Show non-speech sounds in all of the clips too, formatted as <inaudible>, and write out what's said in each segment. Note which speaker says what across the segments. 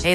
Speaker 1: Hey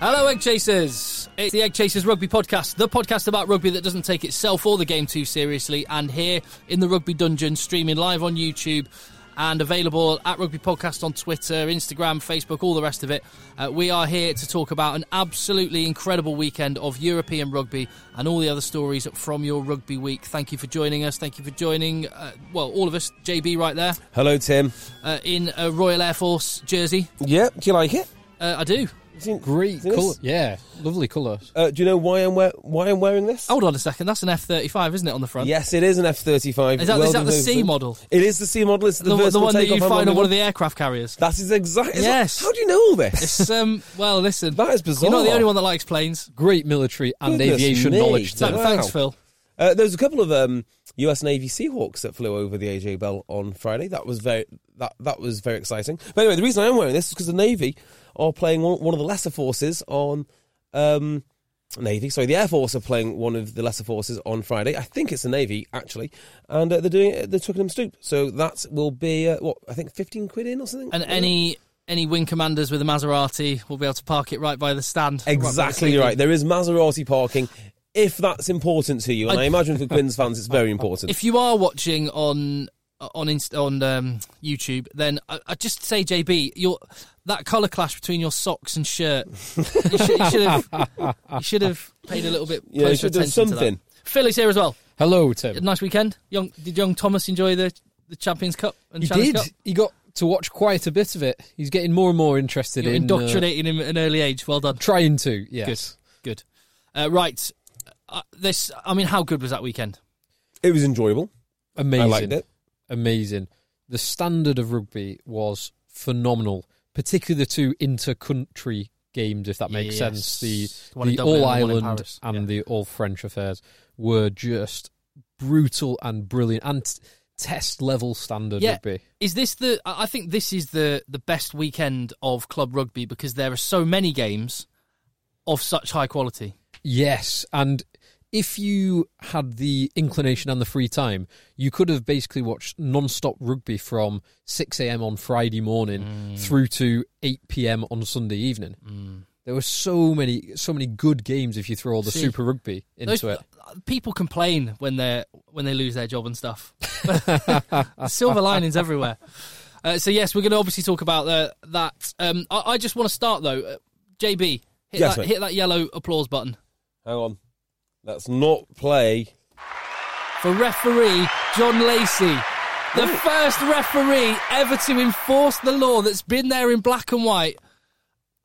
Speaker 2: Hello, Egg Chasers! It's the Egg Chasers Rugby Podcast, the podcast about rugby that doesn't take itself or the game too seriously. And here in the Rugby Dungeon, streaming live on YouTube and available at Rugby Podcast on Twitter, Instagram, Facebook, all the rest of it. Uh, we are here to talk about an absolutely incredible weekend of European rugby and all the other stories from your rugby week. Thank you for joining us. Thank you for joining, uh, well, all of us. JB right there
Speaker 3: Hello, Tim.
Speaker 2: uh, in a Royal Air Force jersey.
Speaker 3: Yeah, do you like it?
Speaker 2: Uh, I do.
Speaker 3: Isn't-
Speaker 4: Great
Speaker 3: isn't this-
Speaker 4: colour. Yeah, lovely colours.
Speaker 3: Uh, do you know why I'm wear- why I'm wearing this?
Speaker 2: Hold on a second. That's an F thirty five, isn't it, on the front?
Speaker 3: yes, it is an F35.
Speaker 2: Is that- is
Speaker 3: Well
Speaker 2: that
Speaker 3: done,
Speaker 2: the
Speaker 3: Ferguson.
Speaker 2: C model?
Speaker 3: It is the C model. It's the,
Speaker 2: the, the
Speaker 3: versatile
Speaker 2: one that you
Speaker 3: takeoff
Speaker 2: find on
Speaker 3: handle.
Speaker 2: one of the aircraft
Speaker 3: <laughs>
Speaker 2: carriers.
Speaker 3: That is exactly.
Speaker 2: Yes.
Speaker 3: How do you know all this?
Speaker 2: It's, um, well, listen,
Speaker 3: That is bizarre.
Speaker 2: You're not the only one that likes planes.
Speaker 4: Great military and
Speaker 3: Goodness
Speaker 4: aviation
Speaker 3: me.
Speaker 4: knowledge.
Speaker 2: Th-
Speaker 4: Tim.
Speaker 3: Wow.
Speaker 2: Thanks, Phil.
Speaker 3: Uh, there was a couple of um, U.S. Navy Seahawks that flew over the AJ Bell on Friday. That was very that that was very exciting. But anyway, the reason I am wearing this is because the Navy are playing one, one of the lesser forces on um, Navy. Sorry, the Air Force are playing one of the lesser forces on Friday. I think it's the Navy actually, and uh, they're doing it at the Twickenham Stoop. So that will be uh, what I think fifteen quid in or something.
Speaker 2: And any any wing commanders with a Maserati will be able to park it right by the stand. right by the
Speaker 3: Exactly
Speaker 2: stadium.
Speaker 3: right. There is Maserati parking. If that's important to you, and I,
Speaker 2: I-
Speaker 3: imagine for Quinn's fans, it's <laughs> very important.
Speaker 2: If you are watching on on Inst- on um, YouTube, then I, I just say JB, your that color clash between your socks and shirt. you, should, you should have you should have paid a little bit
Speaker 3: Yeah, you
Speaker 2: closer
Speaker 3: should have
Speaker 2: attention
Speaker 3: done something.
Speaker 2: to that. Phil is here as well.
Speaker 4: Hello,
Speaker 2: A
Speaker 4: Tim.
Speaker 2: nice weekend. Young did young Thomas enjoy the the Champions Cup and
Speaker 4: He
Speaker 2: Challenge
Speaker 4: did.
Speaker 2: Cup?
Speaker 4: He got to watch quite a bit of it. He's getting more and more interested
Speaker 2: You're
Speaker 4: in uh,
Speaker 2: indoctrinating him at an early age. Well done.
Speaker 4: trying to. Yes.
Speaker 2: Good. Good. Uh, right. Uh, this. I mean, how good was that weekend?
Speaker 3: it was enjoyable.
Speaker 4: Amazing.
Speaker 3: I liked it.
Speaker 4: Amazing. The standard of rugby was phenomenal, particularly the two inter-country games, if that makes
Speaker 2: Yes.
Speaker 4: sense. The
Speaker 2: The one in
Speaker 4: the
Speaker 2: Dublin
Speaker 4: all
Speaker 2: and the one in
Speaker 4: Ireland
Speaker 2: Paris.
Speaker 4: and
Speaker 2: Yeah.
Speaker 4: the all French affairs were just brutal and brilliant and t- test level standard
Speaker 2: Yeah.
Speaker 4: rugby.
Speaker 2: Is this the? I I think this is the the best weekend of club rugby because there are so many games of such high quality.
Speaker 4: Yes, and if you had the inclination and the free time, you could have basically watched non-stop rugby from 6 a.m. on Friday morning
Speaker 2: Mm.
Speaker 4: through to 8 p.m. on Sunday evening. There were so many, so many good games if you throw all the
Speaker 2: See,
Speaker 4: Super Rugby into
Speaker 2: Those-
Speaker 4: it.
Speaker 2: People complain when they when they lose their job and stuff. <laughs> Silver linings everywhere. Uh, so yes, we're going to obviously talk about uh, that. Um, I, I just want to start though. Uh, JB, hit,
Speaker 3: Yes,
Speaker 2: that,
Speaker 3: mate.
Speaker 2: hit that yellow applause button
Speaker 3: Hang on. Let's not play.
Speaker 2: for referee John Lacey. The first referee ever to enforce the law that's been there in black and white,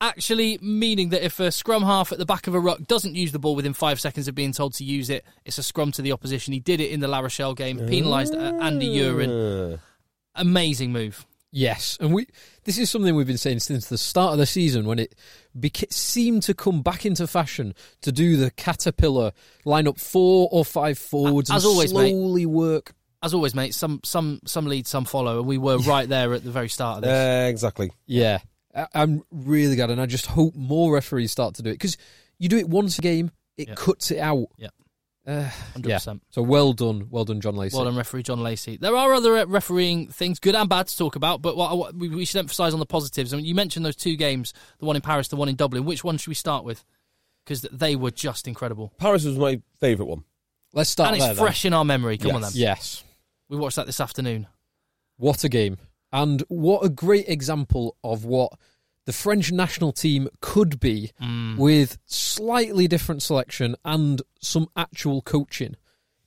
Speaker 2: actually meaning that if a scrum half at the back of a ruck doesn't use the ball within five seconds of being told to use it, it's a scrum to the opposition. He did it in the La Rochelle game, penalised uh, Andy Urin.
Speaker 3: Uh,
Speaker 2: Amazing move.
Speaker 4: Yes, and we this is something we've been saying since the start of the season when it beca- seemed to come back into fashion to do the caterpillar line up four or five forwards
Speaker 2: As
Speaker 4: and
Speaker 2: always, mate.
Speaker 4: slowly work
Speaker 2: As always, mate, some some some lead, some follow, and we were right there at the very start of this.
Speaker 3: uh, exactly.
Speaker 4: Yeah, I- I'm really glad, and I just hope more referees start to do it because you do it once a game, it
Speaker 2: Yeah.
Speaker 4: cuts it out.
Speaker 2: Yeah.
Speaker 4: Uh,
Speaker 2: 100%.
Speaker 4: yeah. So well done, well done, John Lacey.
Speaker 2: Well done, referee John Lacey. There are other uh, refereeing things, good and bad, to talk about, but what, what we we should emphasise on the positives. I mean, you mentioned those two games, the one in Paris, the one in Dublin. Which one should we start with? Because they were just incredible.
Speaker 3: Paris was my favourite one.
Speaker 4: Let's start
Speaker 2: and it's
Speaker 4: there, then.
Speaker 2: fresh in our memory. Come on, then.
Speaker 4: yes. Yes.
Speaker 2: We watched that this afternoon.
Speaker 4: What a game. And what a great example of what the French national team could be
Speaker 2: Mm.
Speaker 4: with slightly different selection and some actual coaching.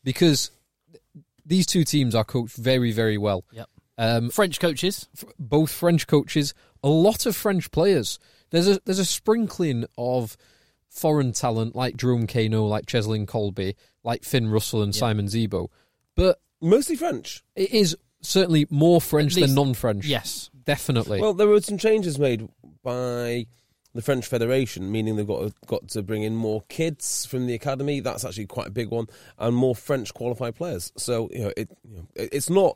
Speaker 4: Because these two teams are coached very, very well.
Speaker 2: Yep.
Speaker 4: Um,
Speaker 2: French coaches.
Speaker 4: f- both French coaches, a lot of French players. There's a there's a sprinkling of foreign talent like Jerome Kano, like Cheslin Colby, like Finn Russell and Simon Zebo. But
Speaker 3: Mostly French.
Speaker 4: it is certainly more French
Speaker 2: least-
Speaker 4: than non-French.
Speaker 2: Yes.
Speaker 4: Definitely.
Speaker 3: Well, there were some changes made by the French Federation, meaning they've got to, got to bring in more kids from the academy. That's actually quite a big one, and more French qualified players. So you know, it you know, it- it's not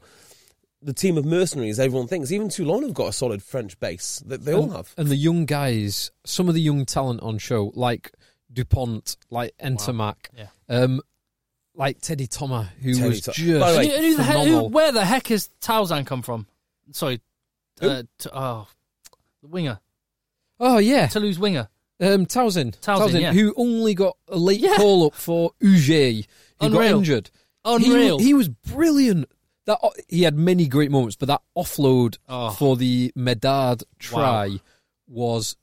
Speaker 3: the team of mercenaries everyone thinks. Even Toulon have got a solid French base. That they all
Speaker 4: and,
Speaker 3: have.
Speaker 4: and the young guys, some of the young talent on show, like Dupont, like Entermac,
Speaker 2: Yeah.
Speaker 4: um, like Teddy Thomas, who
Speaker 3: Teddy
Speaker 4: was
Speaker 3: Tho-
Speaker 4: just
Speaker 3: By the
Speaker 2: And
Speaker 3: way-
Speaker 2: who- and who the hell- who-
Speaker 4: phenomenal.
Speaker 2: where the heck has Tauzan come from? Sorry.
Speaker 3: Who?
Speaker 2: Uh, t- oh, the winger.
Speaker 4: oh yeah,
Speaker 2: Toulouse winger.
Speaker 4: um, Towson,
Speaker 2: Towson, yeah.
Speaker 4: who only got a late
Speaker 2: Yeah.
Speaker 4: call up for Uge, who got
Speaker 2: Unreal.
Speaker 4: injured. He-
Speaker 2: Unreal.
Speaker 4: He, was brilliant. That o- he had many great moments, but that offload
Speaker 2: Oh.
Speaker 4: for the Medard try was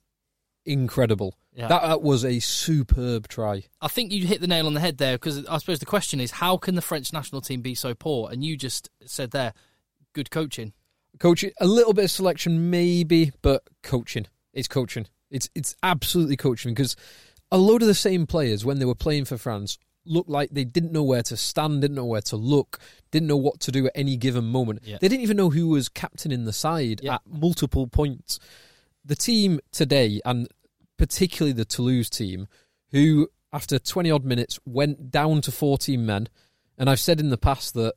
Speaker 4: incredible.
Speaker 2: Yeah.
Speaker 4: That, that was a superb try.
Speaker 2: I think you hit the nail on the head there because I suppose the question is how can the French national team be so poor? And you just said there, good coaching.
Speaker 4: Coach, a little bit of selection, maybe, but coaching. It's coaching. It's it's absolutely coaching because a load of the same players when they were playing for France looked like they didn't know where to stand, didn't know where to look, didn't know what to do at any given moment.
Speaker 2: Yeah.
Speaker 4: They didn't even know who was captain in the side
Speaker 2: Yeah.
Speaker 4: at multiple points. The team today, and particularly the Toulouse team, who after twenty odd minutes went down to fourteen men, and I've said in the past that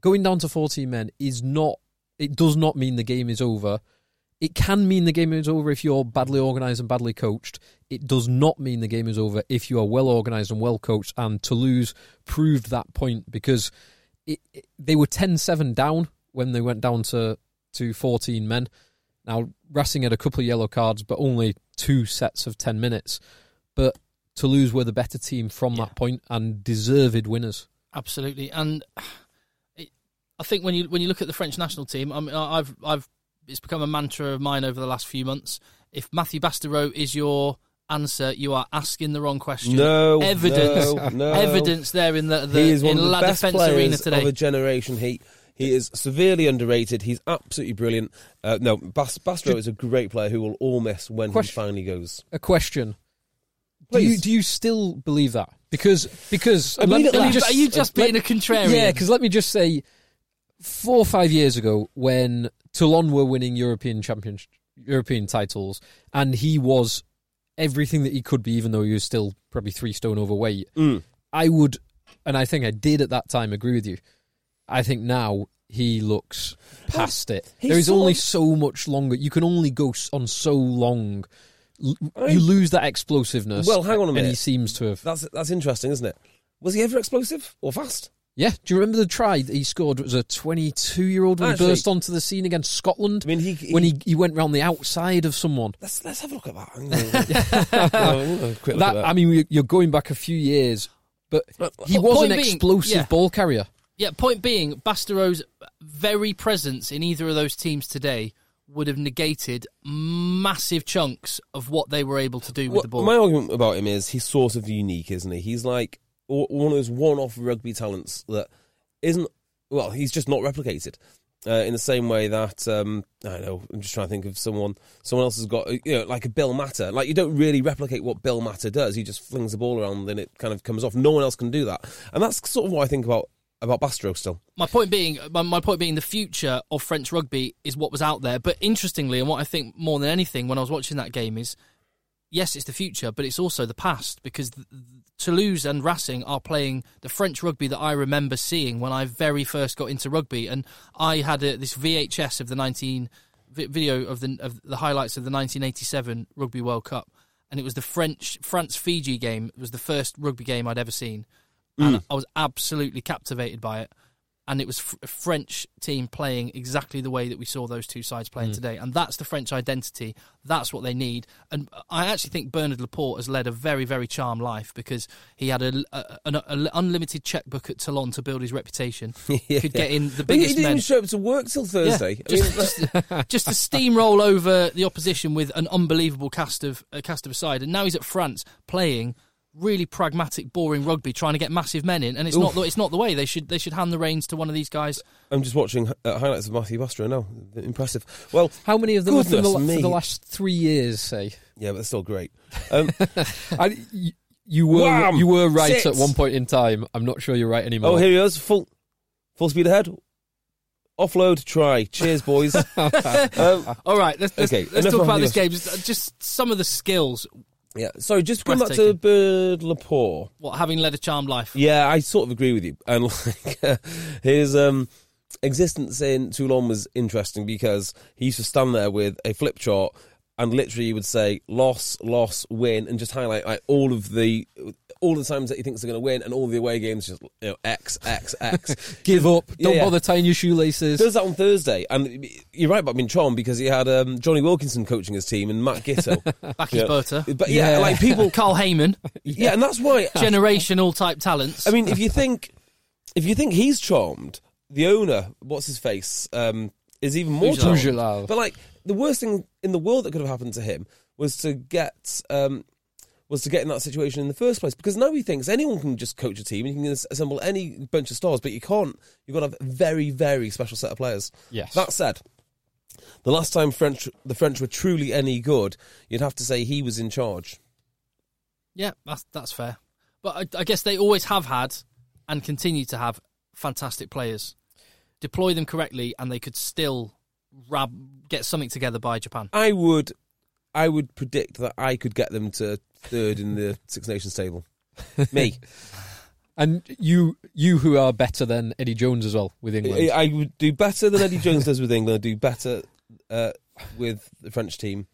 Speaker 4: going down to 14 men is not it does not mean the game is over it can mean the game is over if you're badly organized and badly coached it does not mean the game is over if you are well organized and well coached and toulouse proved that point because it, it- they were 10-7 down when they went down to to 14 men now racing had a couple of yellow cards but only two sets of 10 minutes but toulouse were the better team from
Speaker 2: Yeah.
Speaker 4: that point and deserved winners
Speaker 2: Absolutely, and it, I think when you when you look at the French national team, I mean, I- I've I've it's become a mantra of mine over the last few months. If Matthew Bastereau is your answer, you are asking the wrong question.
Speaker 3: No
Speaker 2: evidence,
Speaker 3: no, no.
Speaker 2: evidence there in the, the
Speaker 3: he is one
Speaker 2: in
Speaker 3: of the
Speaker 2: La
Speaker 3: best
Speaker 2: Defense Arena
Speaker 3: players
Speaker 2: today.
Speaker 3: of a generation. He he is severely underrated. He's absolutely brilliant. Uh, no, Bas- Bastro is a great player who will all miss when
Speaker 4: Question-
Speaker 3: he finally goes.
Speaker 4: a question. Do you,
Speaker 3: Please.
Speaker 4: do you still believe that? Because because and let,
Speaker 3: believe it
Speaker 4: let me
Speaker 2: lasts.
Speaker 4: just,
Speaker 2: Are you just
Speaker 4: let-
Speaker 2: being a contrarian?
Speaker 4: Yeah, because let me just say, four or five years ago, when Toulon were winning European champions, European titles, and he was everything that he could be, even though he was still probably three stone overweight, I would, and I think I did at that time agree with you. I think now he looks past it.
Speaker 3: he's
Speaker 4: There is
Speaker 3: sort
Speaker 4: only
Speaker 3: of-
Speaker 4: so much longer. You can only go s- on so long. L-
Speaker 3: I-
Speaker 4: you lose that explosiveness.
Speaker 3: Well, hang on a
Speaker 4: And he
Speaker 3: minute.
Speaker 4: seems to have.
Speaker 3: That's that's interesting, isn't it? Was he ever explosive or fast?
Speaker 4: Yeah, do you remember the try that he scored? It was a 22 year old when
Speaker 3: Actually-
Speaker 4: he burst onto the scene against Scotland.
Speaker 3: I mean, he- he-
Speaker 4: when he, he went round the outside of someone.
Speaker 3: Let's let's have a look at
Speaker 2: <laughs>
Speaker 3: that. Hang on. Yeah, we'll have a quick look at
Speaker 4: That, I mean, you- you're going back a few years, but he
Speaker 2: But
Speaker 4: was
Speaker 2: point
Speaker 4: an
Speaker 2: being-
Speaker 4: explosive
Speaker 2: yeah.
Speaker 4: ball carrier.
Speaker 2: Yeah, point being, Bastereau's very presence in either of those teams today would have negated massive chunks of what they were able to do with
Speaker 3: Well,
Speaker 2: the ball.
Speaker 3: My argument about him is he's sort of unique, isn't he? He's like o- one of those one-off rugby talents that isn't. Well, he's just not replicated. Uh, in the same way that um, I don't know, I'm just trying to think of someone. Someone else has got uh, you know, like a Bill Matter. Like you don't really replicate what Bill Matter does. He just flings the ball around and it kind of comes off. No one else can do that, and that's sort of what I think about about Bastro still. <laughs>
Speaker 2: my point being, my, my point being, the future of French rugby is what was out there. But interestingly, and what I think more than anything, when I was watching that game, is yes, it's the future, but it's also the past because th- th- Toulouse and Racing are playing the French rugby that I remember seeing when I very first got into rugby, and I had a, this VHS of the nineteen vi- video of the of the highlights of the nineteen eighty seven Rugby World Cup, and it was the French France Fiji game. It was the first rugby game I'd ever seen.
Speaker 3: Mm.
Speaker 2: and I was absolutely captivated by it. And it was f- a French team playing exactly the way that we saw those two sides playing
Speaker 3: Mm.
Speaker 2: today, and that's the French identity. That's what they need. And I actually think Bernard Laporte has led a very, very charmed life because he had a, a- an a- unlimited checkbook at Toulon to build
Speaker 3: <laughs>
Speaker 2: his reputation. Could get in the
Speaker 3: But he- he
Speaker 2: biggest
Speaker 3: didn't
Speaker 2: men
Speaker 3: even show up to work till Thursday. I mean, <laughs>
Speaker 2: just, <laughs> just, just to steamroll over the opposition with an unbelievable cast of uh, cast of aside, and now he's at France playing really pragmatic, boring rugby, trying to get massive men in, and it's not the, it's not the way they should they should hand the reins to one of these guys.
Speaker 3: I'm just watching uh, highlights of Matthew Bostra now. Impressive. Well,
Speaker 4: How many of them are for the,
Speaker 3: Goodness
Speaker 4: la- for
Speaker 3: me.
Speaker 4: the last three years? Say,
Speaker 3: yeah, but that's still great. Um,
Speaker 4: I, you, you were
Speaker 3: Wham!
Speaker 4: you were right
Speaker 3: Six.
Speaker 4: at one point in time. I'm not sure you're right anymore.
Speaker 3: oh, here he is. Full, full speed ahead. Offload, try. Cheers, boys. um,
Speaker 2: All right, let's let's,
Speaker 3: Okay,
Speaker 2: let's
Speaker 3: enough
Speaker 2: talk
Speaker 3: about
Speaker 2: about
Speaker 3: the
Speaker 2: this game. Just, uh, just some of the skills.
Speaker 3: yeah. Sorry, just going back to Bird Laporte.
Speaker 2: What having led a charmed life.
Speaker 3: Yeah, I sort of agree with you. And <laughs> like uh, his um, existence in Toulon was interesting because he used to stand there with a flip chart and literally he would say loss, loss, win, and just highlight like all of the all the times that he thinks they're going to win and all the away games just you know X X X.
Speaker 4: Give up! Don't
Speaker 3: Yeah, yeah.
Speaker 4: bother tying your shoelaces.
Speaker 3: does that on Thursday, and you're right about Minchon because he had um, Johnny Wilkinson coaching his team and Matt Gitto.
Speaker 2: Back
Speaker 3: Yeah.
Speaker 2: is Berta.
Speaker 3: but yeah,
Speaker 4: Yeah.
Speaker 3: like people,
Speaker 2: <laughs> Carl Heyman,
Speaker 3: <laughs> yeah, and that's why
Speaker 2: generational type talents.
Speaker 3: I mean, if you think, if you think he's charmed, the owner, what's his face, um, is even more
Speaker 2: Dujalal.
Speaker 3: charmed.
Speaker 4: Dujalal.
Speaker 3: But like the worst thing in the world that could have happened to him was to get um, was to get in that situation in the first place because now he thinks anyone can just coach a team and you can assemble any bunch of stars, but you can't. You've got to have a very very special set of players.
Speaker 4: Yes.
Speaker 3: That said, the last time French the French were truly any good, you'd have to say he was in charge.
Speaker 2: Yeah, that's that's fair. But I, I guess they always have had and continue to have fantastic players. Deploy them correctly, and they could still rab get something together by Japan.
Speaker 3: I would, I would predict that I could get them to third in the <laughs> Six Nations table.
Speaker 2: <laughs>
Speaker 3: Me,
Speaker 4: And you you who are better than Eddie Jones as well with England.
Speaker 3: I, I would do better than Eddie Jones does with England. I'd do better uh, with the French team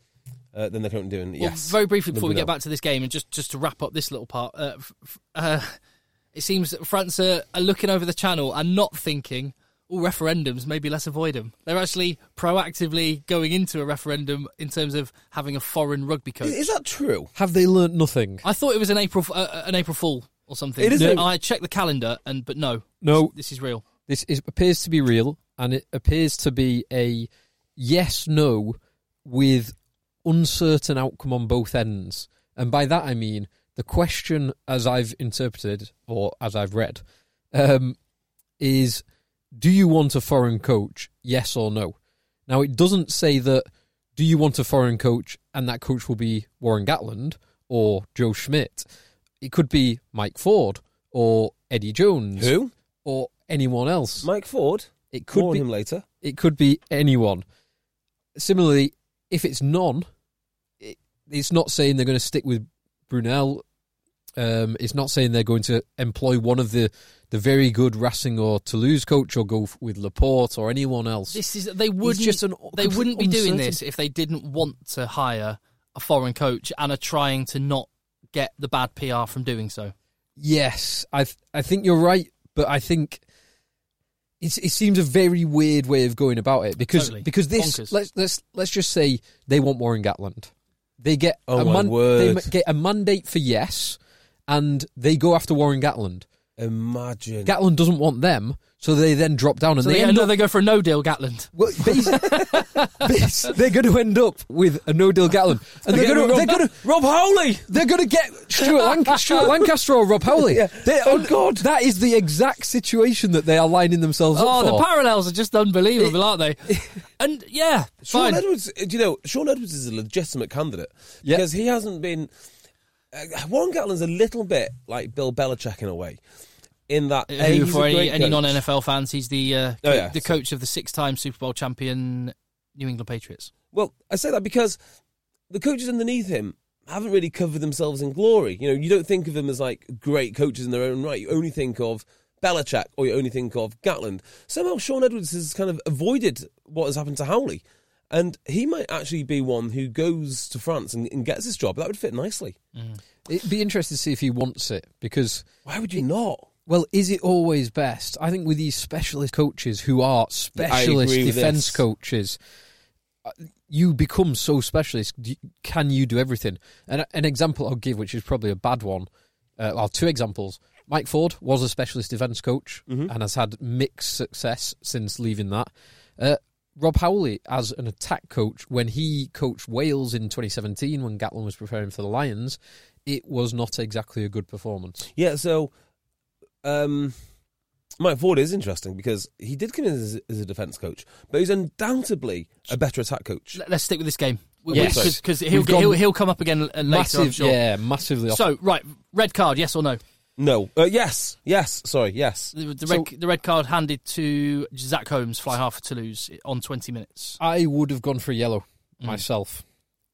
Speaker 3: uh, than they're currently doing.
Speaker 2: Well,
Speaker 3: Yes,
Speaker 2: very briefly before we
Speaker 3: Moving
Speaker 2: get
Speaker 3: on.
Speaker 2: back to this game, and just just to wrap up this little part, uh, f- f- uh, it seems that France are, are looking over the channel and not thinking. Oh, referendums, maybe let's avoid them. They're actually proactively going into a referendum in terms of having a foreign rugby coach.
Speaker 3: Is, is that true?
Speaker 4: Have they learnt nothing?
Speaker 2: I thought it was an April uh, an April Fool or something.
Speaker 3: It is
Speaker 2: But
Speaker 3: a-
Speaker 2: I checked the calendar and but no,
Speaker 4: No,
Speaker 2: this is real.
Speaker 4: this is, appears to be real, and it appears to be a yes no with uncertain outcome on both ends. And by that I mean the question, as I've interpreted or as I've read, um, is do you want a foreign coach? Yes or no. Now it doesn't say that do you want a foreign coach and that coach will be Warren Gatland or Joe Schmidt. It could be Mike Ford or Eddie Jones
Speaker 3: Who?
Speaker 4: or anyone else.
Speaker 3: Mike Ford.
Speaker 4: It could
Speaker 3: Could
Speaker 4: be
Speaker 3: him later.
Speaker 4: it could be anyone. Similarly, if it's none, it, it's not saying they're going to stick with Brunel. Um, it's not saying they're going to employ one of the, the very good Racing or Toulouse coach or go f- with Laporte or anyone else.
Speaker 2: This is they wouldn't
Speaker 4: just an-
Speaker 2: they wouldn't be doing
Speaker 4: uncertain-
Speaker 2: this if they didn't want to hire a foreign coach and are trying to not get the bad PR from doing so.
Speaker 4: Yes, I th- I think you're right, but I think it's, it seems a very weird way of going about it because
Speaker 2: Totally.
Speaker 4: because this
Speaker 2: Bonkers.
Speaker 4: let's let's let's just say they want Warren Gatland. They get
Speaker 3: Oh
Speaker 4: a
Speaker 3: my
Speaker 4: they
Speaker 3: word.
Speaker 4: ma- get a mandate for yes, and they go after Warren Gatland.
Speaker 3: Imagine.
Speaker 4: Gatland doesn't want them, so they then drop down and
Speaker 2: So
Speaker 4: they,
Speaker 2: they,
Speaker 4: end
Speaker 2: no,
Speaker 4: up.
Speaker 2: they go for a no deal Gatland.
Speaker 4: Well, bas-
Speaker 3: <laughs>
Speaker 4: bas- they're going to end up with a no deal Gatland, and they're
Speaker 3: Again,
Speaker 4: going to they're
Speaker 3: Rob,
Speaker 4: going to
Speaker 3: Rob Howley.
Speaker 4: they're going to get Stuart,
Speaker 3: <laughs>
Speaker 4: Lanc- Stuart Lancaster or Rob Howley.
Speaker 3: Yeah.
Speaker 4: They-
Speaker 3: Oh, God.
Speaker 4: That is the exact situation that they are lining themselves
Speaker 2: Oh,
Speaker 4: up for.
Speaker 2: the parallels are just unbelievable, aren't they? And yeah,
Speaker 3: Sean
Speaker 2: fine.
Speaker 3: Edwards, uh, do you know, Sean Edwards is a legitimate candidate
Speaker 4: Yeah.
Speaker 3: because he hasn't been. Uh, Warren Gatlin's a little bit like Bill Belichick in a way, in that
Speaker 2: Uh, Who,
Speaker 3: A, he's
Speaker 2: for
Speaker 3: a
Speaker 2: any,
Speaker 3: great
Speaker 2: any
Speaker 3: coach.
Speaker 2: non NFL fans, he's the uh,
Speaker 3: Oh, yeah.
Speaker 2: the coach of the six time Super Bowl champion New England Patriots.
Speaker 3: Well, I say that because the coaches underneath him haven't really covered themselves in glory. You know, you don't think of them as like great coaches in their own right. You only think of Belichick or you only think of Gatland. Somehow Sean Edwards has kind of avoided what has happened to Howley. And he might actually be one who goes to France and, and gets this job. That would fit nicely.
Speaker 4: It'd be interesting to see if he wants it because
Speaker 3: Why would you not?
Speaker 4: Well, is it always best? I think with these specialist coaches who are specialist
Speaker 3: agree with
Speaker 4: defense
Speaker 3: this.
Speaker 4: coaches, uh, you become so specialist. Do you- Can you do everything? And a- an example I'll give, which is probably a bad one, uh, well, two examples. Mike Ford was a specialist defense coach
Speaker 3: Mm-hmm.
Speaker 4: and has had mixed success since leaving that. Uh, Rob Howley, as an attack coach, when he coached Wales in 2017, when Gatlin was preparing for the Lions, it was not exactly a good performance.
Speaker 3: Yeah, so um, Mike Ford is interesting because he did come in as, as a defence coach, but he's undoubtedly a better attack coach.
Speaker 2: Let- Let's stick with this game.
Speaker 4: Yes.
Speaker 2: Because
Speaker 4: We've
Speaker 2: he'll, get- he'll,
Speaker 4: gone
Speaker 2: he'll come up again uh, later, I'm
Speaker 4: Massive,
Speaker 2: sure.
Speaker 4: yeah, massively. Off.
Speaker 2: So, right, red card, yes or no?
Speaker 3: No, uh, yes, yes, sorry, yes.
Speaker 2: The, the,
Speaker 4: So-
Speaker 2: red, the red card handed to Zach Holmes, fly half for Toulouse, on 20 minutes.
Speaker 4: I would have gone for yellow
Speaker 2: Mm.
Speaker 4: myself,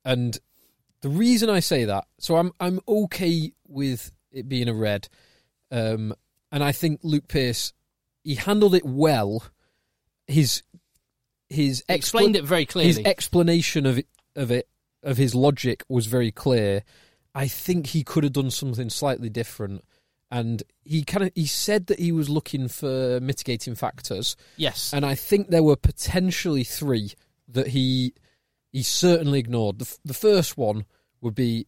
Speaker 4: and the reason I say that, so I'm I'm okay with it being a red, um, and I think Luke Pierce he handled it well. His his expla-
Speaker 2: Explained it very clearly.
Speaker 4: His explanation of it, of it of his logic was very clear. I think he could have done something slightly different, and he kind of he said that he was looking for mitigating factors.
Speaker 2: yes.
Speaker 4: And I think there were potentially three that he he certainly ignored. The, f- the first one would be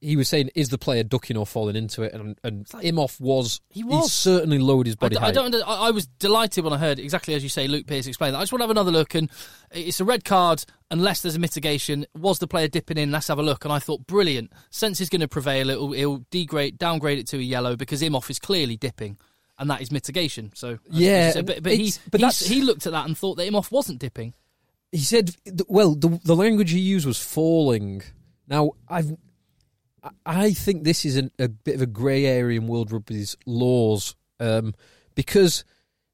Speaker 4: he was saying, "Is the player ducking or falling into it?" And and Imhoff was
Speaker 2: He was.
Speaker 4: certainly lowered his
Speaker 2: I
Speaker 4: body
Speaker 2: d- I,
Speaker 4: height.
Speaker 2: don't. under- I, I was delighted when I heard exactly as you say, Luke Pierce explained that. I just want to have another look, and it's a red card unless there's a mitigation. Was the player dipping in? Let's have a look. And I thought, brilliant. Sense is going to prevail. It'll, it'll degrade, downgrade it to a yellow because Imhoff is clearly dipping, and that is mitigation. So as- as you
Speaker 4: Yeah,
Speaker 2: said, but, but he
Speaker 4: it's- but
Speaker 2: he-
Speaker 4: that's-
Speaker 2: he looked at that and thought that Imhoff wasn't dipping.
Speaker 4: he said th- well the, the language he used was falling now i've I- i think this is an, a bit of a grey area in world rugby's laws um, because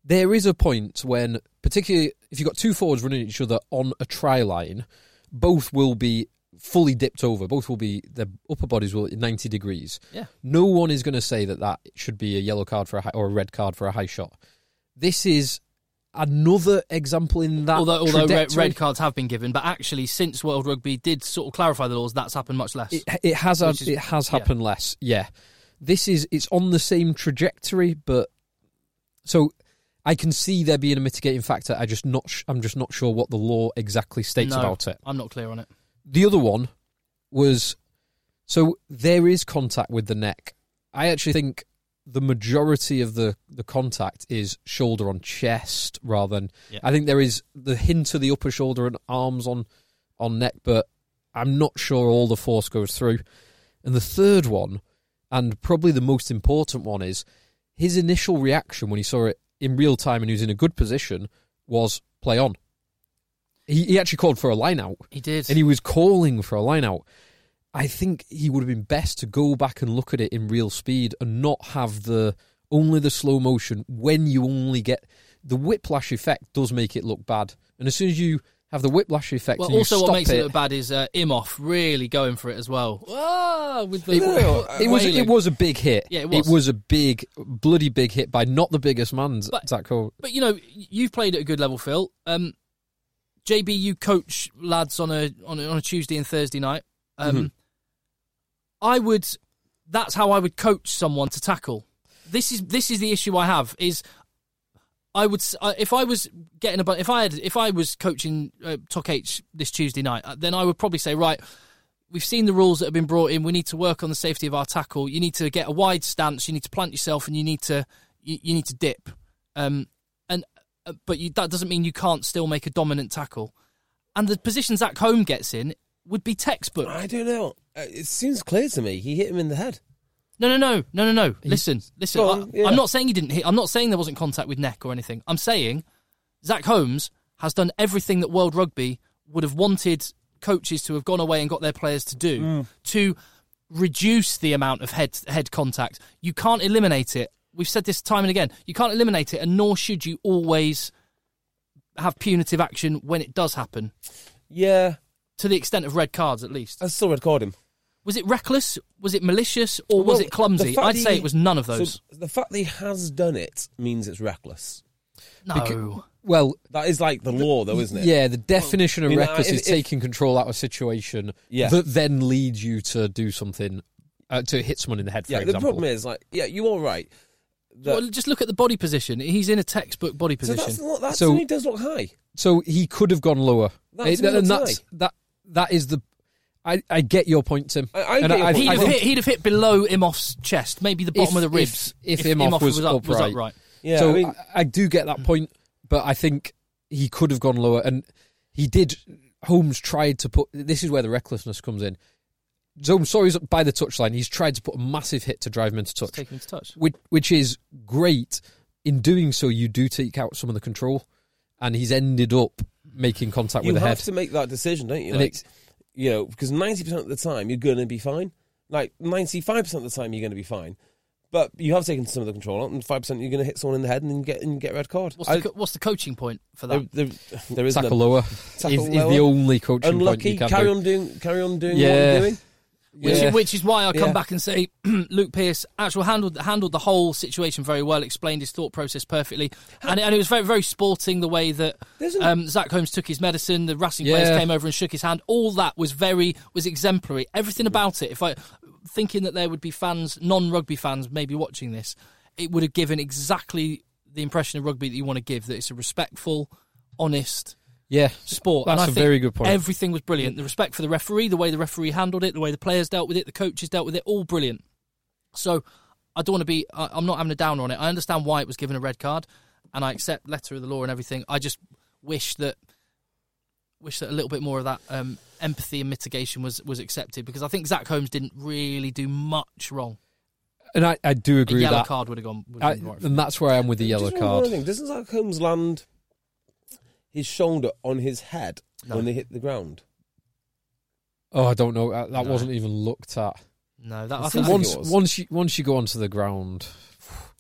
Speaker 4: there is a point when particularly if you've got two forwards running at each other on a try line both will be fully dipped over both will be their upper bodies will at 90 degrees
Speaker 2: Yeah.
Speaker 4: no one is going to say that that should be a yellow card for a high, or a red card for a high shot this is another example in that
Speaker 2: although although red,
Speaker 4: trajectory.
Speaker 2: red cards have been given, but actually since World Rugby did sort of clarify the laws, that's happened much less.
Speaker 4: It, it has
Speaker 2: Which is-
Speaker 4: it has
Speaker 2: yeah.
Speaker 4: happened less. Yeah, this is it's on the same trajectory, but so I can see there being a mitigating factor. I just not sh- I'm just not sure what the law exactly states
Speaker 2: No,
Speaker 4: about it.
Speaker 2: I'm not clear on it.
Speaker 4: The other one was so there is contact with the neck. I actually think the majority of the the contact is shoulder on chest rather than
Speaker 2: Yeah.
Speaker 4: I think there is the hint of the upper shoulder and arms on on neck, but I'm not sure all the force goes through. And the third one, and probably the most important one, is his initial reaction when he saw it in real time and he was in a good position was play on. He, he actually called for a line out
Speaker 2: He did.
Speaker 4: and he was calling for a line out. I think he would have been best to go back and look at it in real speed and not have the only the slow motion when you only get the whiplash effect does make it look bad. And as soon as you have the whiplash effect,
Speaker 2: Well,
Speaker 4: and you
Speaker 2: also what
Speaker 4: stop
Speaker 2: makes it,
Speaker 4: it
Speaker 2: look bad is uh, Imhoff really going for it as well. Ah, with the
Speaker 4: It, <laughs> it was
Speaker 2: wailing.
Speaker 4: it was a big hit.
Speaker 2: Yeah, it was.
Speaker 4: a big, bloody big hit by not the biggest man. Z-
Speaker 2: But-
Speaker 4: Zach Cole.
Speaker 2: But you know, you've played at a good level, Phil. Um, JB, you coach lads on a on a, on a Tuesday and Thursday night. Um, I would. That's how I would coach someone to tackle. This is this is the issue I have is. I would s- I- if I was getting a bu- if I had if I was coaching uh, Tok H this Tuesday night, uh, then I would probably say right, we've seen the rules that have been brought in. We need to work on the safety of our tackle. You need to get a wide stance. You need to plant yourself, and you need to you, you need to dip. Um, and uh, but you, that doesn't mean you can't still make a dominant tackle. And the position Zach Home gets in would be textbook.
Speaker 3: I don't know. Uh, It seems clear to me. He hit him in the head.
Speaker 2: No, no, no, no, no, no. Listen, listen.
Speaker 3: Go
Speaker 2: I,
Speaker 3: on, yeah.
Speaker 2: I'm not saying he didn't hit. I'm not saying there wasn't contact with neck or anything. I'm saying Zach Holmes has done everything that World Rugby would have wanted coaches to have gone away and got their players to do
Speaker 3: Mm.
Speaker 2: to reduce the amount of head head contact. You can't eliminate it. We've said this time and again. You can't eliminate it, and nor should you always have punitive action when it does happen,
Speaker 3: Yeah,
Speaker 2: to the extent of red cards, at least.
Speaker 3: I still red card him.
Speaker 2: Was it reckless? Was it malicious? Or was
Speaker 3: Well,
Speaker 2: it clumsy?
Speaker 3: the fact
Speaker 2: I'd
Speaker 3: that
Speaker 2: say
Speaker 3: he-
Speaker 2: it was none of
Speaker 3: so
Speaker 2: those.
Speaker 3: the fact that he has done it means it's reckless.
Speaker 2: No.
Speaker 4: Becau- Well,
Speaker 3: That is like the law, though, isn't it?
Speaker 4: Yeah, the definition of
Speaker 3: you know,
Speaker 4: reckless
Speaker 3: if-
Speaker 4: is
Speaker 3: if-
Speaker 4: taking control out of a situation
Speaker 3: Yeah.
Speaker 4: that then leads you to do something, uh, to hit someone in the head, for
Speaker 3: Yeah, the
Speaker 4: example.
Speaker 3: problem is like, yeah, you are right. that-
Speaker 2: well, just look at the body position. He's in a textbook body
Speaker 3: so
Speaker 2: position.
Speaker 3: that's not, that
Speaker 4: So-
Speaker 3: to me does look high.
Speaker 4: So he could have gone lower.
Speaker 3: That to me
Speaker 4: and
Speaker 3: looks
Speaker 4: that's
Speaker 3: high.
Speaker 4: that. That is the. I, I get your point, Tim.
Speaker 3: I- I
Speaker 4: And
Speaker 3: get your
Speaker 4: I
Speaker 3: point.
Speaker 2: he'd,
Speaker 4: I
Speaker 2: have
Speaker 4: think
Speaker 2: hit, he'd have hit below Imoff's chest, maybe the bottom of
Speaker 4: If-
Speaker 2: the ribs.
Speaker 4: if- if Imhoff was upright.
Speaker 3: Yeah,
Speaker 4: so
Speaker 3: I mean,
Speaker 4: I, I do get that point, but I think he could have gone lower, and he did. Holmes tried to put. This is where the recklessness comes in. So I'm sorry, he's by the touchline. He's tried to put a massive hit to drive him into touch,
Speaker 2: Take him to touch.
Speaker 4: which which is great. In doing so, you do take out some of the control, and he's ended up making contact
Speaker 3: you
Speaker 4: with the
Speaker 3: have
Speaker 4: head.
Speaker 3: to make that decision, don't you?
Speaker 4: And
Speaker 3: Like,
Speaker 4: it's-
Speaker 3: you know, because ninety percent of the time you're going to be fine. Like ninety-five percent of the time you're going to be fine, but you have taken some of the control out, and five percent you're going to hit someone in the head and then get and get a red card.
Speaker 2: What's,
Speaker 3: I-
Speaker 2: the, co- what's the coaching point for that?
Speaker 3: there, there, there is
Speaker 4: Tackle
Speaker 3: no
Speaker 4: lower
Speaker 3: Tackle
Speaker 4: is, is
Speaker 3: lower.
Speaker 4: the only coaching point
Speaker 3: unlucky.
Speaker 4: you can
Speaker 3: Carry
Speaker 4: do.
Speaker 3: on doing, carry on doing what
Speaker 4: Yeah.
Speaker 3: you're doing.
Speaker 2: Which,
Speaker 4: Yeah.
Speaker 2: is, which is why I come
Speaker 3: Yeah.
Speaker 2: back and say <clears throat> Luke Pierce actually handled handled the whole situation very well, explained his thought process perfectly, and, it- and it was very very sporting the way that
Speaker 3: Doesn't-
Speaker 2: um, Zach Holmes took his medicine. The wrestling
Speaker 4: Yeah.
Speaker 2: players came over and shook his hand. All that was very was exemplary. Everything about it. If I thinking that there would be fans, non rugby fans, maybe watching this, it would have given exactly the impression of rugby that you want to give. That it's a respectful, honest
Speaker 4: Yeah,
Speaker 2: sport. and
Speaker 4: That's
Speaker 2: I
Speaker 4: a
Speaker 2: think
Speaker 4: very good point.
Speaker 2: Everything was brilliant. The respect for the referee, the way the referee handled it, the way the players dealt with it, the coaches dealt with it, all brilliant. So I don't want to be. I, I'm not having a downer on it. I understand why it was given a red card, and I accept letter of the law and everything. I just wish that wish that a little bit more of that um, empathy and mitigation was was accepted because I think Zach Holmes didn't really do much wrong.
Speaker 4: and I, I do
Speaker 2: A
Speaker 4: agree with
Speaker 2: yellow
Speaker 4: that,
Speaker 2: card would have gone. Would
Speaker 4: I,
Speaker 2: have been right.
Speaker 4: and that's where I am with the yellow
Speaker 3: Just one
Speaker 4: card.
Speaker 3: more thing. Doesn't Zach Holmes land his shoulder on his head
Speaker 2: No.
Speaker 3: when they hit the ground?
Speaker 4: Oh, I don't know. That, that
Speaker 2: No.
Speaker 4: wasn't even looked at.
Speaker 2: no, that I
Speaker 3: It's
Speaker 2: think
Speaker 3: one-
Speaker 4: once,
Speaker 3: it was.
Speaker 4: once you once you go onto the ground,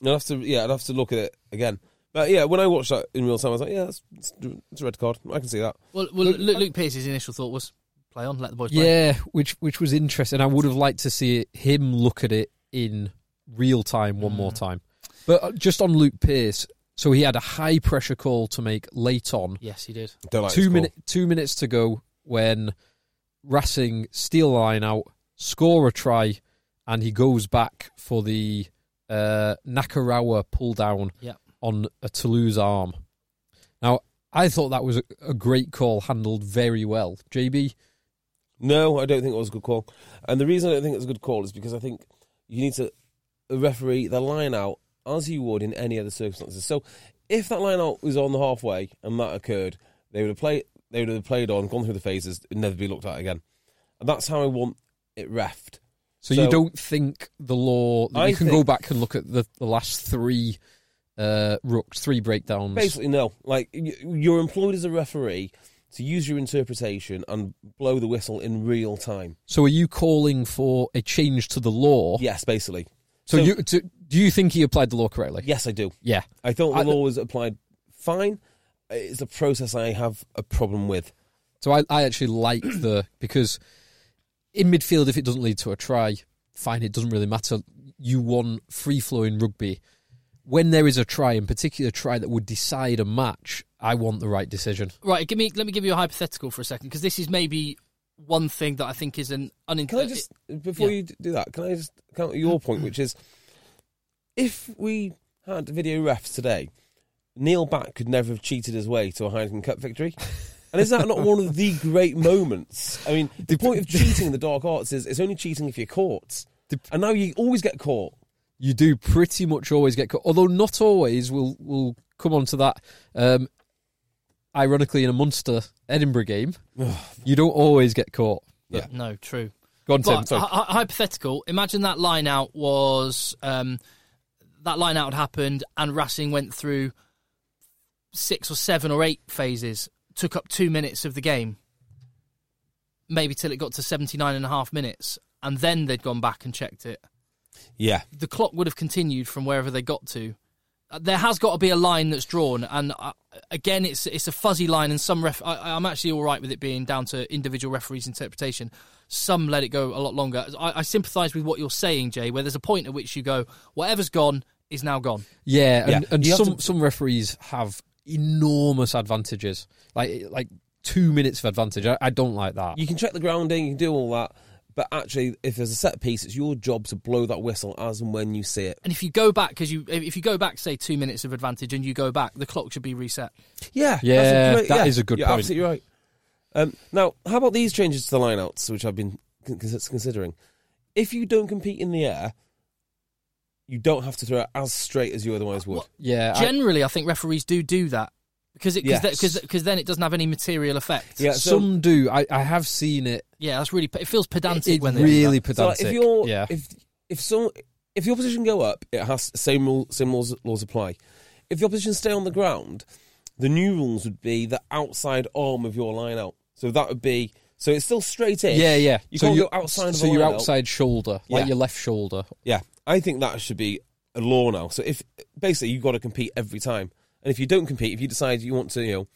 Speaker 3: I'd have to, yeah, I'd have to look at it again. But yeah, when I watched that in real time, I was like, yeah, that's, it's, it's a red card. I can see that.
Speaker 2: Well, well Luke, Luke Pierce's initial thought was play on, let the boys play.
Speaker 4: yeah, which which was interesting. I would have liked to see it, him look at it in real time one more time. But uh, just on Luke Pierce, so he had a high pressure call to make late on
Speaker 2: Yes, he did.
Speaker 3: Don't like
Speaker 4: two
Speaker 3: this call.
Speaker 4: minute two minutes to go when Racing steal the line out, score a try, and he goes back for the uh, Nakarawa pull down
Speaker 2: Yeah.
Speaker 4: on a Toulouse arm. Now I thought that was a, a great call, handled very well. JB,
Speaker 3: No, I don't think it was a good call. And the reason I don't think it was a good call is because I think you need to a referee the line out as you would in any other circumstances. So if that line out was on the halfway and that occurred, they would have played they would have played on, gone through the phases, and never be looked at again. And that's how I want it refed.
Speaker 4: so,
Speaker 3: So-
Speaker 4: you don't think the law? that
Speaker 3: I
Speaker 4: you can go
Speaker 3: think-
Speaker 4: back and look at the, the last three uh, rooks, three breakdowns.
Speaker 3: Basically, no. Like y- you're employed as a referee to use your interpretation and blow the whistle in real time.
Speaker 4: So are you calling for a change to the law?
Speaker 3: Yes, basically.
Speaker 4: So,
Speaker 3: So-
Speaker 4: you to, do you think he applied the law correctly?
Speaker 3: Yes, I do.
Speaker 4: Yeah.
Speaker 3: I thought the
Speaker 4: I-
Speaker 3: law was applied fine. It's a process I have a problem with.
Speaker 4: So I, I
Speaker 3: <clears throat>
Speaker 4: actually like the because in midfield, if it doesn't lead to a try, fine, it doesn't really matter. You won free flowing rugby. When there is a try, in particular, a try that would decide a match, I want the right decision.
Speaker 2: Right, give me. Let me give you a hypothetical for a second, because this is maybe one thing that I think is an
Speaker 3: Can I
Speaker 2: unintentional.
Speaker 3: just, before
Speaker 2: Uh, yeah.
Speaker 3: you d- do that, can I just count your point, which is if we had video refs today, Neil Back could never have cheated his way to a Heineken Cup victory. And is that not one of the great moments? I mean, the point of cheating in the dark arts is it's only cheating if you're caught.
Speaker 4: Dep-
Speaker 3: And now you always get caught.
Speaker 4: You do pretty much always get caught, although not always. We'll we'll come on to that. Um, ironically, in a Munster Edinburgh game, you don't always get caught.
Speaker 3: Yeah.
Speaker 2: No, true.
Speaker 4: Go on, Tim.
Speaker 2: But
Speaker 4: Sorry.
Speaker 2: hy- hy- hypothetical. Imagine that line out was um, that line out had happened, and Racing went through six or seven or eight phases, took up two minutes of the game, maybe till it got to 79 and a half minutes, and then they'd gone back and checked it.
Speaker 3: Yeah.
Speaker 2: the clock would have continued from wherever they got to. Uh, There has got to be a line that's drawn, and uh, again, it's it's a fuzzy line. And some ref, I, I'm actually all right with it being down to individual referees' interpretation. Some let it go a lot longer. I, I sympathise with what you're saying, Jay. Where there's a point at which you go, whatever's gone is now gone.
Speaker 4: Yeah, and,
Speaker 3: Yeah.
Speaker 4: and
Speaker 3: You have
Speaker 4: some
Speaker 3: to-
Speaker 4: some referees have enormous advantages, like like two minutes of advantage. I, I don't like that.
Speaker 3: You can check the grounding, you can do all that, But actually, if there's a set piece, it's your job to blow that whistle as and when you see it.
Speaker 2: And if you go back, because you if you go back, say two minutes of advantage, and you go back, the clock should be reset.
Speaker 3: Yeah, that's
Speaker 4: Yeah,
Speaker 3: great-
Speaker 4: that is a good
Speaker 3: You're
Speaker 4: point.
Speaker 3: Absolutely right. Um, now, how about these changes to the lineouts, which I've been con- cons- considering? If you don't compete in the air, you don't have to throw it as straight as you otherwise would.
Speaker 4: Yeah, I-
Speaker 2: Generally, I think referees do do that because it
Speaker 3: Yes.
Speaker 2: because then it doesn't have any material effect.
Speaker 3: Yeah, so-
Speaker 4: some do. I, I have seen it.
Speaker 2: Yeah, that's really it feels pedantic
Speaker 4: It
Speaker 2: when they do
Speaker 4: really
Speaker 3: So
Speaker 4: pedantic.
Speaker 3: like, if you're
Speaker 4: yeah,
Speaker 3: if if some if the opposition go up, it has same rule, same laws, laws apply. If the opposition stay on the ground, the new rules would be the outside arm of your line out. So that would be so it's still straight in.
Speaker 4: yeah, yeah.
Speaker 3: You
Speaker 4: so
Speaker 3: can't
Speaker 4: you-
Speaker 3: go outside of
Speaker 4: So
Speaker 3: the
Speaker 4: your
Speaker 3: line out.
Speaker 4: outside shoulder,
Speaker 3: Yeah.
Speaker 4: like your left shoulder.
Speaker 3: Yeah, I think that should be a law now. So if basically you've got to compete every time, and if you don't compete, if you decide you want to, you know,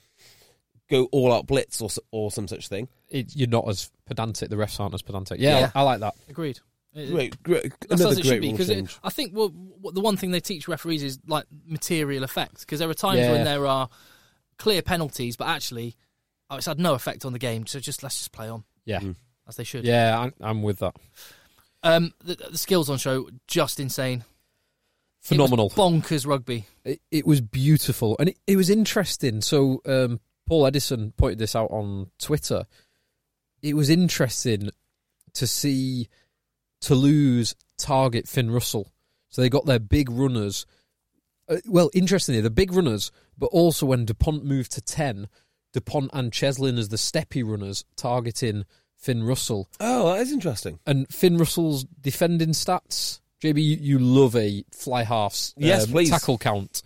Speaker 3: go all out blitz or s- or some such thing,
Speaker 4: It, you're not as pedantic. The refs aren't as pedantic. Yeah,
Speaker 2: Yeah.
Speaker 4: I, I like that.
Speaker 2: Agreed. It-
Speaker 3: great, great
Speaker 2: That's
Speaker 3: another
Speaker 2: as it
Speaker 3: great
Speaker 2: should be
Speaker 3: rule
Speaker 2: because
Speaker 3: change.
Speaker 2: I think well, what, the one thing they teach referees is like material effect because there are times
Speaker 4: Yeah.
Speaker 2: when there are clear penalties, but actually, oh, it's had no effect on the game. So just let's just play on
Speaker 4: Yeah,
Speaker 2: as they should.
Speaker 4: yeah, I'm, I'm with that.
Speaker 2: Um, the, the skills on show just insane, It was
Speaker 4: Phenomenal.
Speaker 2: bonkers rugby.
Speaker 4: it, it was beautiful and it, it was interesting so um, paul edison pointed this out on twitter it was interesting to see toulouse target finn russell so they got their big runners uh, well interestingly the big runners but also when dupont moved to 10 dupont and cheslin as the steppy runners targeting finn russell
Speaker 3: Oh, that is interesting.
Speaker 4: and Finn Russell's defending stats. JB, you, you love a fly half's
Speaker 3: Yes, please.
Speaker 4: tackle count.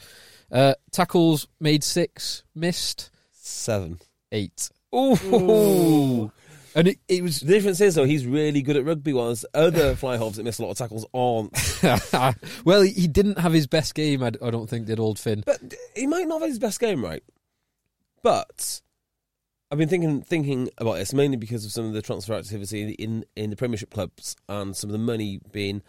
Speaker 4: Uh, tackles made six, missed
Speaker 3: Seven.
Speaker 4: eight.
Speaker 3: Ooh.
Speaker 4: And it, it was. <laughs>
Speaker 3: The difference is though he's really good at rugby. Whilst
Speaker 2: <laughs>
Speaker 3: other fly halves that miss a lot of tackles aren't.
Speaker 4: well, he didn't have his best game, I, d- I don't think, did old Finn.
Speaker 3: But he might not have had his best game, right? But I've been thinking thinking about this mainly because of some of the transfer activity in in the Premiership clubs and some of the money being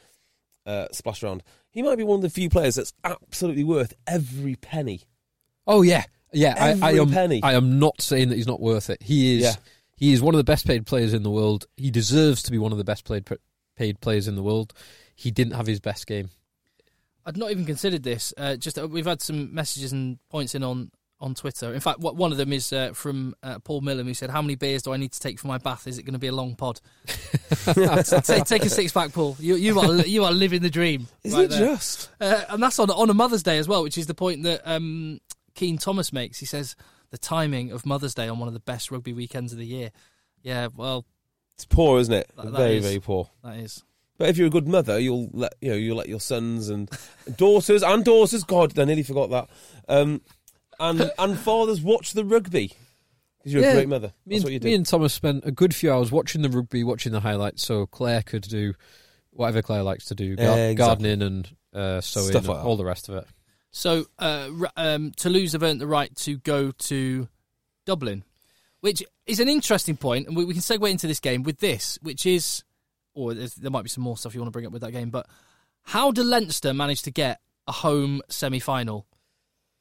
Speaker 3: uh, splashed around. He might be one of the few players that's absolutely worth every
Speaker 2: <laughs>
Speaker 3: penny. <laughs>
Speaker 4: Oh, yeah. Yeah, I, I,
Speaker 3: Every
Speaker 4: am,
Speaker 3: penny.
Speaker 4: I am not saying that he's not worth it. He is.
Speaker 3: Yeah.
Speaker 4: He is one of the best paid players in the world. He deserves to be one of the best played paid players in the world. He didn't have his best game.
Speaker 2: I'd not even considered this. Uh, just uh, we've had some messages and points in on on Twitter. In fact, what, one of them is uh, from uh, Paul Millam who said, "How many beers do I need to take for my bath? Is it going to be a long pod?" take, take a six pack, Paul. You, you are li- you are living the dream.
Speaker 3: Isn't
Speaker 2: right
Speaker 3: it
Speaker 2: there.
Speaker 3: just?
Speaker 2: Uh, and that's on on a Mother's Day as well, which is the point that um, Keen Thomas makes. He says the timing of Mother's Day on one of the best rugby weekends of the year. Yeah, well,
Speaker 3: It's poor, isn't it?
Speaker 2: That- that
Speaker 3: very,
Speaker 2: is.
Speaker 3: very poor.
Speaker 2: that is.
Speaker 3: But if you're a good mother, you'll let you know you'll let your sons and daughters and daughters. God, I nearly forgot that. Um,
Speaker 4: <laughs>
Speaker 3: and and fathers watch the rugby 'Cause you're a
Speaker 4: Yeah,
Speaker 3: great mother. That's
Speaker 4: Me and,
Speaker 3: what you do.
Speaker 4: me and Thomas spent a good few hours watching the rugby, watching the highlights, so Claire could do whatever Claire likes to do, gar-
Speaker 3: Exactly.
Speaker 4: gardening and uh, sewing,
Speaker 3: Stuff
Speaker 4: and
Speaker 3: like that.
Speaker 4: all the rest of it.
Speaker 2: So uh, r- um, Toulouse have earned the right to go to Dublin, which is an interesting point, and we, we can segue into this game with this, which is, or there's, there might be some more stuff you want to bring up with that game, but how do Leinster manage to get a home semi-final?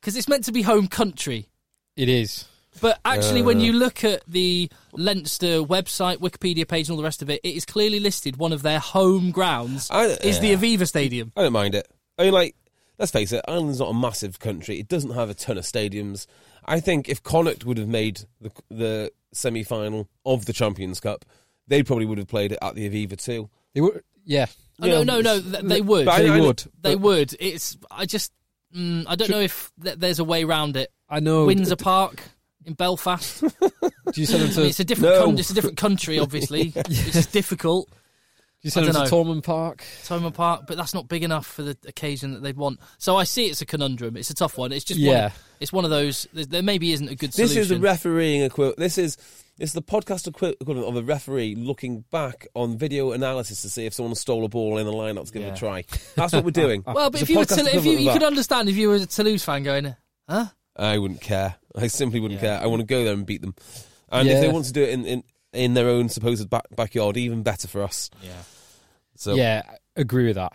Speaker 2: Because it's meant to be home country.
Speaker 4: It is.
Speaker 2: But actually, when
Speaker 3: Uh.
Speaker 2: you look at the Leinster website, Wikipedia page, and all the rest of it, it is clearly listed one of their home grounds
Speaker 3: I-
Speaker 2: is the
Speaker 3: yeah.
Speaker 2: Aviva Stadium.
Speaker 3: I don't mind it. I mean, like, let's face it, Ireland's not a massive country. It doesn't have a ton of stadiums. I think if Connacht would have made the the semi final of the Champions Cup, they probably would have played it at the Aviva too.
Speaker 4: They were, yeah.
Speaker 2: Oh, no,
Speaker 3: Yeah.
Speaker 2: no, no, th- they would.
Speaker 3: But I-
Speaker 4: They
Speaker 3: I-
Speaker 4: would.
Speaker 2: They
Speaker 4: but
Speaker 2: would. It's. I just. Mm, I don't know if th- there's a way round it.
Speaker 4: I
Speaker 3: Oh,
Speaker 4: know.
Speaker 2: Windsor Park
Speaker 3: <laughs>
Speaker 2: in Belfast.
Speaker 4: Do you send them
Speaker 2: <laughs> I mean,
Speaker 4: to?
Speaker 2: it's a different.
Speaker 3: No.
Speaker 2: coun- it's a
Speaker 3: <laughs>
Speaker 2: different country, obviously. It's difficult.
Speaker 4: do you send
Speaker 2: I
Speaker 4: them to
Speaker 2: dunno.
Speaker 4: Tormund Park?
Speaker 2: Toma Park, but that's not big enough for the occasion that they'd want. So I see it's a conundrum. It's a tough one. It's just. One
Speaker 4: Yeah.
Speaker 2: of, it's one of those. There there maybe isn't a good
Speaker 3: This
Speaker 2: solution.
Speaker 3: is the refereeing equivalent. This is this is the podcast equi- equivalent of a referee looking back on video analysis to see if someone stole a ball in the lineup to give it
Speaker 2: Yeah.
Speaker 3: a try. That's what we're
Speaker 4: <laughs>
Speaker 3: doing.
Speaker 2: Well, but
Speaker 3: It's
Speaker 2: if
Speaker 3: a
Speaker 2: you were
Speaker 3: podcast
Speaker 2: Toul- if you,
Speaker 3: equivalent
Speaker 2: you
Speaker 3: of
Speaker 2: could
Speaker 3: that.
Speaker 2: understand if you were a Toulouse fan going, eh, huh?
Speaker 3: I wouldn't care. I simply wouldn't care. I want to go there and beat them. And if
Speaker 4: Yeah.
Speaker 3: they want to do it in, in, in their own supposed back, backyard, even better for us. Yeah. So
Speaker 4: Yeah, I agree with that.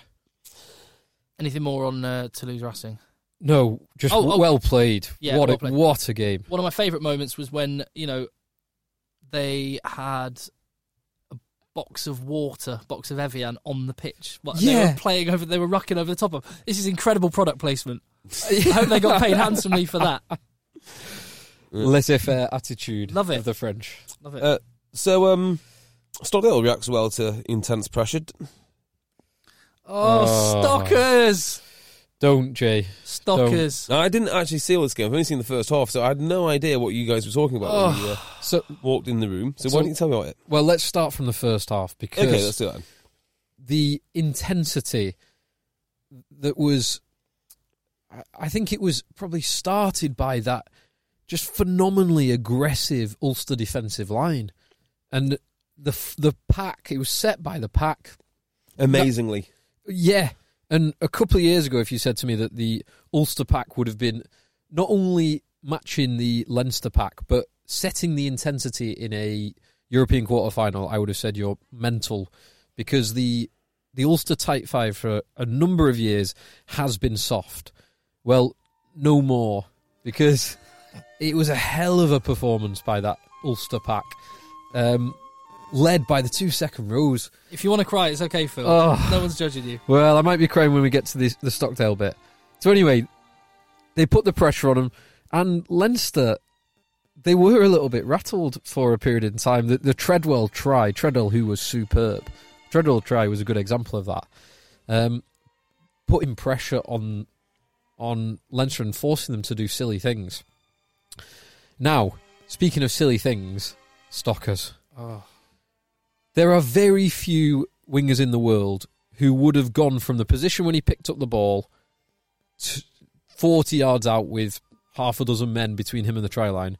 Speaker 2: Anything more on uh, Toulouse Racing?
Speaker 4: No, just
Speaker 2: Oh,
Speaker 4: w-
Speaker 2: oh.
Speaker 4: well played.
Speaker 2: Yeah,
Speaker 4: what
Speaker 2: well
Speaker 4: a
Speaker 2: played.
Speaker 4: what a game.
Speaker 2: One of my favourite moments was when you know they had a box of water, box of Evian on the pitch. What they
Speaker 4: Yeah.
Speaker 2: were playing over, they were rocking over the top of. This is incredible product placement. <laughs> I hope they
Speaker 4: <laughs>
Speaker 2: got paid handsomely for that.
Speaker 4: laissez faire attitude
Speaker 2: Love it.
Speaker 4: of the French.
Speaker 2: Love it.
Speaker 3: Uh, So, um, Stockdale reacts well to intense pressure.
Speaker 2: oh,
Speaker 4: oh.
Speaker 2: stockers,
Speaker 4: Don't, Jay.
Speaker 2: stockers.
Speaker 3: Now, I didn't actually see all this game. I've only seen the first half, so I had no idea what you guys were talking about when you uh,
Speaker 4: Oh. So,
Speaker 3: walked in the room. So,
Speaker 4: So-
Speaker 3: why don't you tell me about it?
Speaker 4: well, let's start from the first half because
Speaker 3: Okay, let's do that.
Speaker 4: the intensity that was I- I think it was probably started by that just phenomenally aggressive Ulster defensive line and the f- the pack it was set by the pack
Speaker 3: Amazingly.
Speaker 4: yeah and a couple of years ago if you said to me that the Ulster pack would have been not only matching the Leinster pack but setting the intensity in a European quarter final I would have said you're mental because the the Ulster tight five for a number of years has been soft. Well, no more because it was a hell of a performance by that Ulster pack, um, led by the two second rows.
Speaker 2: If you want to cry, it's okay, Phil.
Speaker 4: Oh.
Speaker 2: No one's judging you.
Speaker 4: Well, I might be crying when we get to the, the Stockdale bit. So anyway, they put the pressure on them, and Leinster, they were a little bit rattled for a period in time. The, the Treadwell try, Treadwell who was superb, Treadwell try was a good example of that. Um, putting pressure on on Leinster and forcing them to do silly things. Now, speaking of silly things, Stockers. There are very few wingers in the world who would have gone from the position when he picked up the ball to 40 yards out with half a dozen men between him and the try line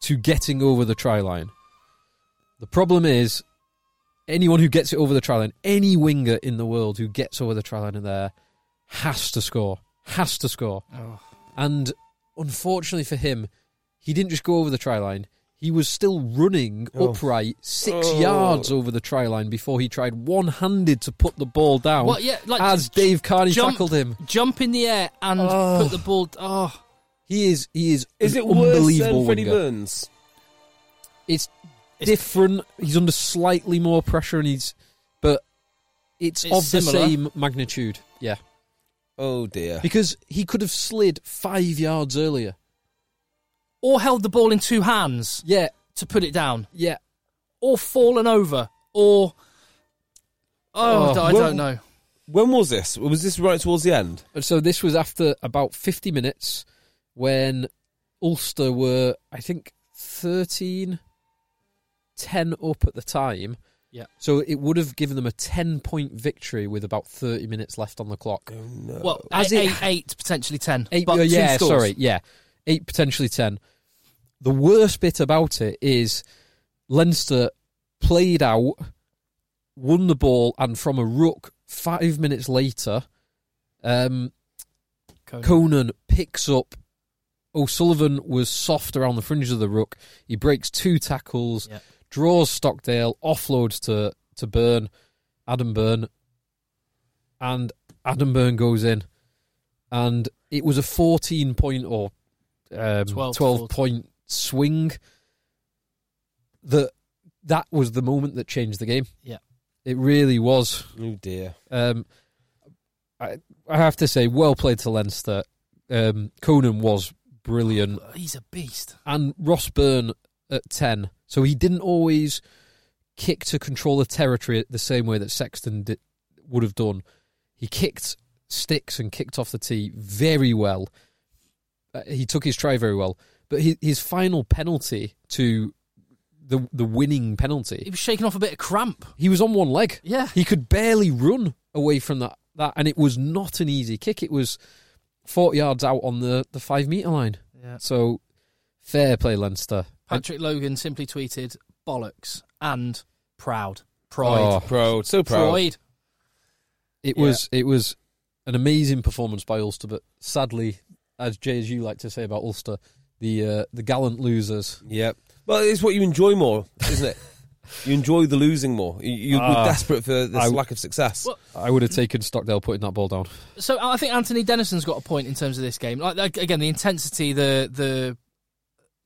Speaker 4: to getting over the try line. The problem is anyone who gets it over the try line, any winger in the world who gets over the try line in there has to score, has to score.
Speaker 2: Oh.
Speaker 4: And unfortunately for him, he didn't just go over the try line. He was still running
Speaker 3: Oh.
Speaker 4: upright six
Speaker 3: Oh.
Speaker 4: yards over the try line before he tried one handed to put the ball down
Speaker 2: What? Yeah, like
Speaker 4: as Dave Carney
Speaker 2: jump,
Speaker 4: tackled him.
Speaker 2: Jump in the air and
Speaker 4: Oh.
Speaker 2: put the ball. Oh,
Speaker 4: He is he is,
Speaker 3: Is
Speaker 4: an
Speaker 3: it worse
Speaker 4: unbelievable
Speaker 3: than Freddie
Speaker 4: winger.
Speaker 3: Burns?
Speaker 4: It's different. He's under slightly more pressure and he's but it's,
Speaker 2: It's
Speaker 4: of
Speaker 2: similar.
Speaker 4: the same magnitude. Yeah.
Speaker 3: Oh, dear.
Speaker 4: Because he could have slid five yards earlier.
Speaker 2: or held the ball in two hands
Speaker 4: Yeah,
Speaker 2: to put it down,
Speaker 4: yeah.
Speaker 2: or fallen over, or oh,
Speaker 4: Oh,
Speaker 2: I
Speaker 3: well-
Speaker 2: don't know.
Speaker 3: When was this? Was this right towards the end?
Speaker 4: And so this was after about 50 minutes when Ulster were, I think, 13, 10 up at the time.
Speaker 2: Yeah.
Speaker 4: So it would have given them a 10 point victory with about 30 minutes left on the clock.
Speaker 3: No.
Speaker 2: Well,
Speaker 4: uh, As
Speaker 2: eight,
Speaker 4: it-
Speaker 2: eight, eight, potentially ten.
Speaker 4: Eight,
Speaker 2: but
Speaker 4: uh,
Speaker 2: two
Speaker 4: yeah,
Speaker 2: scores.
Speaker 4: sorry, yeah. Eight, potentially 10. The worst bit about it is Leinster played out, won the ball, and from a ruck five minutes later, um,
Speaker 2: Conan.
Speaker 4: Conan picks up. O'Sullivan was soft around the fringes of the ruck. He breaks two tackles,
Speaker 2: Yeah.
Speaker 4: draws Stockdale, offloads to to Byrne, Adam Byrne, and Adam Byrne goes in. And it was a fourteen point or um,
Speaker 2: Twelve,
Speaker 4: twelve,
Speaker 2: fourteen.
Speaker 4: point swing. That that was the moment that changed the game.
Speaker 2: Yeah.
Speaker 4: it really was.
Speaker 3: oh, dear.
Speaker 4: Um, I, I have to say, well played to Leinster. Um, Conan was brilliant,
Speaker 2: He's a beast.
Speaker 4: and Ross Byrne at ten. So he didn't always kick to control the territory the same way that Sexton did, would have done. He kicked sticks and kicked off the tee very well. Uh, he took his try very well, but his, his final penalty to the the winning
Speaker 2: He
Speaker 4: penalty,
Speaker 2: was shaking off a bit of cramp.
Speaker 4: he was on one leg
Speaker 2: Yeah,
Speaker 4: he could barely run away from that, that and it was not an easy kick it was 40 yards out on the, the five metre line
Speaker 2: yeah.
Speaker 4: so fair play leinster
Speaker 2: Patrick Logan simply tweeted bollocks and proud,
Speaker 4: Oh,
Speaker 2: pride,
Speaker 3: Proud. So proud.
Speaker 2: pride.
Speaker 4: it
Speaker 2: Yeah.
Speaker 4: was it was an amazing performance by ulster but sadly as jay as you like to say about ulster the uh, the gallant losers
Speaker 3: Yep. Well, it's what you enjoy more, isn't
Speaker 4: <laughs>
Speaker 3: it? you enjoy the losing more. You, you're
Speaker 4: Ah.
Speaker 3: desperate for this
Speaker 4: I-
Speaker 3: lack of success.
Speaker 2: Well-
Speaker 4: i would have taken stockdale putting that ball down
Speaker 2: So I think Anthony Dennison's got a point in terms of this game. Like like, again, the intensity, the the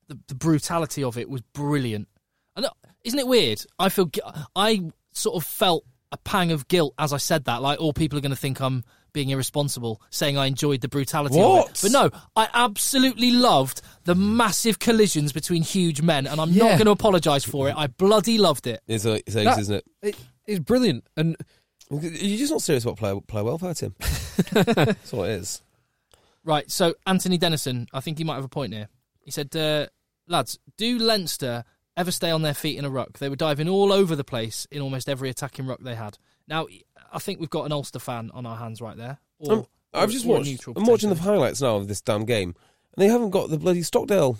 Speaker 2: the, the brutality of it was brilliant. And uh, isn't it weird? I feel gu- I sort of felt a pang of guilt as I said that. Like, all people are going to think I'm being irresponsible, saying I enjoyed the brutality of it.
Speaker 3: What?
Speaker 2: But no, I absolutely loved the massive collisions between huge men, and I'm
Speaker 4: Yeah.
Speaker 2: not going to apologise for it. I bloody loved it.
Speaker 3: It's, a, it's ace,
Speaker 4: That-
Speaker 3: isn't it?
Speaker 4: it it's brilliant. And
Speaker 3: You're just not serious about player, player welfare, Tim. That's all it is.
Speaker 2: Right, so Anthony Dennison, I think he might have a point here. He said, uh, lads, do Leinster ever stay on their feet in a ruck? They were diving all over the place in almost every attacking ruck they had. Now, I think we've got an Ulster fan on our hands right there. Or,
Speaker 3: I'm, Um, I've just
Speaker 2: or a
Speaker 3: watched.
Speaker 2: neutral,
Speaker 3: I'm watching the
Speaker 2: potentially.
Speaker 3: highlights now of this damn game, and they haven't got the bloody Stockdale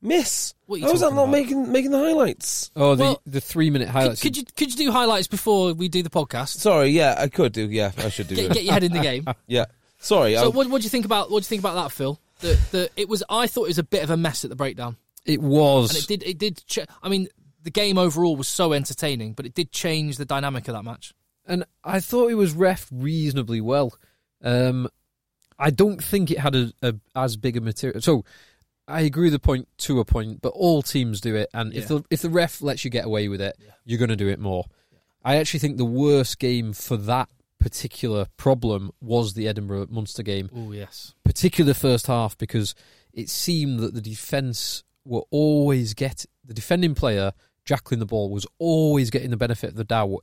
Speaker 3: miss.
Speaker 2: What are you
Speaker 3: How is that
Speaker 2: talking
Speaker 3: not
Speaker 2: about?
Speaker 3: making making the highlights?
Speaker 4: oh, the
Speaker 2: Well,
Speaker 4: the three minute
Speaker 2: Could,
Speaker 4: highlights.
Speaker 2: could you could you do highlights before we do the podcast?
Speaker 3: Sorry, yeah, I could do. Yeah, I should do.
Speaker 2: Get,
Speaker 3: it.
Speaker 2: get your head in the game.
Speaker 3: <laughs> Yeah, sorry.
Speaker 2: So,
Speaker 3: I'll-
Speaker 2: what, what do you think about what do you think about that, Phil? That that it was I thought it was a bit of a mess at the breakdown.
Speaker 4: it was.
Speaker 2: and it did it did ch- i mean the game overall was so entertaining but it did change the dynamic of that match
Speaker 4: and I thought it was ref reasonably well. Um, I don't think it had a, a as big a material. So I agree with the point to a point, but all teams do it, and if
Speaker 2: Yeah.
Speaker 4: the if the ref lets you get away with it, you're going to do it more. I actually think the worst game for that particular problem was the Edinburgh Munster game,
Speaker 2: oh yes
Speaker 4: particular first half, because it seemed that the defence were always get the defending player jackling the ball was always getting the benefit of the doubt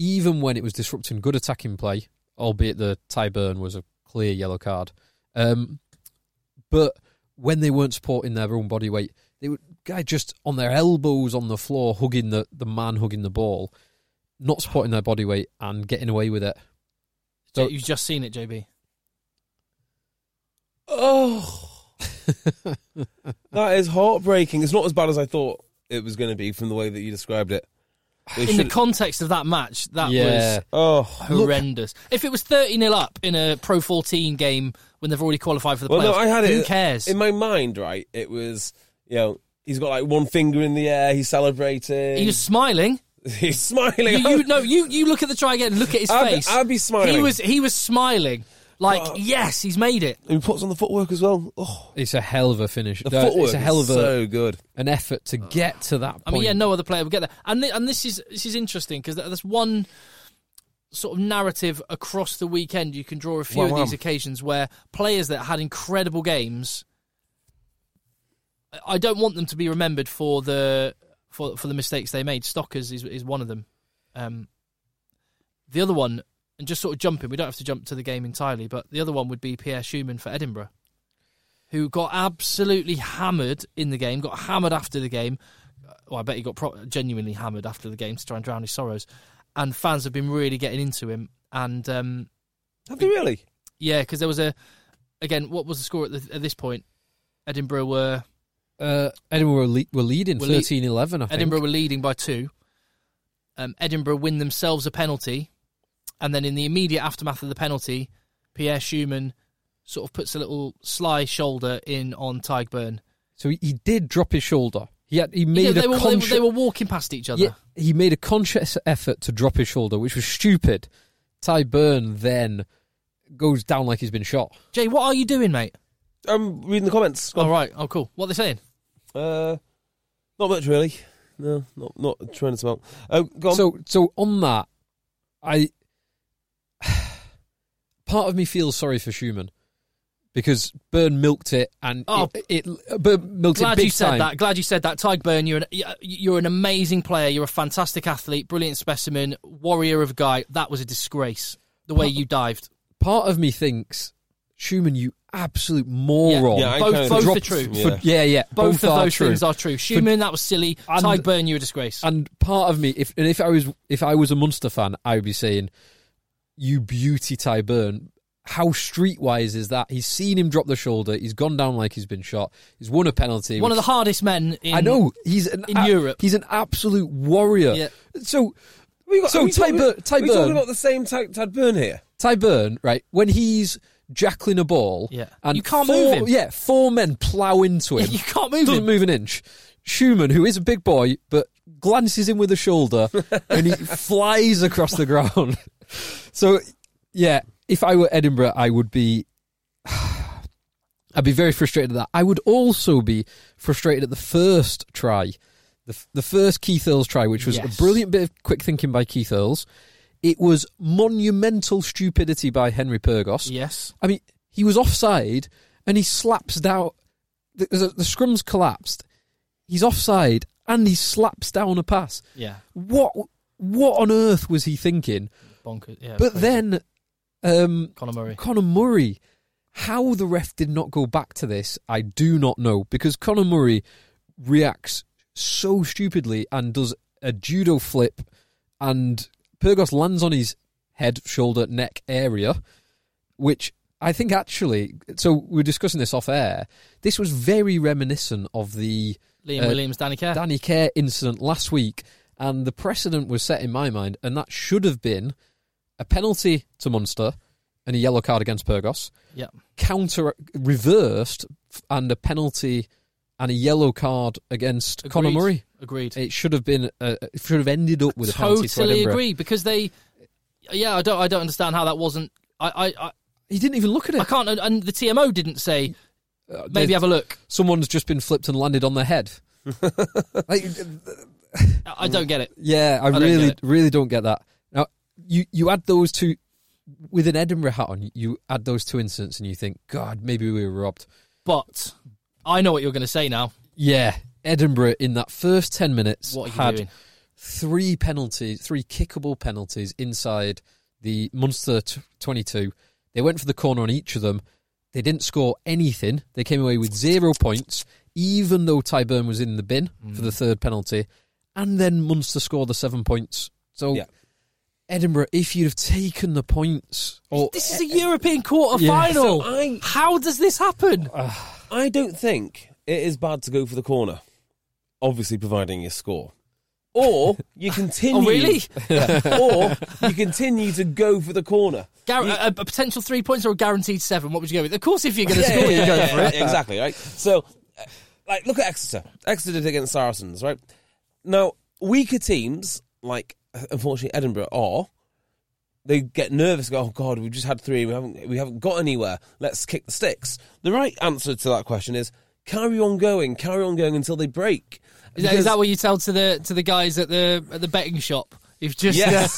Speaker 4: even when it was disrupting good attacking play, albeit the Tyburn was a clear yellow card. Um, but when they weren't supporting their own body weight, they were guy just on their elbows on the floor, hugging the, the man hugging the ball, not supporting their body weight and getting away with it. So-
Speaker 2: you've just seen it jb <laughs>
Speaker 3: oh, that is heartbreaking. It's not as bad as I thought it was going to be from the way that you described it. They
Speaker 2: in the
Speaker 3: should-
Speaker 2: context of that match that
Speaker 4: Yeah.
Speaker 2: was
Speaker 3: oh,
Speaker 2: horrendous if it was 30 nil up in a pro 14 game when they've already qualified for the
Speaker 3: Well,
Speaker 2: playoffs
Speaker 3: no, I had it
Speaker 2: who cares
Speaker 3: in my mind. Right, it was you know he's got like one finger in the air. He's celebrating.
Speaker 2: he was
Speaker 3: <laughs>
Speaker 2: smiling
Speaker 3: he's smiling.
Speaker 2: you, you no you you look at the try again look at his
Speaker 3: I'd be-
Speaker 2: face
Speaker 3: I'd be
Speaker 2: he
Speaker 3: smiling.
Speaker 2: was he was smiling like yes he's made it
Speaker 3: He puts on the footwork as well. Oh,
Speaker 4: It's a hell of a finish.
Speaker 3: the
Speaker 4: No,
Speaker 3: footwork
Speaker 4: it's a hell
Speaker 3: is
Speaker 4: of a,
Speaker 3: so good.
Speaker 4: an effort to get to that point.
Speaker 2: I mean, yeah, no other player would get that. And thi- and this is this is interesting because there's one sort of narrative across the weekend. You can draw a few
Speaker 3: Wham,
Speaker 2: of
Speaker 3: wham.
Speaker 2: these occasions where players that had incredible games. I- I don't want them to be remembered for the for for the mistakes they made. Stockers is is one of them. Um, the other one, and just sort of jumping, we don't have to jump to the game entirely, but the other one would be Pierre Schumann for Edinburgh, who got absolutely hammered in the game, got hammered after the game. Well, I bet he got pro- genuinely hammered after the game to try and drown his sorrows. And fans have been really getting into him. And um,
Speaker 3: Have they really?
Speaker 2: yeah, because there was a again, what was the score at, the, at this point? Edinburgh were
Speaker 4: Uh, Edinburgh were, le- were leading
Speaker 2: Were lead-
Speaker 4: 13 11, I think.
Speaker 2: Edinburgh were leading by two. Um, Edinburgh win themselves a penalty, and then in the immediate aftermath of the penalty, Pierre Schumann sort of puts a little sly shoulder in on Tygburn.
Speaker 4: So he, he did drop his shoulder. He had, he made
Speaker 2: Yeah, they, were, they,
Speaker 4: a
Speaker 2: were,
Speaker 4: conscious
Speaker 2: they were walking past each other.
Speaker 4: Yeah, he made a conscious effort to drop his shoulder, which was stupid. Ty Burn then goes down like he's been shot.
Speaker 2: Jay, what are you doing, mate?
Speaker 3: I'm reading the comments. Go
Speaker 2: All
Speaker 3: on.
Speaker 2: right, oh cool. What are they saying?
Speaker 3: Uh, not much really. No, not not a tremendous amount. Oh, go on.
Speaker 4: So so on that, I <sighs> part of me feels sorry for Schumann because Burn milked it and
Speaker 2: Oh,
Speaker 4: it, it Byrne milked it
Speaker 2: Glad
Speaker 4: big
Speaker 2: you said
Speaker 4: time.
Speaker 2: that. Glad you said that. Tygburn, you're an you're an amazing player. You're a fantastic athlete, brilliant specimen, warrior of a guy. That was a disgrace. The way you dived.
Speaker 4: Part of me thinks Schumann, you absolute moron.
Speaker 3: Yeah, I
Speaker 2: both
Speaker 3: kind of
Speaker 2: both
Speaker 3: dropped-
Speaker 2: are true.
Speaker 3: Yeah.
Speaker 4: For- yeah, yeah.
Speaker 2: Both, of
Speaker 4: are
Speaker 2: those
Speaker 4: true.
Speaker 2: things are true. Schumann, that was silly.
Speaker 4: And-
Speaker 2: Tygburn, you're a disgrace.
Speaker 4: And part of me, if and if I was if I was a Munster fan, I would be saying, "You beauty, Tyburn. How streetwise is that? He's seen him drop the shoulder. He's gone down like he's been shot. He's won a penalty.
Speaker 2: One of the
Speaker 4: which-
Speaker 2: hardest men in
Speaker 4: I know he's an
Speaker 2: in Europe.
Speaker 4: He's an absolute warrior.
Speaker 2: Yeah.
Speaker 4: So,
Speaker 3: we got,
Speaker 4: so
Speaker 3: are we
Speaker 4: Ty
Speaker 3: talking,
Speaker 4: Burn, Ty
Speaker 3: are we talking
Speaker 4: Burn,
Speaker 3: about the same Tad, Tad Burn here.
Speaker 4: Ty Burn, right? When he's jackling a ball,
Speaker 2: Yeah.
Speaker 4: and
Speaker 2: You can't
Speaker 4: four,
Speaker 2: move him.
Speaker 4: Yeah, four men plow into
Speaker 2: <laughs>
Speaker 4: him.
Speaker 2: You can't move
Speaker 4: doesn't
Speaker 2: him.
Speaker 4: move an inch. Schumann, who is a big boy, but glances him with
Speaker 2: <laughs>
Speaker 4: a shoulder and he flies across the ground. So, yeah, if I were Edinburgh, I would be. <sighs> I'd be very frustrated at that. I would also be frustrated at the first try The, f- the first Keith Earls try, which was
Speaker 2: Yes.
Speaker 4: a brilliant bit of quick thinking by Keith Earls, it was monumental stupidity by Henry Purgos.
Speaker 2: Yes.
Speaker 4: I mean, he was offside and he slaps down. The, the, the scrum's collapsed. He's offside and he slaps down a pass.
Speaker 2: Yeah.
Speaker 4: What what on earth was he thinking?
Speaker 2: Bonkers. Yeah.
Speaker 4: but
Speaker 2: crazy.
Speaker 4: then, um,
Speaker 2: Conor Murray.
Speaker 4: Conor Murray, how the ref did not go back to this, I do not know because Conor Murray reacts so stupidly and does a judo flip, and Purgos lands on his head, shoulder, neck area, which I think actually. So we we're discussing this off air. This was very reminiscent of the
Speaker 2: Liam
Speaker 4: uh,
Speaker 2: Williams, Danny <laughs> Kerr.
Speaker 4: Danny Kerr incident last week, and the precedent was set in my mind, and that should have been a penalty to Munster and a yellow card against Purgos,
Speaker 2: yeah.
Speaker 4: counter reversed, f- and a penalty and a yellow card against Conor
Speaker 2: Agreed.
Speaker 4: Murray.
Speaker 2: Agreed.
Speaker 4: It should have been, uh, it should have ended up with a penalty to
Speaker 2: totally
Speaker 4: Edinburgh.
Speaker 2: agree because they. Yeah, I don't. I don't understand how that wasn't. I. I. I,
Speaker 4: He didn't even look at it.
Speaker 2: I can't. And the TMO didn't say.
Speaker 4: Uh,
Speaker 2: Maybe
Speaker 4: there's-
Speaker 2: have a look.
Speaker 4: someone's just been flipped and landed on
Speaker 2: <laughs>
Speaker 4: their head. like,
Speaker 2: I I
Speaker 3: Mm.
Speaker 2: don't get it.
Speaker 4: Yeah, I,
Speaker 2: don't
Speaker 4: really,
Speaker 2: get it.
Speaker 4: really don't get that. Now, you you add those two with an Edinburgh hat on. You add those two incidents, and you think, God, maybe we were robbed.
Speaker 2: But I know what you're going to say now.
Speaker 4: Yeah, Edinburgh in that first ten minutes
Speaker 2: What are you
Speaker 4: had
Speaker 2: doing?
Speaker 4: three penalties, three kickable penalties inside the Munster t- twenty-two. They went for the corner on each of them. They didn't score anything. They came away with zero points, even though Tyburn was in the bin for the third penalty, and then Munster scored the seven points. So.
Speaker 3: Yeah.
Speaker 4: Edinburgh, if you'd have taken the points, or
Speaker 2: This is a European quarter
Speaker 3: Eh, So
Speaker 2: final.
Speaker 3: I- Uh,
Speaker 2: How does this happen?
Speaker 3: I don't think it is bad to go for the corner, obviously providing you score. Or
Speaker 4: <laughs>
Speaker 3: you continue.
Speaker 2: Oh, really?
Speaker 3: Yeah. <laughs> Or you continue to go for the corner.
Speaker 2: Gar- a, a potential three points or a guaranteed seven? What would you go with? Of course, if you're going to score, you go for it.
Speaker 3: Yeah, exactly, right? So, uh, like, look at Exeter. Exeter did it against Saracens, right? Now, weaker teams, like, uh, unfortunately, Edinburgh are, they get nervous, go, oh, God, we've just had three, we haven't, we haven't got anywhere, let's kick the sticks. The right answer to that question is carry on going, carry on going until they break.
Speaker 2: Is that, is
Speaker 3: Because-
Speaker 2: that what you tell to the to the guys at the at the betting shop? You've just
Speaker 3: Yes.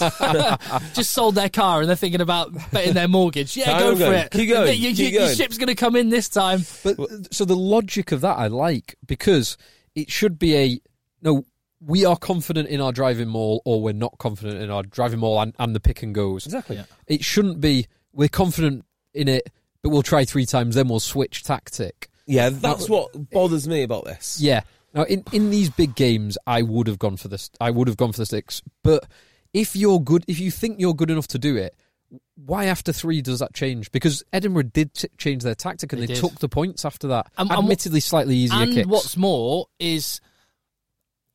Speaker 2: <laughs> just sold their car and they're thinking about betting their
Speaker 3: <laughs>
Speaker 2: mortgage. Yeah,
Speaker 3: Carry
Speaker 2: go
Speaker 3: on
Speaker 2: for
Speaker 3: going.
Speaker 2: it.
Speaker 3: Keep going.
Speaker 2: Your- your-
Speaker 3: Keep
Speaker 2: your
Speaker 3: going.
Speaker 2: ship's going to come in this time.
Speaker 4: But so the logic of that I like because it should be a no. We are confident in our driving mall, or we're not confident in our driving mall and, and the pick and goes.
Speaker 3: Exactly.
Speaker 2: Yeah.
Speaker 4: It shouldn't be we're confident in it, but we'll try three times, then we'll switch tactic.
Speaker 3: Yeah, that's what bothers me about this.
Speaker 4: Yeah. Now in, in these big games, I would have gone for this. I would have gone for the sticks. But if you're good, if you think you're good enough to do it, why after three does that change? Because Edinburgh did t- change their tactic and
Speaker 2: They
Speaker 4: they,
Speaker 2: did.
Speaker 4: took the points after that.
Speaker 2: And- and what-
Speaker 4: Admittedly, slightly easier
Speaker 2: And
Speaker 4: kicks.
Speaker 2: what's more is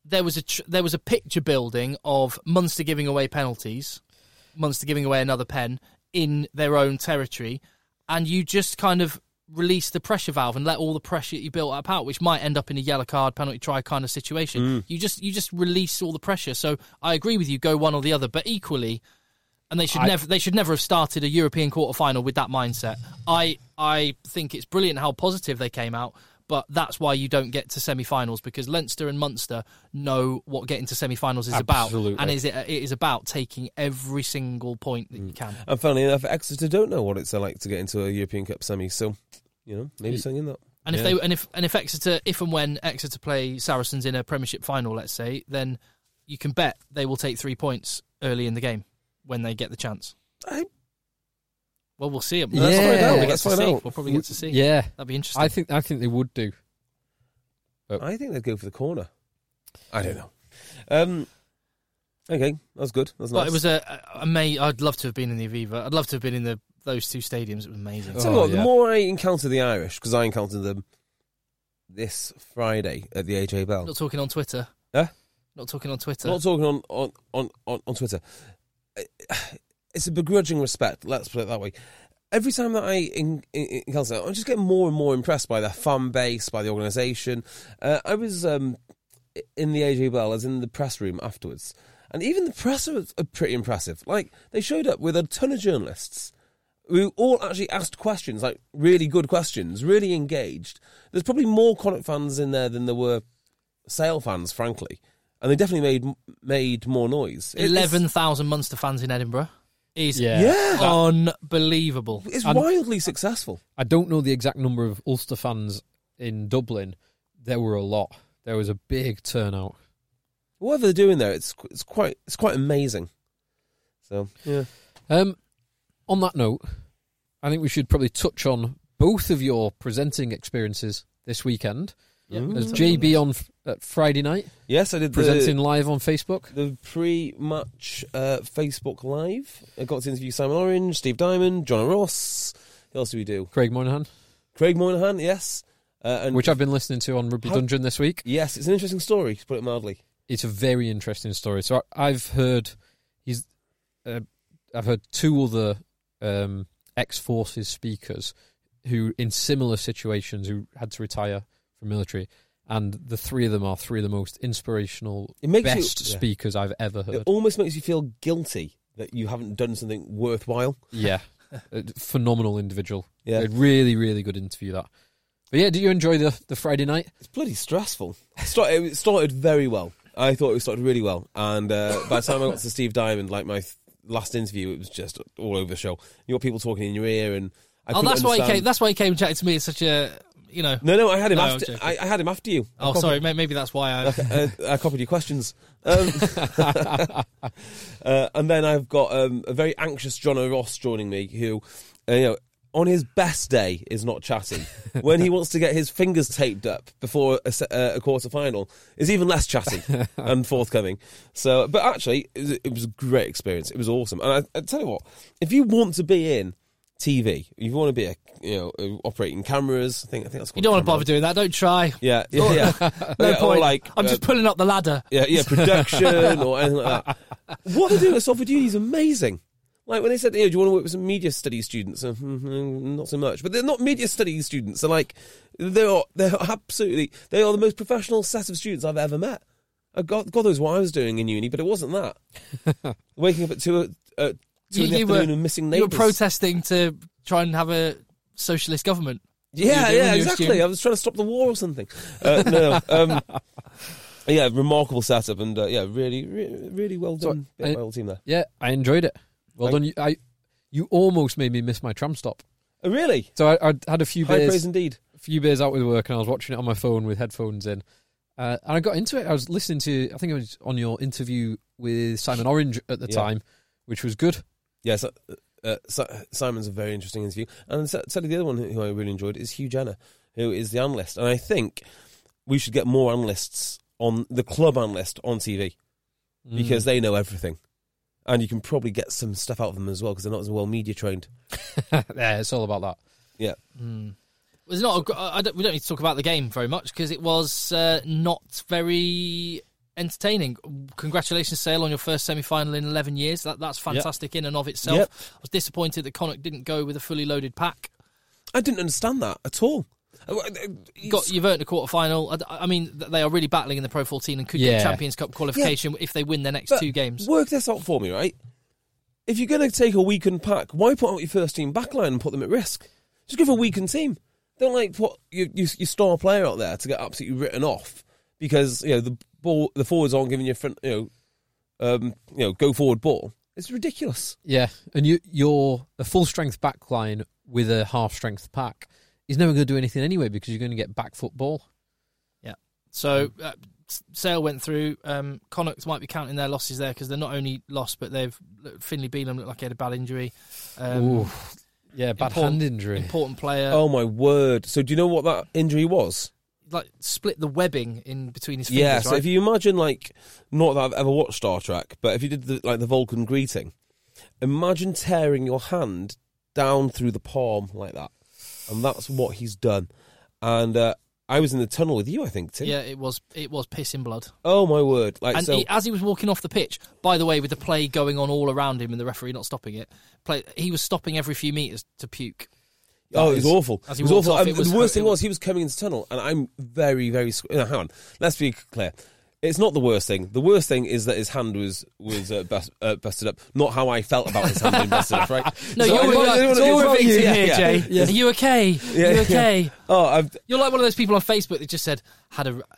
Speaker 2: there was a tr- there was a picture building of Munster giving away penalties, Munster giving away another pen in their own territory, and you just kind of release the pressure valve and let all the pressure that you built up out, which might end up in a yellow card penalty try kind of situation. You just you just release all the pressure. So I agree with you, go one or the other, but equally. And they should
Speaker 4: I-
Speaker 2: never they should never have started a European quarter final with that mindset. I I think it's brilliant how positive they came out, but that's why you don't get to semi-finals because Leinster and Munster know what getting to semi-finals is
Speaker 4: Absolutely.
Speaker 2: about, and is it, it is about taking every single point that you
Speaker 4: Mm.
Speaker 2: can.
Speaker 3: And funnily enough, Exeter don't know what it's like to get into a European Cup semi, so you know maybe something in that.
Speaker 2: And if they and if and if Exeter, if and when Exeter play Saracens in a Premiership final, let's say, then you can bet they will take three points early in the game when they get the chance.
Speaker 3: I-
Speaker 2: Well, we'll see 'em.
Speaker 4: Let's Yeah. find out.
Speaker 2: We'll get
Speaker 3: Let's
Speaker 2: to
Speaker 3: find
Speaker 2: see.
Speaker 3: out.
Speaker 2: We'll probably get to see.
Speaker 4: Yeah,
Speaker 2: that'd be interesting.
Speaker 4: I think I think they would do.
Speaker 2: Oh.
Speaker 3: I think they'd go for the corner. I don't know. Um, okay, that was good. That was
Speaker 2: but
Speaker 3: nice.
Speaker 2: it was a, a, a may. I'd love to have been in the Aviva. I'd love to have been in the those two stadiums. It was amazing.
Speaker 3: Tell you
Speaker 4: Oh,
Speaker 3: what,
Speaker 4: yeah.
Speaker 3: the more I encounter the Irish, because I encountered them this Friday at the AJ Bell.
Speaker 2: Not talking on Twitter.
Speaker 3: Huh?
Speaker 2: Not talking on Twitter.
Speaker 3: Not talking on on on on, on Twitter. It's a begrudging respect. Let's put it that way. Every time that I in, in, encounter, them, I just get more and more impressed by their fan base, by the organisation. Uh, I was um, in the AJ Bell, as in the press room afterwards, and even the press are, are pretty impressive. Like they showed up with a ton of journalists who all actually asked questions, like really good questions, really engaged. There's probably more Connacht fans in there than there were Sale fans, frankly, and they definitely made made more noise. It-
Speaker 2: Eleven thousand Munster fans in Edinburgh is
Speaker 4: Yeah.
Speaker 3: Yeah.
Speaker 2: unbelievable.
Speaker 3: It's, it's
Speaker 4: And-
Speaker 3: wildly successful.
Speaker 4: I don't know the exact number of Ulster fans in Dublin. There were a lot. There was a big turnout.
Speaker 3: Whatever they're doing there, it's it's quite it's quite amazing. So yeah,
Speaker 4: Um, on that note, I think we should probably touch on both of your presenting experiences this weekend. There's JB on f- uh, Friday night
Speaker 3: yes, I did
Speaker 4: presenting live on Facebook.
Speaker 3: the, the pre-match uh, Facebook Live. I got to interview Simon Orange, Steve Diamond, John Ross. Who else do we do?
Speaker 4: Craig Moynihan,
Speaker 3: Craig Moynihan, yes, uh, and
Speaker 4: which I've been listening to on Rugby
Speaker 3: How-
Speaker 4: Dungeon this week.
Speaker 3: yes, it's an interesting story to put it mildly.
Speaker 4: it's a very interesting story. So I, I've heard he's, uh, I've heard two other um, ex forces speakers who, in similar situations, who had to retire from military, and the three of them are three of the most inspirational,
Speaker 3: It makes you-
Speaker 4: best
Speaker 3: yeah.
Speaker 4: speakers I've ever
Speaker 3: It
Speaker 4: heard.
Speaker 3: almost makes you feel guilty that you haven't done something worthwhile.
Speaker 4: yeah, A phenomenal individual.
Speaker 3: Yeah.
Speaker 4: A really, really good interview that. But yeah, did you enjoy the the Friday night?
Speaker 3: It's bloody stressful. It started, it started very well. I thought it started really well, and uh, by the time I got to Steve Diamond, like my th- last interview, it was just all over the show. You got people talking in your ear, and I
Speaker 2: oh,
Speaker 3: couldn't
Speaker 2: that's why he
Speaker 3: understand-
Speaker 2: came. That's why he came and chatted to me. It's such a you know.
Speaker 3: no, no, I had him
Speaker 2: No, I'm
Speaker 3: after.
Speaker 2: joking.
Speaker 3: I, I had him after you. I
Speaker 2: Oh,
Speaker 3: copied-
Speaker 2: sorry. may- Maybe that's why I.
Speaker 3: uh, I copied your questions. Um, <laughs> uh, and then I've got um, a very anxious John O'Ross joining me, who, uh, you know, on his best day is not chatty. when he wants to get his fingers taped up before a, se- uh, a quarter final, is even less
Speaker 2: <laughs>
Speaker 3: chatty and forthcoming. So, but actually, it was, it was a great experience. It was awesome. And I, I tell you what, if you want to be in TV, if you want to be a you know uh, operating cameras, I think I think that's
Speaker 2: You don't want to
Speaker 3: called
Speaker 2: bother doing that. Don't try.
Speaker 3: cameras. Yeah, <laughs> yeah, yeah.
Speaker 2: Oh, <laughs> No
Speaker 3: Yeah, or
Speaker 2: point.
Speaker 3: like,
Speaker 2: I'm
Speaker 3: uh,
Speaker 2: just pulling up the ladder.
Speaker 3: yeah,
Speaker 2: <laughs>
Speaker 3: yeah, production or anything like that. What they do at Salford Uni is amazing. Like when they said, "Hey, do you want to work with some media studies students?" Uh, mm, mm, not so much, but they're not media studies students. They're like, they are, they are absolutely, they are the most professional set of students I've ever met. I God, God knows what I was doing in uni, but it wasn't that.
Speaker 2: <laughs>
Speaker 3: Waking up at two, uh, uh, two in the
Speaker 2: You- you were-
Speaker 3: afternoon and missing
Speaker 2: You were
Speaker 3: neighbours.
Speaker 2: protesting to try and have a socialist government.
Speaker 3: Yeah,
Speaker 2: you were
Speaker 3: yeah,
Speaker 2: doing, you were
Speaker 3: exactly.
Speaker 2: student.
Speaker 3: I was trying to stop the war or something. Uh, no,
Speaker 4: <laughs>
Speaker 3: um, yeah, remarkable setup and uh, yeah, really, really, really well
Speaker 4: So,
Speaker 3: done by
Speaker 4: I-
Speaker 3: my whole team there.
Speaker 4: Yeah, I enjoyed it. Well
Speaker 3: Thank-
Speaker 4: done. You, I you almost made me miss my tram stop.
Speaker 3: Oh, really?
Speaker 4: So I, I had a few
Speaker 3: High
Speaker 4: beers.
Speaker 3: praise indeed.
Speaker 4: few beers out with work and I was watching it on my phone with headphones in. Uh, and I got into it. I was listening to, I think it was on your interview with Simon Orange at the
Speaker 3: Yeah.
Speaker 4: time, which was good.
Speaker 3: Yes, uh, uh, Si- Simon's a very interesting interview, and so- sadly, the other one who I really enjoyed is Hugh Jenner, who is the analyst, and I think we should get more analysts on the club analyst on TV
Speaker 4: Mm.
Speaker 3: because they know everything, and you can probably get some stuff out of them as well because they're not as well media trained.
Speaker 4: <laughs> yeah, it's all about that.
Speaker 3: Yeah,
Speaker 2: It was not. A, gr- I don't, we don't need to talk about the game very much because it was uh, not very entertaining. Congratulations, Sale, on your first semi-final in eleven years. That, that's fantastic in and of itself.
Speaker 3: Yep.
Speaker 2: I was disappointed that Connacht didn't go with a fully loaded pack.
Speaker 3: I didn't understand that at all. Uh,
Speaker 2: You got you've earned a quarter final. I, I mean, th- they are really battling in the Pro 14 and could
Speaker 4: Yeah.
Speaker 2: get Champions Cup qualification if they win their next
Speaker 3: But
Speaker 2: two games.
Speaker 3: Work this out for me, right? If you're going to take a weakened pack, why put out your first team backline and put them at risk? Just give a weakened team. Don't like put your, your, your star player out there to get absolutely written off because you know the ball, the forwards aren't giving you a front, you know, um, you know, go forward ball. It's ridiculous.
Speaker 4: Yeah. And you, you're a full strength back line with a half strength pack is never going to do anything anyway because you're going to get back football.
Speaker 2: So uh, S- Sale went through. Um, Connacht might be counting their losses there because they're not only lost, but they've Finley Beelum looked like he had a bad injury. Um,
Speaker 4: Ooh. Yeah, bad
Speaker 2: important-
Speaker 4: hand injury.
Speaker 2: Important player,
Speaker 3: oh my word! So do you know what that injury was?
Speaker 2: like split the webbing in between his fingers.
Speaker 3: Yeah. So
Speaker 2: right?
Speaker 3: if you imagine like, not that I've ever watched Star Trek, but if you did the, like the Vulcan greeting, imagine tearing your hand down through the palm like that, and that's what he's done. And uh, I was in the tunnel with you, I think, too.
Speaker 2: yeah, it was it was pissing blood.
Speaker 3: Oh my word! Like
Speaker 2: And
Speaker 3: so,
Speaker 2: he, as he was walking off the pitch, by the way, with the play going on all around him and the referee not stopping it, play, he was stopping every few meters to puke.
Speaker 3: oh, it was
Speaker 2: is-
Speaker 3: awful.
Speaker 2: as
Speaker 3: It
Speaker 2: he
Speaker 3: was
Speaker 2: walked
Speaker 3: awful.
Speaker 2: off,
Speaker 3: And
Speaker 2: it was-
Speaker 3: the worst
Speaker 2: it
Speaker 3: thing
Speaker 2: was-
Speaker 3: was he was coming into the tunnel, and I'm very, very. squ- No, hang on. Let's be clear. It's not the worst thing. The worst thing is that his hand was was uh, bust, uh, busted up. Not how I felt about his hand being busted up, right?
Speaker 2: <laughs>
Speaker 3: So I
Speaker 2: No, you're,
Speaker 3: don't- I
Speaker 2: you're,
Speaker 3: don't
Speaker 2: you're,
Speaker 3: wanna be-
Speaker 2: a victim
Speaker 3: Yeah,
Speaker 2: here,
Speaker 3: yeah. <laughs>
Speaker 2: Jay. Are you okay?
Speaker 3: Yeah,
Speaker 2: you
Speaker 3: yeah.
Speaker 2: okay?
Speaker 3: Oh, I've,
Speaker 2: You're like one of those people on Facebook that just said had a.
Speaker 3: <laughs>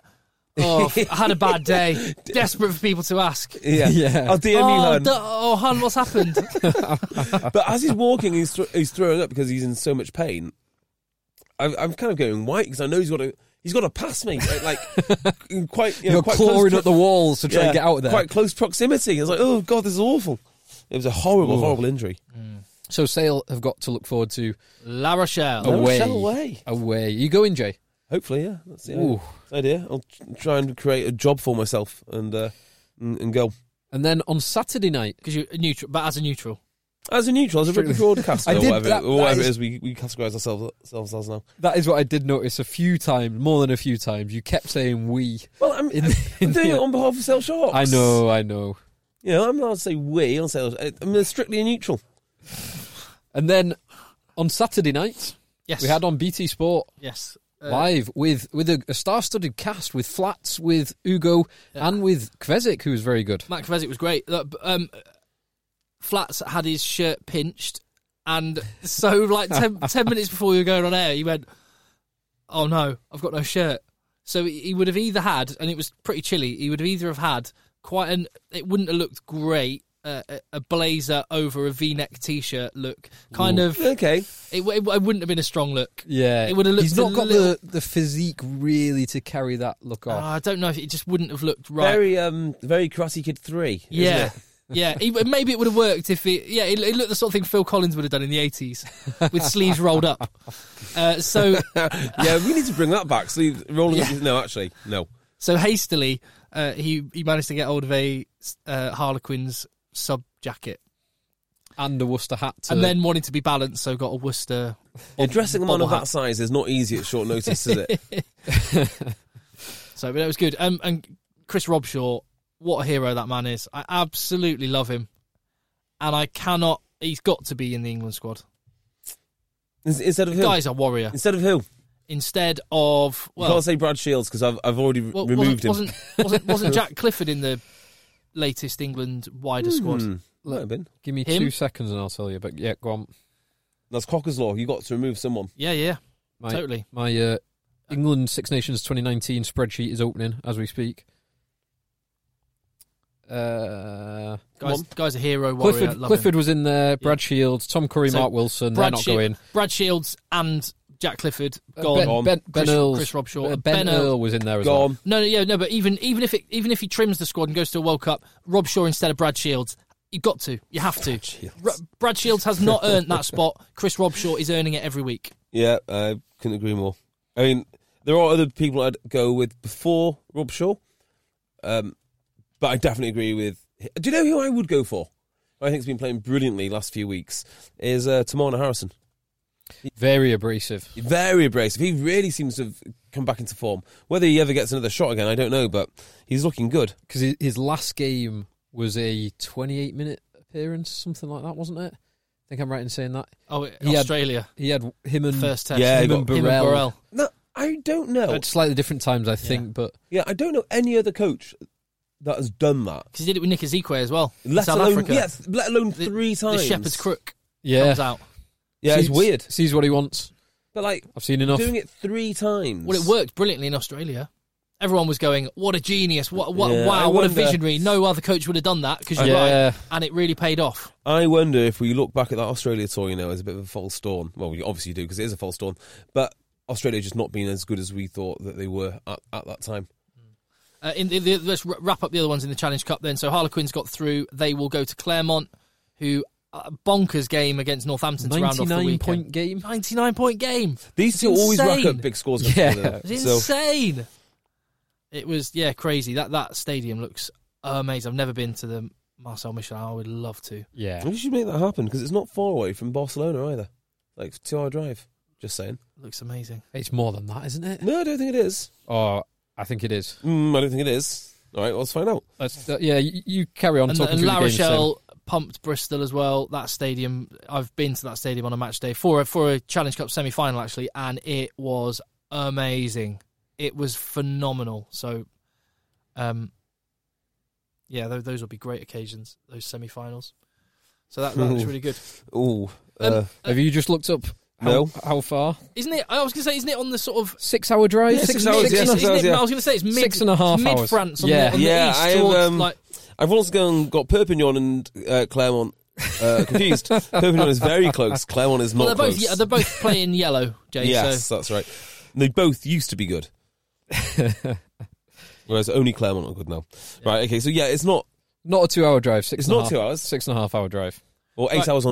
Speaker 2: Oh, I had a bad day. Desperate for people to ask. <laughs>
Speaker 3: Yeah.
Speaker 4: Yeah.
Speaker 3: I'll DM you,
Speaker 2: Oh,
Speaker 3: Han.
Speaker 2: d- oh, Han, what's
Speaker 3: <laughs>
Speaker 2: happened?
Speaker 3: But as he's walking, he's, thr he's throwing up because he's in so much pain. I'm, I'm kind of going white because I know he's got to. He's got to pass me, like
Speaker 2: <laughs>
Speaker 3: quite. You know,
Speaker 4: You're
Speaker 3: quite
Speaker 4: clawing
Speaker 3: close
Speaker 4: at the walls to try
Speaker 3: Yeah,
Speaker 4: and get out of there.
Speaker 3: Quite close proximity. It's like, oh god, this is awful. It was a horrible,
Speaker 4: Ooh.
Speaker 3: horrible injury.
Speaker 4: So Sale have got to look forward to
Speaker 2: La Rochelle.
Speaker 3: Oh. No,
Speaker 4: away.
Speaker 3: Sale away.
Speaker 4: Away. You go in, Jay.
Speaker 3: Hopefully, yeah, that's the
Speaker 4: Ooh.
Speaker 3: idea. I'll t- try and create a job for myself and uh, and, and go
Speaker 4: And then on Saturday night,
Speaker 2: Because you're a neutral, but as a neutral.
Speaker 3: as a neutral, as a rugby broadcaster,
Speaker 4: I
Speaker 3: or
Speaker 4: did
Speaker 3: whatever,
Speaker 4: that-
Speaker 3: or
Speaker 4: that
Speaker 3: whatever
Speaker 4: is-
Speaker 3: it is we, we categorise ourselves ourselves as now.
Speaker 4: that is what I did notice a few times, more than a few times. You kept saying we.
Speaker 3: Well, I'm, <laughs>
Speaker 4: In-
Speaker 3: I'm,
Speaker 4: in
Speaker 3: doing
Speaker 4: the-
Speaker 3: it on behalf of Sale Sharks.
Speaker 4: I know, I know.
Speaker 3: You know, I'm not to say we. I'll say I'm strictly a neutral.
Speaker 4: And then on Saturday night,
Speaker 2: Yes.
Speaker 4: we had on BT Sport
Speaker 2: Yes. Uh,
Speaker 4: live with with a, a star-studded cast with Flats, with Ugo, and with Kvezik, who was very good.
Speaker 2: Matt Kvesic was great. Look, b- Um, Flats had his shirt pinched, and so like 10, 10 minutes before we were going on air, he went, "Oh no, I've got no shirt." So he he would have either had, and it was pretty chilly. He would have either have had quite an. It wouldn't have looked great. Uh, a- a blazer over a V-neck T-shirt look, kind of. It,
Speaker 3: Okay,
Speaker 2: w- it, w- it wouldn't have been a strong look.
Speaker 4: Yeah,
Speaker 2: It would have looked
Speaker 4: He's not
Speaker 2: a
Speaker 4: got
Speaker 2: little-
Speaker 4: the, the physique really to carry that look
Speaker 2: Uh,
Speaker 4: off.
Speaker 2: I don't know if it just wouldn't have looked right.
Speaker 3: very um, very Karate Kid three. isn't
Speaker 2: Yeah.
Speaker 3: it?
Speaker 2: <laughs> Yeah, he- maybe it would have worked if it. Yeah, it, it looked the sort of thing Phil Collins would have done in the eighties, with sleeves
Speaker 3: <laughs>
Speaker 2: rolled up. Uh, so,
Speaker 3: yeah. We need to bring that back. So you-
Speaker 4: <laughs>
Speaker 3: rolling. No, actually, no.
Speaker 2: so hastily, uh, he he managed to get hold of a uh, Harlequins sub jacket,
Speaker 4: and the Worcester hat.
Speaker 2: Ah.
Speaker 4: To,
Speaker 2: and then wanted to be balanced, so got a Worcester.
Speaker 3: Yeah, dressing a man of
Speaker 2: bobble
Speaker 3: that size is not easy at short notice, is
Speaker 2: <laughs>
Speaker 3: it?
Speaker 2: So, but that was good. Um, and Chris Robshaw, what a hero that man is! I absolutely love him, and I cannot. He's got to be in the England squad.
Speaker 3: Ins- Instead of
Speaker 2: The
Speaker 3: who?
Speaker 2: guy's a warrior.
Speaker 3: Instead of who?
Speaker 2: Instead of well,
Speaker 3: you can't say Brad Shields because I've I've already
Speaker 2: Well,
Speaker 3: removed
Speaker 2: wasn't,
Speaker 3: him.
Speaker 2: Wasn't,
Speaker 3: <laughs>
Speaker 2: wasn't, wasn't Jack Clifford in the latest England wider squad?
Speaker 3: Hmm, might have been.
Speaker 4: give me
Speaker 2: him?
Speaker 4: two seconds and I'll tell you. But yeah, go on.
Speaker 3: That's Cocker's law. You got to remove someone.
Speaker 2: Yeah, yeah,
Speaker 4: My,
Speaker 2: totally.
Speaker 4: My uh, England Six Nations 2019 spreadsheet is opening as we speak. Uh,
Speaker 2: Guys, guy's a hero warrior.
Speaker 4: Clifford,
Speaker 2: love
Speaker 4: Clifford
Speaker 2: him.
Speaker 4: was in there. Brad Shields, Tom Curry,
Speaker 2: So,
Speaker 4: Mark Wilson.
Speaker 2: Brad,
Speaker 4: they're not
Speaker 2: Shi-
Speaker 4: going.
Speaker 2: Brad Shields and Jack Clifford
Speaker 4: Uh,
Speaker 2: gone.
Speaker 4: Ben, ben, ben
Speaker 2: Chris-
Speaker 4: Earls-
Speaker 2: Chris Robshaw.
Speaker 4: uh,
Speaker 2: Ben
Speaker 4: Ben,
Speaker 2: Earl-
Speaker 4: Earl was in there as
Speaker 3: Go
Speaker 4: well.
Speaker 3: on.
Speaker 2: No, no, yeah, no. But even even if it, even if he trims the squad and goes to a World Cup, Rob Shaw instead of Brad Shields, you got to, you have to. Ro- Brad Shields has
Speaker 4: <laughs>
Speaker 2: not earned that spot. Chris Robshaw is earning it every week.
Speaker 3: Yeah, I couldn't agree more. I mean, there are other people I'd go with before Rob Shaw, um, but I definitely agree with. Do you know who I would go for? Who I think's been playing brilliantly last few weeks is uh, Tamana Harrison.
Speaker 4: Very abrasive.
Speaker 3: Very abrasive. He really seems to have come back into form. Whether he ever gets another shot again, I don't know, but he's looking good.
Speaker 4: because his last game was a 28 minute appearance, something like that, wasn't it? I think I'm right in saying that
Speaker 2: Oh,
Speaker 4: He had-
Speaker 2: Australia
Speaker 4: he had him and
Speaker 2: first test.
Speaker 3: Yeah, he
Speaker 4: him
Speaker 3: got-
Speaker 4: and
Speaker 2: Him and
Speaker 4: Burrell,
Speaker 2: Burrell.
Speaker 3: No, I don't know.
Speaker 4: at slightly different times, I think. But
Speaker 3: Yeah, I don't know any other coach that has done that.
Speaker 2: because he did it with Nick Ezekwe as well. in
Speaker 3: Let
Speaker 2: South
Speaker 3: alone,
Speaker 2: Africa.
Speaker 3: yeah, let alone
Speaker 2: The-
Speaker 3: three times.
Speaker 2: The Shepherd's Crook
Speaker 4: yeah,
Speaker 2: comes out.
Speaker 3: Yeah, it's
Speaker 4: Sees-
Speaker 3: weird.
Speaker 4: Sees what he wants.
Speaker 3: But like
Speaker 4: I've seen enough.
Speaker 3: doing it three times.
Speaker 2: Well, it worked brilliantly in Australia. Everyone was going, "What a genius! What, what
Speaker 3: Yeah, I
Speaker 2: wow! What a
Speaker 3: wonder-
Speaker 2: visionary! No other coach would have done that." Because you're
Speaker 4: Yeah.
Speaker 2: right, and it really paid off.
Speaker 3: I wonder if we look back at that Australia tour, you know, as a bit of a false dawn. Well, we obviously do because it is a false dawn. But Australia just not being as good as we thought that they were at, at that time.
Speaker 2: Uh, in the, the, let's wra- wrap up the other ones in the Challenge Cup then. So Harlequins got through. They will go to Claremont, who uh, bonkers game against Northampton to round off the
Speaker 4: 99
Speaker 2: weekend.
Speaker 4: point game.
Speaker 2: Ninety-nine point game.
Speaker 3: These two always rack
Speaker 2: insane.
Speaker 3: up big
Speaker 2: <laughs>
Speaker 3: scores.
Speaker 4: Yeah.
Speaker 3: together.
Speaker 2: It was
Speaker 3: So
Speaker 2: insane. It was yeah crazy. That that stadium looks amazing. I've never been to the Marcel Michelin. I would love to.
Speaker 4: Yeah,
Speaker 3: we should make that happen because it's not far away from Barcelona either. Like two hour drive. Just saying.
Speaker 2: Looks amazing.
Speaker 4: it's more than that, isn't it?
Speaker 3: No, I don't think it is.
Speaker 4: Oh, I think it is.
Speaker 3: Mm, I don't think it is. All right, well, let's find out.
Speaker 4: That's, uh, yeah, you, you carry on
Speaker 2: and,
Speaker 4: talking
Speaker 2: and
Speaker 4: through
Speaker 2: La
Speaker 4: the games, Sam.
Speaker 2: Rochelle pumped Bristol as well. That stadium, I've been to that stadium on a match day for a, for a Challenge Cup semi final actually, and it was amazing. It was phenomenal. So, um, yeah, those, those will be great occasions.
Speaker 4: <laughs>
Speaker 2: Those semi finals. So that, that was really good.
Speaker 3: Ooh.
Speaker 2: Um,
Speaker 3: uh,
Speaker 4: Have you just looked up How,
Speaker 3: No.
Speaker 4: How far?
Speaker 2: Isn't it? I was going to say, isn't it on the sort of
Speaker 4: Six hour drive?
Speaker 3: Yeah,
Speaker 4: six,
Speaker 3: six hours,
Speaker 4: six
Speaker 3: yeah,
Speaker 4: and a-
Speaker 3: six
Speaker 2: isn't
Speaker 3: hours,
Speaker 2: it-
Speaker 3: yeah.
Speaker 2: I was going to say it's mid,
Speaker 4: Six and a half
Speaker 2: mid
Speaker 4: hours.
Speaker 2: France on,
Speaker 4: Yeah.
Speaker 2: the, on the
Speaker 3: Yeah,
Speaker 2: east.
Speaker 3: I've,
Speaker 2: towards,
Speaker 3: um,
Speaker 2: like,
Speaker 3: I've once gone got Perpignan and uh, Clermont
Speaker 2: <laughs>
Speaker 3: uh, confused. Perpignan is very close. Clermont is not
Speaker 2: well, they're both
Speaker 3: close.
Speaker 2: yeah, they're both playing yellow, Jay.
Speaker 3: yes,
Speaker 2: So
Speaker 3: that's right. They both used to be
Speaker 2: <laughs>
Speaker 3: good, whereas only Clermont are good now. Right? Okay. So yeah, it's not
Speaker 4: Not a two hour drive. Six
Speaker 3: It's
Speaker 4: and a
Speaker 3: not
Speaker 4: half-
Speaker 3: two hours.
Speaker 4: Six and a half hour drive.
Speaker 3: or eight
Speaker 2: Right.
Speaker 3: hours on.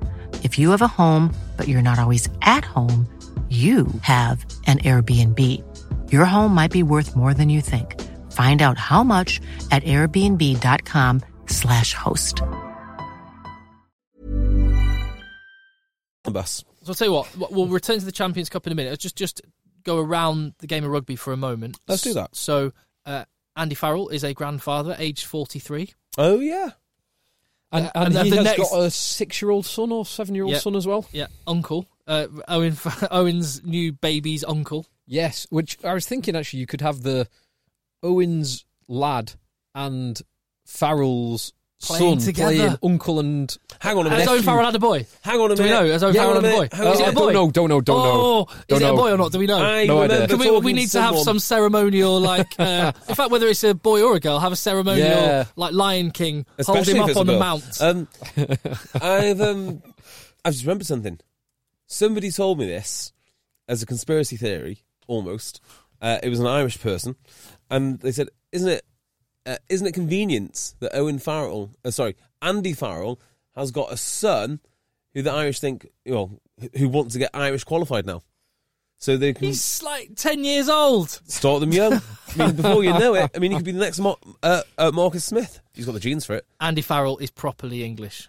Speaker 1: If you have a home, but you're not always at home, you have an Airbnb. Your home might be worth more than you think. Find out how much at airbnb.com/slash host.
Speaker 3: the bus.
Speaker 2: so I'll tell you what, w- we'll return to the Champions Cup in a minute. Let's just just go around the game of rugby for a moment.
Speaker 3: Let's do that.
Speaker 2: So uh, Andy Farrell is a grandfather, aged forty three.
Speaker 3: Oh yeah.
Speaker 4: And,
Speaker 2: Yeah,
Speaker 4: and,
Speaker 2: and then
Speaker 4: he
Speaker 2: the
Speaker 4: has
Speaker 2: next-
Speaker 4: got a six year old son or seven year old
Speaker 2: Yeah.
Speaker 4: son as well.
Speaker 2: Yeah, uncle uh, Owen <laughs> Owen's new baby's uncle.
Speaker 4: Yes, which I was thinking actually, you could have the Owens lad and Farrell's
Speaker 2: Playing
Speaker 4: son
Speaker 2: together.
Speaker 4: playing uncle and
Speaker 3: Hang on a
Speaker 2: Has
Speaker 3: minute.
Speaker 2: Owen Farrell had a boy?
Speaker 3: Hang on a
Speaker 2: Do
Speaker 3: minute.
Speaker 2: we know? Has Owen
Speaker 3: Yeah,
Speaker 2: Oh, Farrell
Speaker 3: hang
Speaker 2: had
Speaker 3: on
Speaker 2: a boy?
Speaker 3: minute. Hang on
Speaker 2: Is
Speaker 3: a
Speaker 2: it a
Speaker 4: I
Speaker 3: minute.
Speaker 2: boy?
Speaker 4: Uh, don't know, don't know, don't
Speaker 2: oh,
Speaker 4: know.
Speaker 2: is
Speaker 4: Don't
Speaker 2: it a
Speaker 4: know.
Speaker 2: boy or not? Do we know?
Speaker 3: I
Speaker 4: No idea.
Speaker 3: remember
Speaker 2: Can we, we
Speaker 3: talking
Speaker 2: need to have
Speaker 3: someone- <laughs>
Speaker 2: some ceremonial, like, uh, in fact, whether it's a boy or a girl, have a ceremonial,
Speaker 4: Yeah.
Speaker 2: like Lion King,
Speaker 3: Especially
Speaker 2: hold
Speaker 3: if
Speaker 2: him
Speaker 3: it's
Speaker 2: up
Speaker 3: a
Speaker 2: on the
Speaker 3: girl.
Speaker 2: mount.
Speaker 3: Um, I've um, I've just remembered something. Somebody told me this as a conspiracy theory, almost. Uh, it was an Irish person, and they said, "Isn't it, uh, isn't it convenient that Owen Farrell, uh, sorry, Andy Farrell, has got a son who the Irish think, well, who- who want to get Irish qualified now, so they can
Speaker 2: He's like 10 years old.
Speaker 3: start them young. I mean, before you know it, I mean, he could be the next Mar- uh, uh, Marcus Smith. He's got the genes for it.
Speaker 2: Andy Farrell is properly English.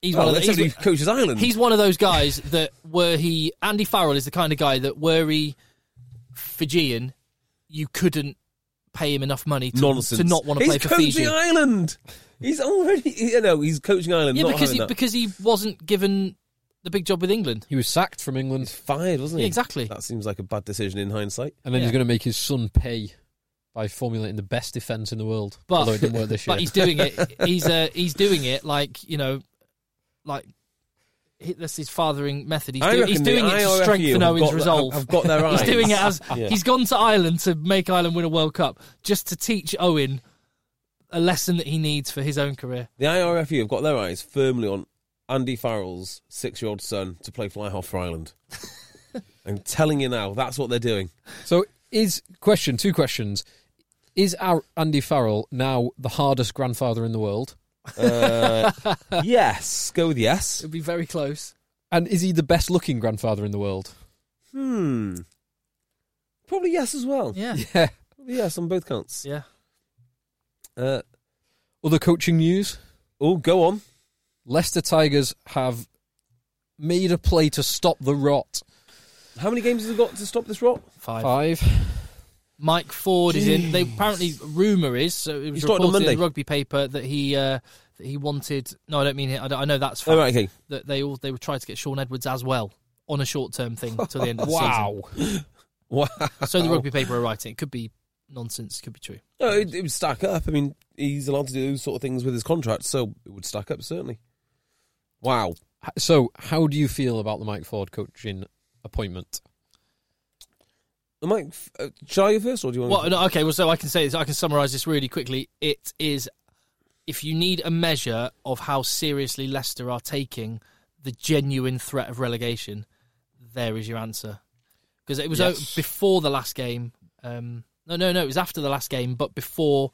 Speaker 2: He's,
Speaker 3: Well,
Speaker 2: one of
Speaker 3: that's
Speaker 2: the,
Speaker 3: somebody
Speaker 2: he's,
Speaker 3: who coaches Ireland.
Speaker 2: he's one of those guys that were he, Andy Farrell is the kind of guy that were he Fijian, you couldn't pay him enough money to,
Speaker 3: nonsense
Speaker 2: to not want to play
Speaker 3: he's
Speaker 2: for
Speaker 3: coaching
Speaker 2: Fiji.
Speaker 3: Ireland. He's already, you know, he's coaching Ireland.
Speaker 2: Yeah,
Speaker 3: not
Speaker 2: because
Speaker 3: having
Speaker 2: he,
Speaker 3: that.
Speaker 2: because he wasn't given the big job with England.
Speaker 4: He was sacked from
Speaker 3: he's
Speaker 4: England,
Speaker 3: fired, wasn't he?
Speaker 2: Yeah, exactly.
Speaker 3: That seems like a bad decision in hindsight.
Speaker 4: and then
Speaker 2: Yeah.
Speaker 4: he's going to make his son pay by formulating the best defence in the world.
Speaker 2: But-
Speaker 4: although it didn't work this
Speaker 2: <laughs>
Speaker 4: year.
Speaker 2: but he's doing
Speaker 3: <laughs>
Speaker 2: it. He's uh, he's doing it like you know, like he- that's his fathering method. He's,
Speaker 3: I
Speaker 2: do,
Speaker 3: reckon
Speaker 2: he's
Speaker 3: the
Speaker 2: doing it
Speaker 3: IRFU
Speaker 2: to strengthen
Speaker 3: have
Speaker 2: Owen's
Speaker 3: got the-
Speaker 2: resolve.
Speaker 3: have got their
Speaker 2: <laughs> he's
Speaker 3: eyes.
Speaker 2: doing it as
Speaker 3: <laughs> Yeah.
Speaker 2: he's gone to Ireland to make Ireland win a World Cup, just to teach Owen a lesson that he needs for his own career.
Speaker 3: The IRFU have got their eyes firmly on Andy Farrell's six-year-old son to play fly half for
Speaker 2: <laughs>
Speaker 3: Ireland. I'm telling you now, that's what they're doing.
Speaker 4: So is question two questions. Is our Andy Farrell now the hardest grandfather in the world?
Speaker 3: Uh, yes, go with yes.
Speaker 2: It'd be very close.
Speaker 4: And is he the best looking grandfather in the world?
Speaker 3: Hmm. Probably yes as well.
Speaker 2: <laughs> Yeah,
Speaker 4: Yeah.
Speaker 3: Probably yes on both counts.
Speaker 2: yeah.
Speaker 3: Uh,
Speaker 4: Other coaching news.
Speaker 3: oh, go on.
Speaker 4: Leicester Tigers have made a play to stop the rot.
Speaker 3: How many games has it got to stop this rot?
Speaker 2: Five.
Speaker 4: Five.
Speaker 2: Mike Ford is in. They apparently rumor is so it
Speaker 3: He
Speaker 2: was
Speaker 3: started on
Speaker 2: reported in
Speaker 3: Monday.
Speaker 2: the rugby paper that he uh, that he wanted. No, I don't mean it. I, don't- I know that's fact.
Speaker 3: Oh, right, okay.
Speaker 2: that they all they would try to get Sean Edwards as well on a short term thing till the
Speaker 3: <laughs>
Speaker 2: end of the
Speaker 4: Wow.
Speaker 3: Wow.
Speaker 2: season. So the rugby paper are writing. It could be nonsense. Could be true.
Speaker 3: No, it, it would stack up. I mean, he's allowed to do those sort of things with his contract, so it would stack up certainly. Wow.
Speaker 4: So how do you feel about the Mike Ford coaching appointment?
Speaker 3: Am I, uh, shall I go first, or do you want?
Speaker 2: Well,
Speaker 3: to
Speaker 2: no, okay. Well, so I can say this. I can summarize this really quickly. It is if you need a measure of how seriously Leicester are taking the genuine threat of relegation, there is your answer. because it was
Speaker 3: Yes.
Speaker 2: o- before the last game. Um, no, no, no, it was after the last game, but before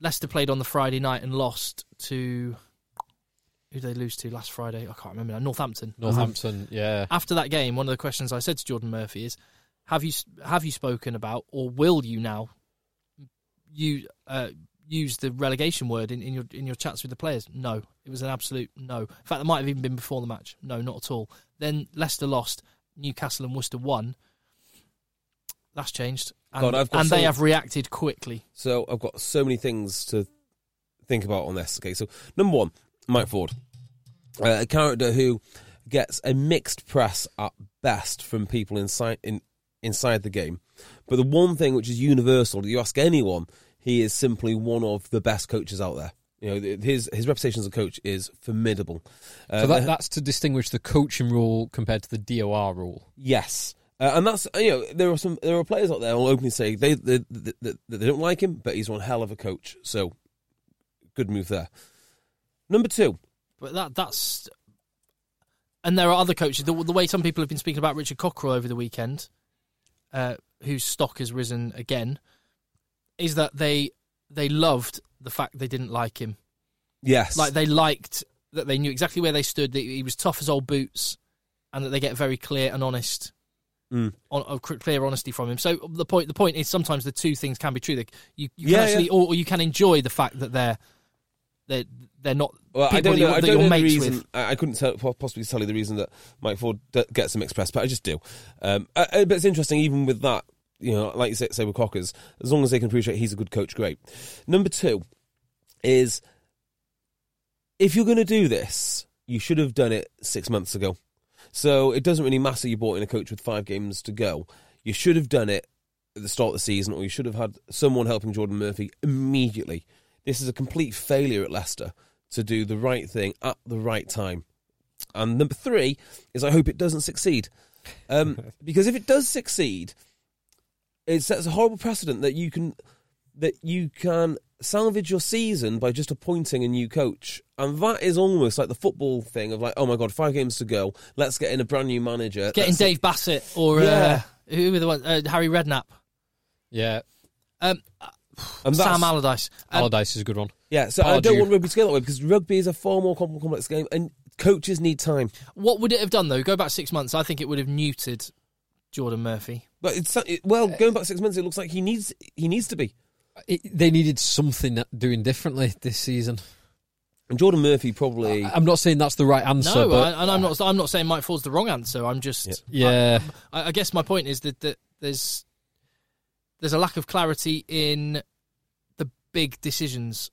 Speaker 2: Leicester played on the Friday night and lost to who did they lose to last Friday? I can't remember now. Northampton.
Speaker 4: Northampton, yeah.
Speaker 2: After that game, one of the questions I said to Jordan Murphy is, "Have you have you spoken about, or will you now, you uh, use the relegation word in, in your in your chats with the players?" No, it was an absolute no. In fact, that might have even been before the match. No, not at all. Then Leicester lost, Newcastle and Worcester won. That's changed, and,
Speaker 3: God, I've got
Speaker 2: and they
Speaker 3: so-
Speaker 2: have reacted quickly.
Speaker 3: So I've got so many things to think about on this. Okay, so number one, Mike Ford, uh, a character who gets a mixed press at best from people inside in, inside the game, but the one thing which is universal, you ask anyone, he is simply one of the best coaches out there. You know, th- his his reputation as a coach is formidable. Uh,
Speaker 4: So that, that's to distinguish the coaching rule compared to the DOR rule.
Speaker 3: Yes, uh, and that's you know there are some there are players out there who will openly say they they, they they they don't like him, but he's one hell of a coach. So good move there. Number two,
Speaker 2: But that that's and there are other coaches. The, the way some people have been speaking about Richard Cockrell over the weekend, uh, whose stock has risen again, is that they they loved the fact they didn't like him.
Speaker 3: yes,
Speaker 2: Like they liked that they knew exactly where they stood. That he was tough as old boots, and that they get very clear and honest.
Speaker 3: Mm.
Speaker 2: On, uh, cr- clear honesty from him. So the point, the point is sometimes the two things can be true. They, you, you
Speaker 3: Yeah,
Speaker 2: can actually,
Speaker 3: yeah.
Speaker 2: or, or you can enjoy the fact that they're they're they're not
Speaker 3: Well,
Speaker 2: people
Speaker 3: I don't
Speaker 2: that,
Speaker 3: know.
Speaker 2: you're,
Speaker 3: I
Speaker 2: that
Speaker 3: don't
Speaker 2: you're
Speaker 3: know the
Speaker 2: mates
Speaker 3: reason.
Speaker 2: with.
Speaker 3: I, I couldn't tell, po- possibly tell you the reason that Mike Ford d- gets some express, but I just do. Um, I, I- but it's interesting, even with that, you know, like you say, say with Cockers, as long as they can appreciate he's a good coach, great. Number two is if you're going to do this, you should have done it six months ago. So it doesn't really matter you brought in a coach with five games to go. You should have done it at the start of the season, or you should have had someone helping Jordan Murphy immediately. This is a complete failure at Leicester to do the right thing at the right time. And number three is I hope it doesn't succeed. Um, because if it does succeed, it sets a horrible precedent that you can that you can salvage your season by just appointing a new coach. And that is almost like the football thing of like, oh my god, five games to go, let's get in a brand new manager.
Speaker 2: getting
Speaker 3: Let's-
Speaker 2: Dave Bassett or
Speaker 3: Yeah.
Speaker 2: uh, who were the one? Uh, Harry Redknapp,
Speaker 4: Yeah,
Speaker 2: um,
Speaker 3: and that's-
Speaker 2: Sam Allardyce. Um,
Speaker 4: Allardyce is a good one.
Speaker 3: Yeah, so I
Speaker 4: Pardew.
Speaker 3: don't want rugby to go that way because rugby is a far more com- complex game, and coaches need time.
Speaker 2: what would it have done though? Go back six months. I think it would have neutered Jordan Murphy.
Speaker 3: But it's it, well, going back six months, it looks like he needs he needs to be.
Speaker 4: It, they needed something doing differently this season.
Speaker 3: And Jordan Murphy probably.
Speaker 4: I'm not saying that's the right
Speaker 2: No,
Speaker 4: answer, but
Speaker 2: I, and I'm not. I'm not saying Mike Ford's the wrong answer. I'm just.
Speaker 4: yeah,
Speaker 2: I, I guess my point is that, that there's there's a lack of clarity in the big decisions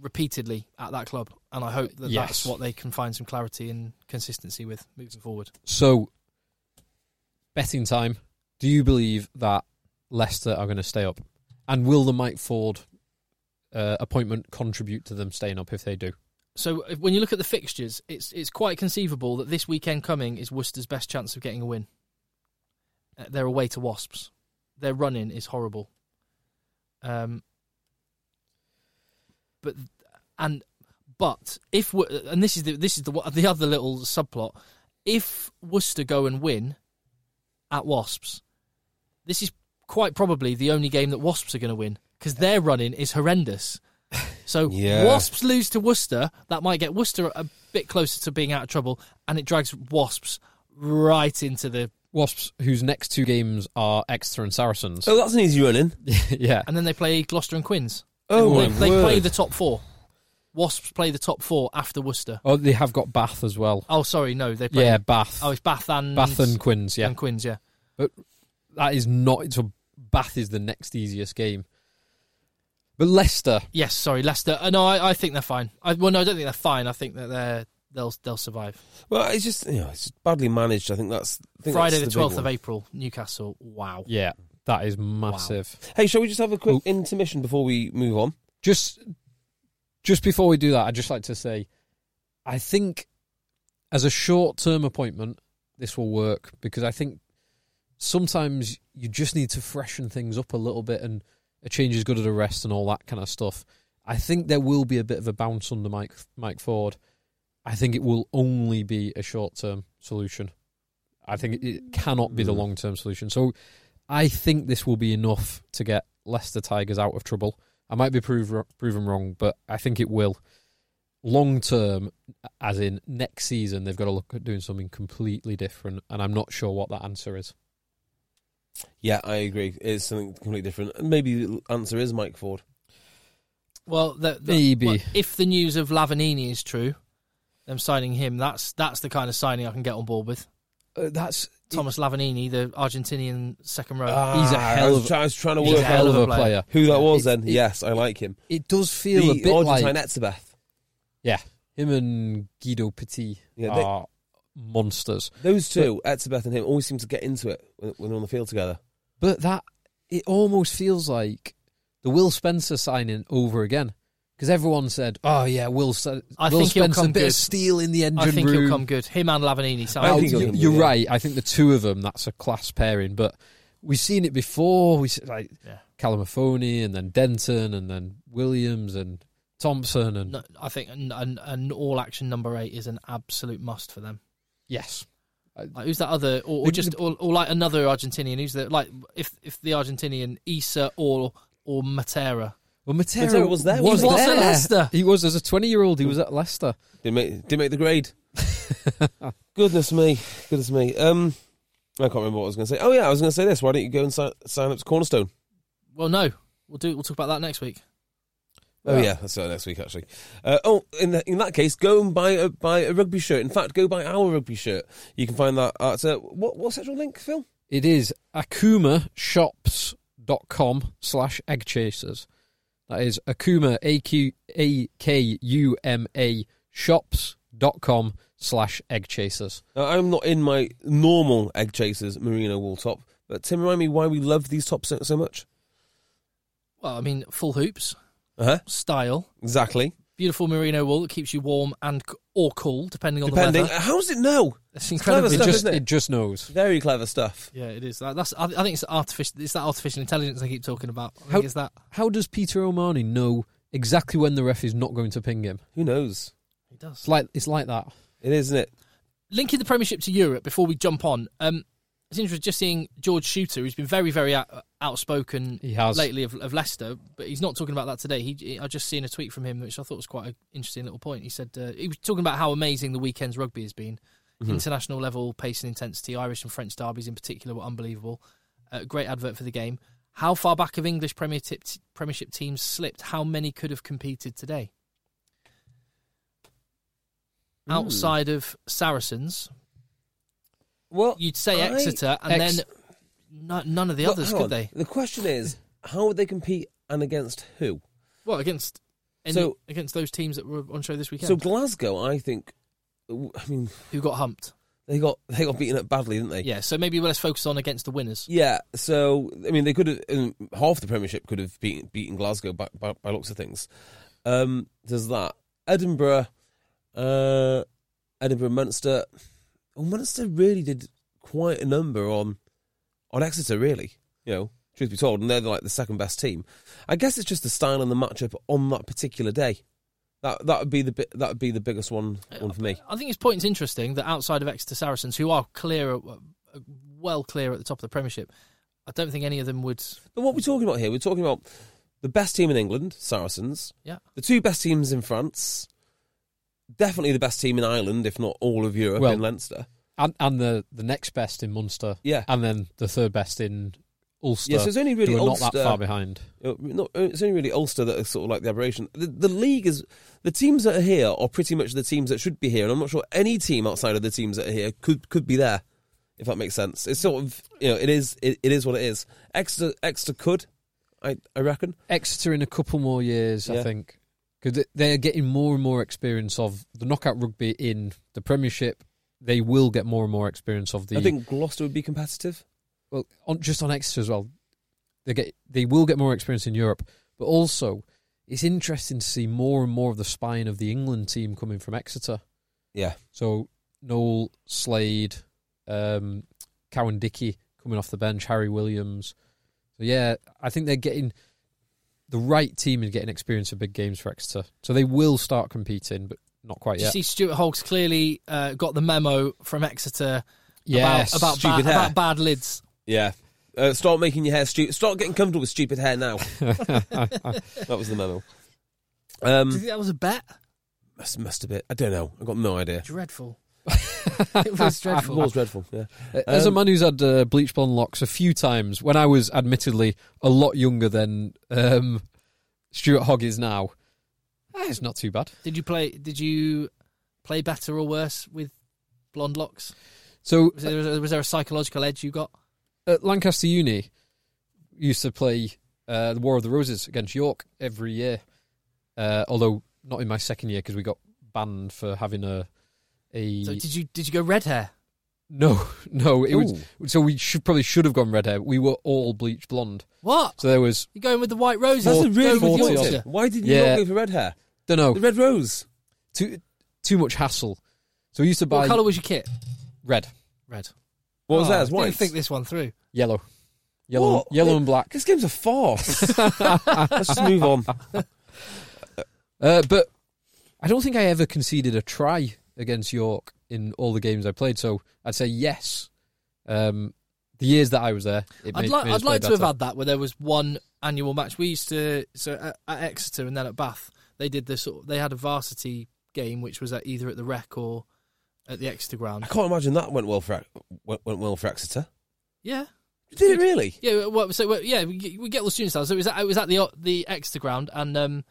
Speaker 2: repeatedly at that club, and I hope that
Speaker 4: Yes.
Speaker 2: that's what they can find some clarity and consistency with moving forward.
Speaker 4: So, betting time. Do you believe that Leicester are going to stay up? And will the Mike Ford uh, appointment contribute to them staying up if they do?
Speaker 2: So if- when you look at the fixtures, it's it's quite conceivable that this weekend coming is Worcester's best chance of getting a win. Uh, they're away to Wasps. Their run in is horrible. Um, but and but if we and this is the this is the one- the other little subplot. If Worcester go and win at Wasps, this is quite probably the only game that Wasps are going to win because their run in is horrendous. So
Speaker 3: Yeah.
Speaker 2: Wasps lose to Worcester, that might get Worcester a bit closer to being out of trouble, and it drags Wasps right into the
Speaker 4: Wasps, whose next two games are Exeter and Saracens.
Speaker 3: so Oh, that's an easy run in.
Speaker 4: <laughs> yeah.
Speaker 2: Oh. and then they play Gloucester and Quins.
Speaker 3: Oh
Speaker 2: they,
Speaker 3: my
Speaker 2: they
Speaker 3: word.
Speaker 2: play the top four. Wasps play the top four after Worcester.
Speaker 4: Oh, they have got Bath as well.
Speaker 2: Oh, sorry, no, they play.
Speaker 4: Yeah, Bath.
Speaker 2: Oh, it's Bath and
Speaker 4: Bath and Quinns. Yeah,
Speaker 2: and Quins. Yeah,
Speaker 4: that is not. So Bath is the next easiest game. But Leicester,
Speaker 2: yes, sorry, Leicester. Uh, no, I, I think they're fine. I, well, no, I don't think they're fine. I think that they're they'll they'll survive.
Speaker 3: Well, it's just you know, it's just badly managed. I think that's I think
Speaker 2: Friday
Speaker 3: that's
Speaker 2: the
Speaker 3: big
Speaker 2: twelfth of
Speaker 3: one.
Speaker 2: April, Newcastle. Wow.
Speaker 4: yeah, that is massive.
Speaker 3: Hey, shall we just have a quick
Speaker 4: Oh.
Speaker 3: intermission before we move on?
Speaker 4: just just before we do that, I'd just like to say, I think as a short term appointment, this will work because I think sometimes you just need to freshen things up a little bit, and a change is good at a rest and all that kind of stuff. I think there will be a bit of a bounce under Mike Mike Ford. I think it will only be a short term solution. I think it cannot be the long term solution. So I think this will be enough to get Leicester Tigers out of trouble. I might be prove, proven wrong, but I think it will. Long term, as in next season, they've got to look at doing something completely different, and I'm not sure what that answer is.
Speaker 3: Yeah, I agree. It's something completely different. And Maybe the answer is Mike Ford.
Speaker 2: Well, the, the-
Speaker 4: Maybe.
Speaker 2: well, if the news of Lavanini is true, them signing him, that's that's the kind of signing I can get on board with.
Speaker 4: Uh, that's
Speaker 2: Thomas Lavanini, the Argentinian second row.
Speaker 4: he's a
Speaker 3: Ah,
Speaker 4: hell
Speaker 3: I was,
Speaker 4: of-
Speaker 3: try- I was trying to
Speaker 2: he's
Speaker 4: he's a
Speaker 3: work out
Speaker 4: hell of a player.
Speaker 3: who that was.
Speaker 4: It's-
Speaker 3: Then
Speaker 4: it-
Speaker 3: yes, I like him.
Speaker 4: It does feel a
Speaker 3: The
Speaker 4: bit
Speaker 3: Argentine
Speaker 4: like
Speaker 3: Etzebeth.
Speaker 4: yeah, him and Guido Petit
Speaker 3: Yeah, they-
Speaker 4: are monsters.
Speaker 3: Those two, Etzebeth and him, always seem to get into it when, when they're on the field together.
Speaker 4: But that it almost feels like the Will Spencer signing over again because everyone said, "Oh yeah, Will, Se-
Speaker 2: I
Speaker 4: Will
Speaker 2: think he'll
Speaker 4: Spencer,
Speaker 2: come
Speaker 4: bit
Speaker 2: good.
Speaker 4: of steel in the engine
Speaker 2: I think
Speaker 4: room."
Speaker 2: he'll come good. Him and Lavanini.
Speaker 3: I
Speaker 4: Well,
Speaker 2: sound
Speaker 3: think he'll
Speaker 4: you-
Speaker 3: come
Speaker 4: you're
Speaker 3: good, yeah.
Speaker 4: right. I think the two of them that's a class pairing, but we've seen it before. We s- like
Speaker 2: Yeah.
Speaker 4: Calamafoni and then Denton and then Williams and Thompson and
Speaker 2: No, I think an, an, an all-action number eight is an absolute must for them.
Speaker 4: yes,
Speaker 2: Like, who's that other, or, or
Speaker 4: The-
Speaker 2: just,
Speaker 4: the-
Speaker 2: or, or like another Argentinian? Who's the like if if the Argentinian Issa or or Matera?
Speaker 4: Well, Matera,
Speaker 3: Matera was there,
Speaker 4: He
Speaker 3: wasn't
Speaker 2: he? Was at Leicester.
Speaker 4: He was as a twenty-year-old. He was at Leicester.
Speaker 3: Didn't make, didn't make the grade. Goodness me, goodness me. Um, I can't remember what I was going to say. Oh yeah, I was going to say this. Why don't you go and sign, sign up to Cornerstone?
Speaker 2: Well, no, we'll do. We'll talk about that next week.
Speaker 3: Oh yeah, that's uh, next week actually. Uh, oh, in the, in that case, go and buy a, buy a rugby shirt. In fact, go buy our rugby shirt. You can find that at uh, what what's the actual link, Phil?
Speaker 4: It is akumashops.com slash eggchasers. That is akuma, A-Q- A-K-U-M-A shops.com slash eggchasers.
Speaker 3: Now, Uh, I'm not in my normal egg chasers merino wool top, but Tim, remind me why we love these tops so, so much.
Speaker 2: Well, I mean, full hoops
Speaker 3: Uh huh.
Speaker 2: style,
Speaker 3: Exactly.
Speaker 2: beautiful merino wool that keeps you warm and c- or cool depending on
Speaker 3: Depending,
Speaker 2: the weather.
Speaker 3: how does it know?
Speaker 2: It's
Speaker 3: clever
Speaker 2: incredible.
Speaker 4: It
Speaker 3: stuff,
Speaker 4: just,
Speaker 3: isn't
Speaker 4: it?
Speaker 3: it?
Speaker 4: just knows.
Speaker 3: Very clever stuff.
Speaker 2: Yeah, it is. That, that's. I, I think it's artificial. It's that artificial intelligence I keep talking about. I think
Speaker 4: How-
Speaker 2: it's that.
Speaker 4: How does Peter O'Mahony know exactly when the ref is not going to ping him?
Speaker 3: Who knows?
Speaker 2: It does.
Speaker 4: It's like, it's like that.
Speaker 3: It is, isn't it?
Speaker 2: linking the Premiership to Europe before we jump on. Um, it's interesting just seeing George Shooter, who's been very, very out, outspoken
Speaker 4: He has.
Speaker 2: lately of, of Leicester, but he's not talking about that today. He, I just seen a tweet from him, which I thought was quite an interesting little point. He said uh, he was talking about how amazing the weekend's rugby has been,
Speaker 4: Mm-hmm.
Speaker 2: international level pace and intensity. Irish and French derbies in particular were unbelievable. Uh, great advert for the game. How far back have English Premier tip, Premiership teams slipped? How many could have competed today?
Speaker 4: Mm.
Speaker 2: Outside of Saracens,
Speaker 3: Well,
Speaker 2: you'd say
Speaker 3: I-
Speaker 2: Exeter, and
Speaker 4: Ex-
Speaker 2: then no, none of the
Speaker 3: Well,
Speaker 2: others
Speaker 3: hang
Speaker 2: could
Speaker 3: on.
Speaker 2: they?
Speaker 3: The question is, how would they compete and against who?
Speaker 2: Well, against any,
Speaker 3: So-
Speaker 2: against those teams that were on show this weekend,
Speaker 3: So Glasgow, I think. I mean,
Speaker 2: who got humped?
Speaker 3: they got they got beaten up badly, didn't they?
Speaker 2: Yeah, so maybe let's focus on against the winners.
Speaker 3: Yeah, so I mean, they could have um, half the Premiership could have beaten beaten Glasgow by, by, by looks of things. Um, there's that Edinburgh, uh, Edinburgh, Munster. Well, Munster really did quite a number on on Exeter, really. You know, truth be told, and they're like the second best team. I guess it's just the style and the matchup on that particular day. That that would be the bi- that would be the biggest one one for me.
Speaker 2: I think his point's interesting that outside of Exeter Saracens, who are clear, uh, well clear at the top of the Premiership, I don't think any of them would.
Speaker 3: But what we're talking about here, we're talking about the best team in England, Saracens.
Speaker 2: Yeah,
Speaker 3: The two best teams in France, definitely the best team in Ireland, if not all of Europe,
Speaker 4: Well-
Speaker 3: in Leinster.
Speaker 4: And, and the, the next best in Munster.
Speaker 3: Yeah.
Speaker 4: And then the third best in Ulster.
Speaker 3: Yeah, so it's only really
Speaker 4: who are not
Speaker 3: Ulster-
Speaker 4: that far behind.
Speaker 3: Uh, Not, uh, it's only really Ulster that are sort of like the aberration. The, the league is the teams that are here are pretty much the teams that should be here, and I'm not sure any team outside of the teams that are here could could be there, if that makes sense. It's sort of you know it is it, it is what it is. Exeter Exeter could, I I reckon.
Speaker 4: Exeter in a couple more years, I
Speaker 3: Yeah.
Speaker 4: think, because they're getting more and more experience of the knockout rugby in the Premiership. They will get more and more experience of the.
Speaker 3: I think Gloucester would be competitive.
Speaker 4: well, on, just on Exeter as well, they get they will get more experience in Europe, but also it's interesting to see more and more of the spine of the England team coming from Exeter.
Speaker 3: Yeah,
Speaker 4: So Noel Slade, um, Cowan Dickey coming off the bench, Harry Williams. So yeah, I think they're getting the right team is getting experience of big games for Exeter. So they will start competing, but not quite
Speaker 2: you
Speaker 4: yet.
Speaker 2: see, Stuart Hogg's clearly uh, got the memo from Exeter
Speaker 4: Yes.
Speaker 2: about, about,
Speaker 3: Stupid
Speaker 2: bad,
Speaker 3: hair.
Speaker 2: about bad lids.
Speaker 3: Yeah. Uh, start making your hair stupid. Start getting comfortable with stupid hair
Speaker 2: <laughs>
Speaker 3: now. that was the memo.
Speaker 2: Do you
Speaker 3: Um,
Speaker 2: think that was a bet?
Speaker 3: must, must have been. I don't know. I've got no idea.
Speaker 2: Dreadful. it
Speaker 4: <laughs>
Speaker 2: was
Speaker 3: It
Speaker 2: dreadful.
Speaker 3: was dreadful. Yeah.
Speaker 4: As a
Speaker 3: Um,
Speaker 4: man who's had uh, bleach blonde locks a few times, when I was admittedly a lot younger than um, Stuart Hogg is now, eh, it's not too bad.
Speaker 2: Did you play? Did you play better or worse with blonde locks?
Speaker 4: So
Speaker 2: Was there, was there a psychological edge you got?
Speaker 4: at Lancaster Uni, we used to play uh, the War of the Roses against York every year. Uh, although not in my second year because we got banned for having a a
Speaker 2: So did you did you go red hair?
Speaker 4: <laughs> no no it was so we should probably should have gone red hair. We were all bleach blonde,
Speaker 2: What?
Speaker 4: so there was
Speaker 2: You going with the white roses?
Speaker 4: That's a
Speaker 2: Going
Speaker 4: really
Speaker 2: with
Speaker 4: good
Speaker 2: Yorkshire?
Speaker 4: idea.
Speaker 3: Why did you
Speaker 4: Yeah.
Speaker 3: not go for red hair?
Speaker 4: don't know
Speaker 3: The red rose.
Speaker 4: too too much hassle. So we used to buy
Speaker 2: What colour was your kit?
Speaker 4: red,
Speaker 2: Red.
Speaker 3: What was
Speaker 2: Oh,
Speaker 3: that? It's
Speaker 2: I
Speaker 3: white.
Speaker 2: didn't think this one through.
Speaker 4: yellow, yellow,
Speaker 3: What?
Speaker 4: yellow and black.
Speaker 3: This game's a
Speaker 2: <laughs>
Speaker 3: farce. Let's just move on.
Speaker 4: Uh, but I don't think I ever conceded a try against York in all the games I played. So I'd say yes. Um, the years that I was there, it
Speaker 2: I'd,
Speaker 4: made,
Speaker 2: like
Speaker 4: made us
Speaker 2: I'd
Speaker 4: play
Speaker 2: like to have
Speaker 4: better.
Speaker 2: had that where there was one annual match. We used to so at, at Exeter and then at Bath. They did this. sort of- They had a varsity game which was at either at the Rec or at the Exeter ground.
Speaker 3: I can't imagine that went well for went, went well for Exeter.
Speaker 2: Yeah,
Speaker 3: Did it really?
Speaker 2: yeah. Well, so well, yeah, we, get- we get all the students down. So it was at, it was at the the Exeter ground and um,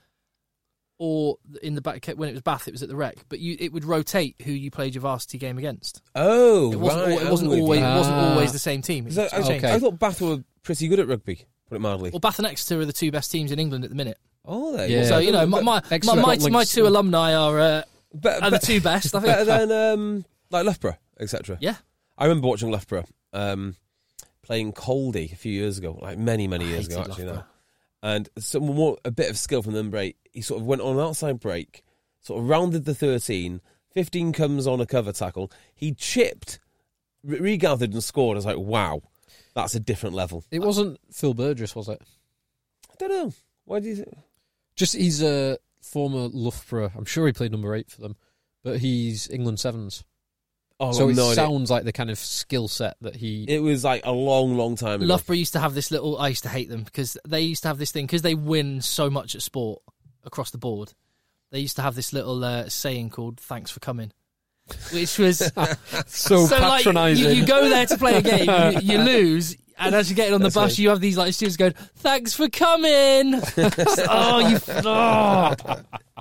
Speaker 2: or in the back when it was Bath, it was at the Rec. But you it would rotate who you played your varsity game against.
Speaker 3: Oh,
Speaker 2: It wasn't.
Speaker 3: right,
Speaker 2: al-
Speaker 3: I'm
Speaker 2: it wasn't
Speaker 3: with you.
Speaker 2: always. It wasn't
Speaker 4: Ah.
Speaker 2: always the same team. It
Speaker 3: So, I,
Speaker 2: changed.
Speaker 4: Okay.
Speaker 3: I thought Bath were pretty good at rugby. Put it mildly.
Speaker 2: Well, Bath and Exeter are the two best teams in England at the minute.
Speaker 3: Oh, they?
Speaker 4: Yeah.
Speaker 2: So you know, my my, my,
Speaker 4: Exeter
Speaker 2: my,
Speaker 4: got
Speaker 2: my
Speaker 4: links.
Speaker 2: two alumni are uh,
Speaker 3: Be-
Speaker 2: are the
Speaker 3: be-
Speaker 2: two best. I
Speaker 3: better
Speaker 2: think.
Speaker 3: than um, like Loughborough, etc.
Speaker 2: Yeah,
Speaker 3: I remember watching Loughborough um, playing Coldy a few years ago, like many, many years ago,
Speaker 2: hated
Speaker 3: actually
Speaker 2: Loughborough.
Speaker 3: now. And someone more a bit of skill from them break. He sort of went on an outside break, sort of rounded the 13, 15 comes on a cover tackle. He chipped, re- regathered and scored. I was like, wow, that's a different level.
Speaker 4: It wasn't Phil Burgess, was it?
Speaker 3: I don't know. Why do you think?
Speaker 4: Just he's a former Loughborough. I'm sure he played number eight for them, but he's England sevens.
Speaker 3: Oh, I've
Speaker 4: so
Speaker 3: got
Speaker 4: it
Speaker 3: no idea.
Speaker 4: sounds like the kind of skill set that he.
Speaker 3: It was like a long, long time ago.
Speaker 2: Loughborough used to have this little. I used to hate them because they used to have this thing because they win so much at sport across the board. They used to have this little uh, saying called "Thanks for coming," which was
Speaker 4: so,
Speaker 2: like
Speaker 4: patronising.
Speaker 2: you, you go there to play a game, you, you lose. And as you're getting on the bus, you have these like students going, "Thanks for coming." <laughs> oh, you oh,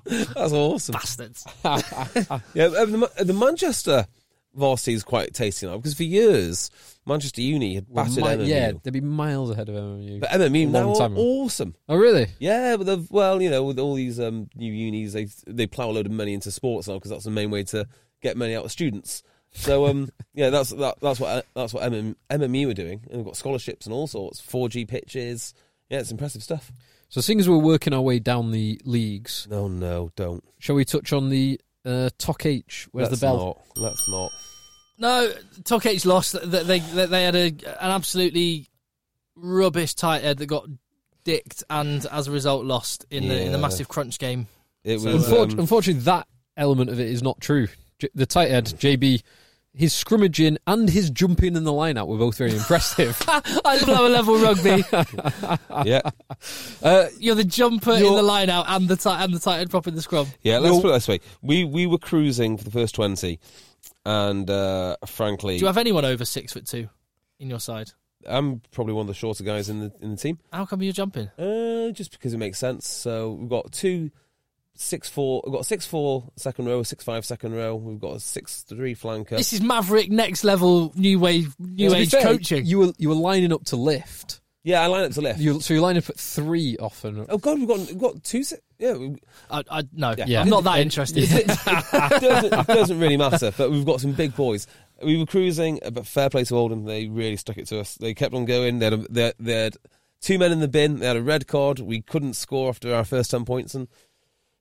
Speaker 3: That's awesome.
Speaker 2: bastards!
Speaker 3: Yeah, uh, the, Ma- the Manchester varsity is quite tasty now because for years Manchester Uni had
Speaker 4: Well,
Speaker 3: battered
Speaker 4: mi-
Speaker 3: MMU.
Speaker 4: yeah, they'd be miles ahead of MMU.
Speaker 3: But MMU
Speaker 4: A
Speaker 3: now
Speaker 4: long
Speaker 3: are
Speaker 4: time ago.
Speaker 3: awesome.
Speaker 4: oh, really?
Speaker 3: Yeah, but they've, well, you know, with all these um, new unis, they they plough a load of money into sports now because that's the main way to get money out of students. So um, <laughs> yeah, that's that, that's what that's what MM, MMU are doing, and they've got scholarships and all sorts, four G pitches. Yeah, it's impressive stuff.
Speaker 4: So, seeing as we're working our way down the leagues,
Speaker 3: No, no, don't.
Speaker 4: Shall we touch on the uh, Toc H? Where's
Speaker 3: Let's
Speaker 4: the bell?
Speaker 3: Not. Let's not.
Speaker 2: No, Toc H lost. They, they, they they had a, an absolutely rubbish tight head that got dicked and as a result lost in, the, in the
Speaker 3: Yeah.
Speaker 2: massive crunch game.
Speaker 3: It
Speaker 2: So,
Speaker 3: was.
Speaker 4: Unfor-
Speaker 3: um,
Speaker 4: unfortunately, that element of it is not true. J- the tight head, JB, his scrummaging and his jumping in the line out were both very
Speaker 2: <laughs>
Speaker 4: impressive.
Speaker 2: I love lower level
Speaker 4: <laughs>
Speaker 2: rugby.
Speaker 3: um, yeah,
Speaker 2: You're the jumper in the line out and the tight and the tight head prop in the scrum.
Speaker 3: yeah. Let's put it this way: we we were cruising for the first twenty, and uh, frankly,
Speaker 2: Do you have anyone over six foot two in your side?
Speaker 3: I'm probably one of the shorter guys in the in the team.
Speaker 2: How come you're jumping?
Speaker 3: Uh, just because it makes sense. So we've got two six four. We've got six four second row, six five second row. We've got a six three flanker.
Speaker 2: This is Maverick next level new wave new
Speaker 4: To be
Speaker 2: age
Speaker 4: fair,
Speaker 2: coaching.
Speaker 4: You were you were lining up to lift.
Speaker 3: yeah, I line up to left.
Speaker 4: You, so you line up at three often.
Speaker 3: oh God, we've got we've got two. si- Yeah, we-
Speaker 2: I, I no,
Speaker 4: Yeah.
Speaker 2: I'm not
Speaker 4: <laughs>
Speaker 2: that interested.
Speaker 3: it doesn't, it doesn't really matter. But we've got some big boys. We were cruising, uh, but fair play to Oldham. They really stuck it to us. They kept on going. They had, a, they, they had two men in the bin. They had a red card. We couldn't score after our first ten points, and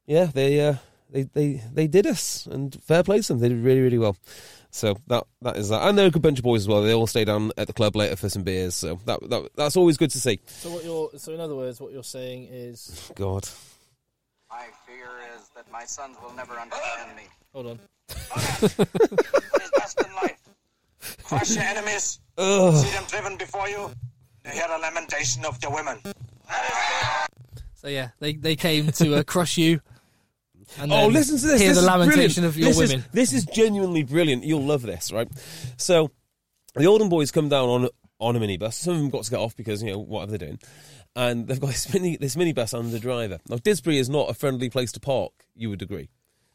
Speaker 3: yeah, they uh, they they they did us. And fair play to them. They did really really well. So that that is that. And they're a good bunch of boys as well. They all stay down at the club later for some beers. So that, that that's always good to see.
Speaker 2: So what you're so in other words, what you're saying is
Speaker 3: God.
Speaker 5: My fear is that my sons will never understand me.
Speaker 2: hold on.
Speaker 5: What is best in life? Crush your enemies. See them driven before you. You hear the lamentation of the women.
Speaker 2: So yeah, they they came to uh,
Speaker 3: <laughs>
Speaker 2: crush you. And
Speaker 3: Oh,
Speaker 2: then
Speaker 3: listen to this.
Speaker 2: Hear
Speaker 3: this
Speaker 2: the
Speaker 3: is
Speaker 2: lamentation
Speaker 3: brilliant.
Speaker 2: of your
Speaker 3: this
Speaker 2: women.
Speaker 3: Is, this is genuinely brilliant. You'll love this, right? So, the Oldham boys come down on on a minibus. Some of them got to get off because, you know, whatever they're doing. And they've got <laughs> this, mini, this minibus and the driver. Now, Disbury is not a friendly place to park, you would agree.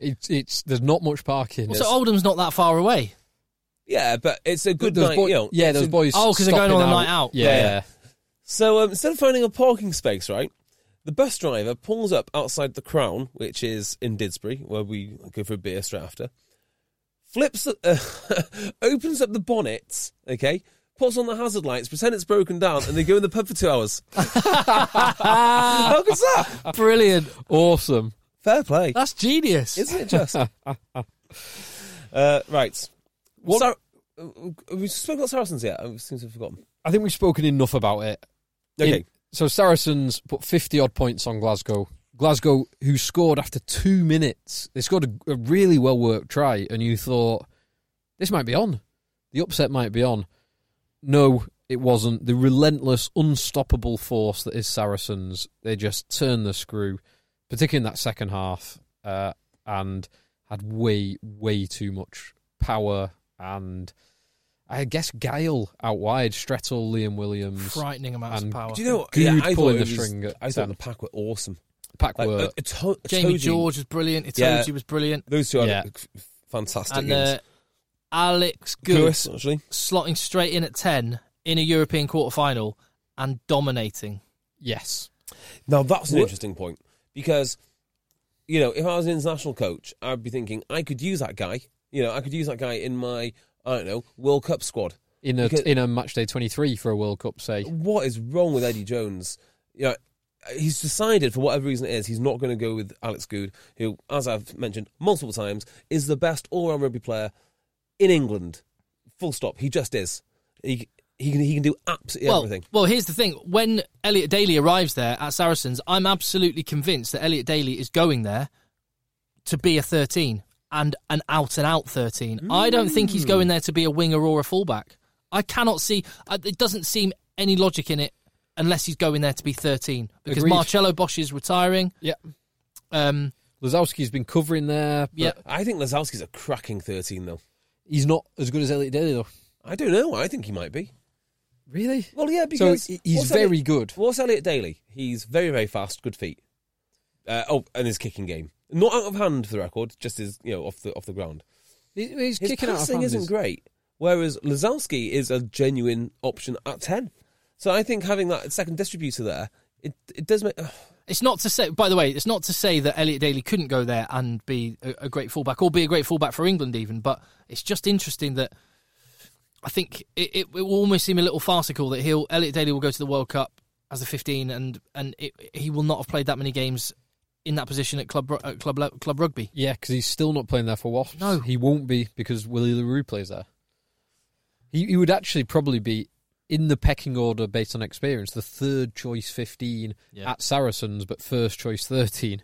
Speaker 4: It's it's there's not much parking.
Speaker 2: Well,
Speaker 4: It's-
Speaker 2: so Oldham's not that far away.
Speaker 3: Yeah, but it's a good
Speaker 4: those
Speaker 3: night,
Speaker 4: boy-
Speaker 3: you know.
Speaker 4: yeah,
Speaker 3: it's
Speaker 4: those
Speaker 3: a-
Speaker 4: boys.
Speaker 2: Oh, 'cause they're going
Speaker 4: stopping
Speaker 2: on a night out.
Speaker 4: Yeah,
Speaker 3: Yeah. So um, instead of finding a parking space, right, the bus driver pulls up outside the Crown, which is in Didsbury, where we go for a beer straight after. Flips, uh, <laughs> opens up the bonnet, okay, puts on the hazard lights, pretend it's broken down, and they go in the pub for two <laughs> hours. How good's that?
Speaker 2: Brilliant.
Speaker 4: awesome.
Speaker 3: Fair play,
Speaker 2: That's genius.
Speaker 3: isn't it? <laughs> Just uh, right. What? Sar- uh, we spoke about Saracens yet? I seem to have forgotten.
Speaker 4: I think we've spoken enough about it.
Speaker 3: Okay.
Speaker 4: In- so Saracens put 50 odd points on Glasgow. Glasgow, who scored after two minutes, they scored a, a really well worked try, and you thought, this might be on. The upset might be on. No, it wasn't. The relentless, unstoppable force that is Saracens, they just turned the screw, particularly in that second half, uh, and had way, way too much power and. I guess Gail out wide, Strettle, Liam Williams.
Speaker 2: Frightening amounts of
Speaker 4: And
Speaker 2: power.
Speaker 3: Do you know? what?
Speaker 4: Good
Speaker 3: I thought
Speaker 4: pulling
Speaker 3: it
Speaker 4: the
Speaker 3: was-
Speaker 4: string at
Speaker 3: I thought
Speaker 4: 10.
Speaker 3: the pack were awesome.
Speaker 4: Pack
Speaker 3: Like,
Speaker 4: were
Speaker 3: uh, Ato-
Speaker 2: Jamie
Speaker 3: Itoji.
Speaker 2: George was brilliant. Itoji
Speaker 3: Yeah.
Speaker 2: was brilliant.
Speaker 3: Those two are
Speaker 4: Yeah.
Speaker 3: f- f- fantastic.
Speaker 2: And
Speaker 3: games.
Speaker 2: uh, Alex Good
Speaker 3: Lewis, actually.
Speaker 2: slotting straight in at 10 in a European quarter final and dominating.
Speaker 4: yes.
Speaker 3: Now that's an
Speaker 4: Wha-
Speaker 3: interesting point because you know if I was an international coach, I'd be thinking I could use that guy. You know, I could use that guy in my I don't know World Cup squad.
Speaker 4: In a
Speaker 3: Because-
Speaker 4: in a match day twenty three for a World Cup, say
Speaker 3: What is wrong with Eddie Jones? You know, he's decided for whatever reason it is, he's not going to go with Alex Good, who, as I've mentioned multiple times, is the best all-round rugby player in England. Full stop. He just is. He he can he can do absolutely
Speaker 2: well,
Speaker 3: everything.
Speaker 2: well, here's the thing. When Elliot Daly arrives there at Saracens, I'm absolutely convinced that Elliot Daly is going there to be a 13 and an out and out 13. I don't think he's going there to be a winger or a fullback. I cannot see, I- it doesn't seem any logic in it unless he's going there to be 13 because
Speaker 4: Agreed.
Speaker 2: Marcello Bosch is retiring.
Speaker 4: yeah.
Speaker 2: Um,
Speaker 4: Lazowski's been covering there. but
Speaker 2: yeah.
Speaker 3: I think Lazowski's a cracking 13, though.
Speaker 4: he's not as good as Elliot Daly though.
Speaker 3: I don't know. I think he might be.
Speaker 4: Really?
Speaker 3: Well, yeah, because
Speaker 4: he- he's
Speaker 3: what's
Speaker 4: very
Speaker 3: Elliot-
Speaker 4: good.
Speaker 3: What's Elliot Daly? He's very, very fast, good feet. Uh, oh, and his kicking game, not out of hand for the record, just his you know off the off the ground.
Speaker 4: He- He's
Speaker 3: His
Speaker 4: kicking out of
Speaker 3: passing
Speaker 4: hand.
Speaker 3: isn't great, whereas Lazowski is a genuine option at ten. So I think having that second distributor there, it it does make.
Speaker 2: It's not to say, by the way, it's not to say that Elliot Daly couldn't go there and be a, a great fullback or be a great fullback for England, even. But it's just interesting that I think it, it, it will almost seem a little farcical that he'll Elliot Daly will go to the World Cup as a 15 and and it, he will not have played that many games in that position at club ru- at club le- club rugby.
Speaker 4: Yeah, because he's still not playing there for Wasps.
Speaker 2: No.
Speaker 4: he won't be because Willie Larue plays there. He he would actually probably be in the pecking order based on experience, the third choice fifteen
Speaker 2: Yeah.
Speaker 4: at Saracens, but first choice thirteen,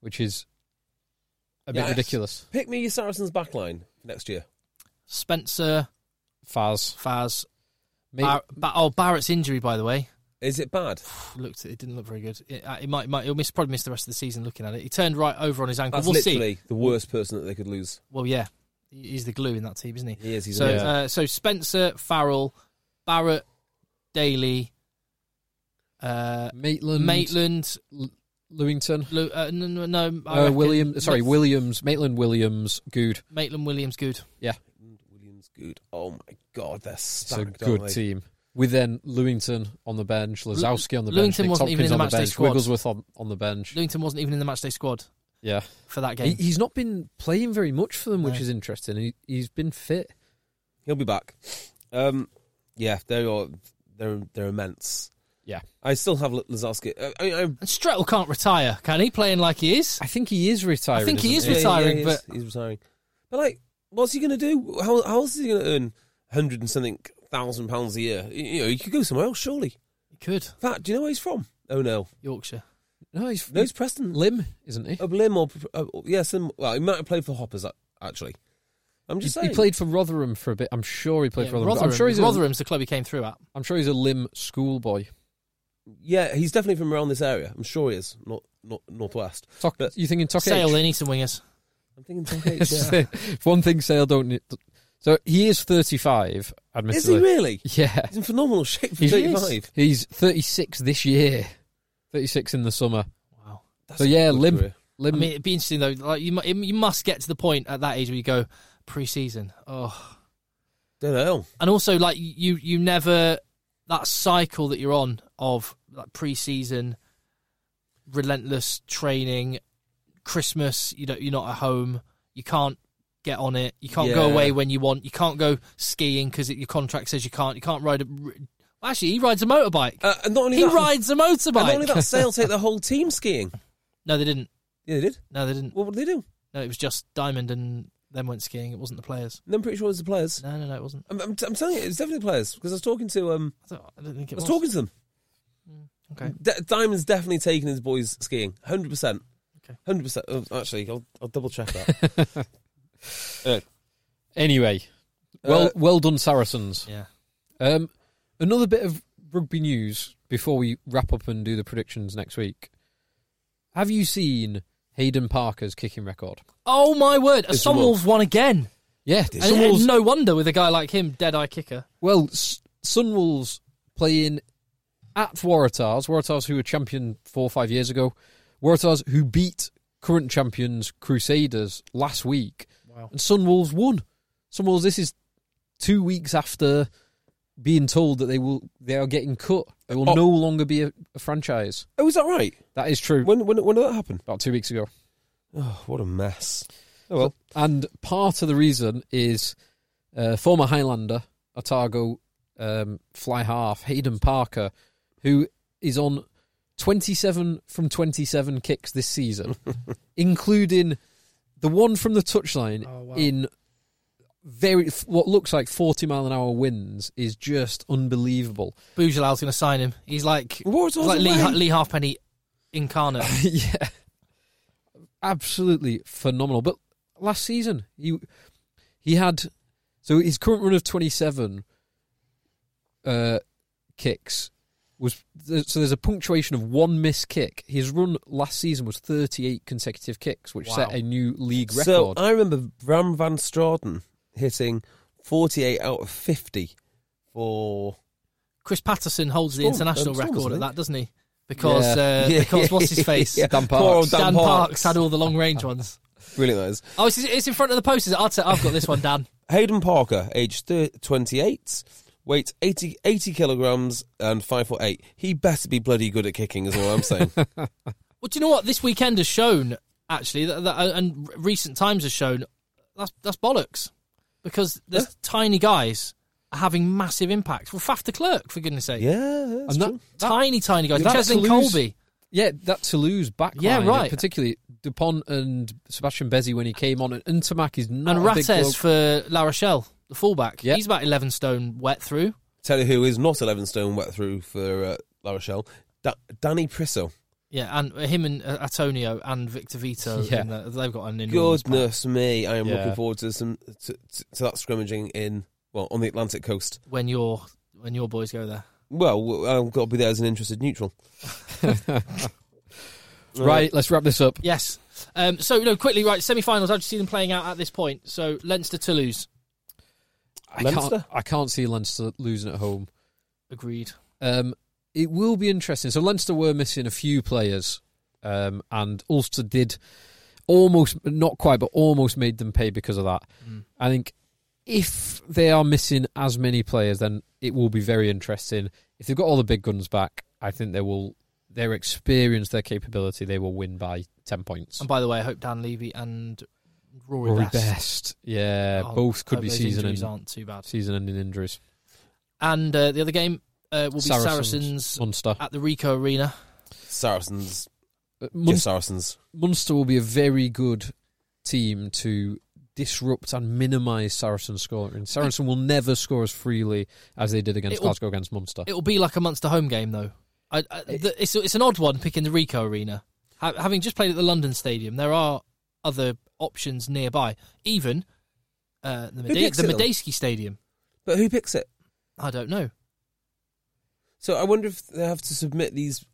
Speaker 4: which is a bit
Speaker 3: Yes.
Speaker 4: ridiculous.
Speaker 3: Pick me your Saracens backline next year.
Speaker 2: Spencer
Speaker 4: Faz,
Speaker 2: Faz,
Speaker 4: Mate-
Speaker 2: Bar- Ba- oh Barrett's injury, by the way,
Speaker 3: Is it bad?
Speaker 2: looked it didn't look very good. It, uh, it might, might he'll miss probably miss the rest of the season looking at it. He turned right over on his ankle.
Speaker 3: That's
Speaker 2: we'll see.
Speaker 3: literally the worst person that they could lose.
Speaker 2: Well, yeah, He- he's the glue in that team, isn't he?
Speaker 3: He is. He's
Speaker 2: so,
Speaker 3: amazing.
Speaker 2: uh, so Spencer, Farrell, Barrett, Daly, uh,
Speaker 4: Maitland,
Speaker 2: Maitland,
Speaker 4: Lewington,
Speaker 2: Lu- uh, no, no, no I
Speaker 4: uh,
Speaker 2: reckon-
Speaker 4: William. Sorry, Williams, Maitland, Williams, Good.
Speaker 2: Maitland Williams, good.
Speaker 3: Williams, good. Oh my god, they're
Speaker 4: It's a
Speaker 3: stacked. aren't
Speaker 4: good
Speaker 3: they?
Speaker 4: team. With then Lewington on the bench, Lazowski on the bench,
Speaker 2: Lewington
Speaker 4: Nick
Speaker 2: wasn't even
Speaker 4: Tompkins
Speaker 2: in the
Speaker 4: on the
Speaker 2: matchday
Speaker 4: bench,
Speaker 2: squad.
Speaker 4: Wigglesworth on, on the bench.
Speaker 2: Lewington wasn't even in the matchday squad
Speaker 4: Yeah,
Speaker 2: for that
Speaker 4: he,
Speaker 2: game.
Speaker 4: he's not been playing very much for them, which
Speaker 2: No.
Speaker 4: is interesting. He, he's been fit.
Speaker 3: He'll be back. Um, yeah, they are they're they're immense.
Speaker 4: Yeah,
Speaker 3: I still have L- Lazowski. I, I, I,
Speaker 2: and Strettle can't retire, can he? Playing like he is.
Speaker 4: I think he is retiring.
Speaker 2: I think he
Speaker 4: isn't
Speaker 2: is retiring,
Speaker 3: he's, he's retiring. But like, what's he going to do? How how else is he going to earn hundred and something thousand pounds a year? You, you know, he could go somewhere else. Surely.
Speaker 2: He could
Speaker 3: In fact, do you know where he's from? Oh no,
Speaker 2: Yorkshire.
Speaker 4: No, he's,
Speaker 3: no, he's Preston.
Speaker 4: Lim, isn't he?
Speaker 2: Oh,
Speaker 3: Of Lim or uh, yes, Lim, well, he might have played for Hoppers uh, actually. I'm
Speaker 4: He,
Speaker 3: just
Speaker 4: he
Speaker 3: saying.
Speaker 4: played for Rotherham for a bit. I'm sure he played
Speaker 2: Yeah,
Speaker 4: for Rotherham. but I'm sure he's a,
Speaker 2: Rotherham's the club he came through at.
Speaker 4: I'm sure he's a Lim schoolboy.
Speaker 3: Yeah, he's definitely from around this area. I'm sure he is. Not not northwest.
Speaker 4: Toc,
Speaker 3: But-
Speaker 4: you thinking Toc
Speaker 2: Sale,
Speaker 4: Edge?
Speaker 2: they need some wingers.
Speaker 3: I'm thinking Tom
Speaker 4: <laughs>
Speaker 3: H. Yeah.
Speaker 4: If One thing Sale don't. need- So he is 35. Admittedly,
Speaker 3: is he really?
Speaker 4: Yeah,
Speaker 3: He's in phenomenal shape for
Speaker 4: He's-
Speaker 3: 35.
Speaker 4: He's 36 this year. 36 in the summer.
Speaker 2: Wow.
Speaker 4: so yeah,
Speaker 3: a good
Speaker 4: Lim.
Speaker 3: career.
Speaker 4: Lim.
Speaker 2: I mean, it'd be interesting though. Like you, mu- you must get to the point at that age where you go pre-season. Oh,
Speaker 3: Don't know.
Speaker 2: and also like you, you never that cycle that you're on of like pre-season, relentless training, Christmas. You know, you're not at home. You can't get on it. You can't go
Speaker 3: Yeah.
Speaker 2: away when you want. You can't go skiing because your contract says you can't. You can't ride a. Actually, he rides a motorbike.
Speaker 3: Uh, and not only
Speaker 2: he
Speaker 3: that,
Speaker 2: rides a motorbike.
Speaker 3: And not only that, Sale take the whole team skiing.
Speaker 2: <laughs> no, they didn't.
Speaker 3: Yeah, they did.
Speaker 2: No, they didn't.
Speaker 3: Well, what did they do?
Speaker 2: No, it was just Diamond and them went skiing. It wasn't the players.
Speaker 3: No, I'm pretty sure it was the players.
Speaker 2: No, no, no, it wasn't.
Speaker 3: I'm, I'm, I'm telling you, it's definitely the players because I was talking to um,
Speaker 2: I don't, I don't think
Speaker 3: I
Speaker 2: it
Speaker 3: was
Speaker 2: was. Mm,
Speaker 3: talking to them.
Speaker 2: Okay.
Speaker 3: De- Diamond's definitely taking his boys skiing. Hundred percent.
Speaker 2: Okay.
Speaker 3: Hundred percent. Oh, Actually, I'll, I'll double check that. <laughs>
Speaker 4: Anyway, well,
Speaker 3: Uh,
Speaker 4: well done, Saracens.
Speaker 2: Yeah.
Speaker 4: Um, another bit of rugby news before we wrap up and do the predictions next week. Have you seen Hayden Parker's kicking record?
Speaker 2: Oh my word! A
Speaker 3: It's
Speaker 2: Son
Speaker 3: Wolves.
Speaker 2: Wolves won again.
Speaker 4: Yeah,
Speaker 2: And,
Speaker 4: Sunwolves.
Speaker 2: and no wonder with a guy like him, dead-eye kicker.
Speaker 4: Well, S- Sunwolves playing at Waratahs. Waratahs, who were champion four or five years ago. Waratahs, who beat current champions Crusaders last week.
Speaker 2: Wow.
Speaker 4: And Sunwolves won. Sunwolves, this is two weeks after being told that they will they are getting cut. They will
Speaker 3: Oh.
Speaker 4: no longer be a, a franchise.
Speaker 3: oh, is that right?
Speaker 4: That is true.
Speaker 3: When when when did that happen?
Speaker 4: About two weeks ago.
Speaker 3: Oh, what a mess. Oh well.
Speaker 4: And part of the reason is uh, former Highlander, Otago um, fly half, Hayden Parker, who is on 27 from 27 kicks this season, including the one from the touchline
Speaker 2: Oh, wow.
Speaker 4: in very what looks like 40 mile an hour winds is just unbelievable.
Speaker 2: Bujal's going to sign him. He's like,
Speaker 3: Waratahs
Speaker 2: he's like Lee,
Speaker 3: away.
Speaker 2: Ha- Lee Halfpenny incarnate.
Speaker 4: <laughs> yeah, absolutely phenomenal. But last season, he he had so his current run of twenty seven uh, kicks was so there's a punctuation of one missed kick. His run last season was thirty eight consecutive kicks, which set
Speaker 2: Wow. uh,
Speaker 4: a new league record.
Speaker 3: So I remember Ram Van Straden hitting 48 out of 50 for.
Speaker 2: Chris Patterson holds the
Speaker 3: Oh,
Speaker 2: international
Speaker 3: um, Storm,
Speaker 2: record
Speaker 3: isn't
Speaker 2: at
Speaker 3: it?
Speaker 2: that, doesn't he? Because
Speaker 4: Yeah.
Speaker 2: uh, because what's his face?
Speaker 3: Yeah.
Speaker 4: Dan
Speaker 3: Poor
Speaker 4: Parks.
Speaker 3: old Dan,
Speaker 2: Dan, Parks. had all the long range ones.
Speaker 3: Brilliant, that is.
Speaker 2: Oh, it's, it's in front of the post. Is it? I'll t- I've got this one, Dan.
Speaker 3: Hayden Parker, age thir 28, weight 80, 80 kilograms and 5 foot 8. He better be bloody good at kicking, is all I'm saying.
Speaker 2: Well, do you know what this weekend has shown? Actually, that, that, and recent times has shown that's that's bollocks because there's tiny guys are having massive impacts. Well, Faf de Klerk, for goodness' sake,
Speaker 3: yeah, that's
Speaker 4: And that-
Speaker 3: true.
Speaker 2: tiny, tiny guys.
Speaker 4: That
Speaker 2: Cheslin
Speaker 4: Toulouse-
Speaker 2: Colby,
Speaker 4: Yeah, that Toulouse backline,
Speaker 2: Yeah, right.
Speaker 4: Particularly Dupont and Sebastian Bezzi when he came on, and Untamak is not
Speaker 2: and
Speaker 4: a big bloke.
Speaker 2: Rates for La Rochelle, the fullback.
Speaker 4: Yeah.
Speaker 2: He's about eleven stone wet through.
Speaker 3: Tell you who is not 11 stone wet through for uh, La Rochelle. Da- Danny Prisso.
Speaker 2: Yeah, and him and uh, Antonio and Victor Vito.
Speaker 4: <laughs> Yeah.
Speaker 2: in the- they've got an enormous. pack.
Speaker 3: Goodness me, I am
Speaker 4: Yeah.
Speaker 3: looking forward to some to, to, to that scrimmaging in, well, on the Atlantic coast.
Speaker 2: When your when your boys go there,
Speaker 3: Well, w- I've got to be there as an interested neutral.
Speaker 4: Right, let's wrap this up.
Speaker 2: yes. Um, so no, quickly, right? Semi-finals. How do you see them playing out at this point? So Leinster, Toulouse,
Speaker 4: I can't,
Speaker 3: Leinster?
Speaker 4: I can't see Leinster losing at home.
Speaker 2: agreed.
Speaker 4: Um, it will be interesting. So Leinster were missing a few players, um, and Ulster did almost, not quite, but almost made them pay because of that.
Speaker 2: Mm.
Speaker 4: I think if they are missing as many players, then it will be very interesting. If they've got all the big guns back, I think they will. Their experience, their capability, they will win by ten points.
Speaker 2: And by the way, I hope Dan Levy and Rory,
Speaker 4: Rory
Speaker 2: Best,
Speaker 4: Best, yeah,
Speaker 2: Oh,
Speaker 4: both could
Speaker 2: hope
Speaker 4: be
Speaker 2: those
Speaker 4: season
Speaker 2: injuries
Speaker 4: ending,
Speaker 2: aren't too bad.
Speaker 4: season ending injuries.
Speaker 2: And uh, the other game uh, will be Saracens,
Speaker 4: Munster.
Speaker 2: at the Rico Arena.
Speaker 3: Saracens.
Speaker 4: Uh,
Speaker 3: Just
Speaker 4: Munster,
Speaker 3: Saracens.
Speaker 4: Munster will be a very good team to disrupt and minimise Saracen scoring. Saracen will never score as freely as they did against
Speaker 2: It'll-
Speaker 4: Glasgow against Munster.
Speaker 2: It will be like a Munster home game, though. I, I, the, it's it's an odd one picking the Rico Arena, ha- having just played at the London Stadium. There are other options nearby. Even uh, the,
Speaker 3: Who
Speaker 2: Mede-
Speaker 3: picks
Speaker 2: the
Speaker 3: it, though?
Speaker 2: Medeski Stadium.
Speaker 3: But who picks it?
Speaker 2: I don't know.
Speaker 3: So I wonder if they have to submit these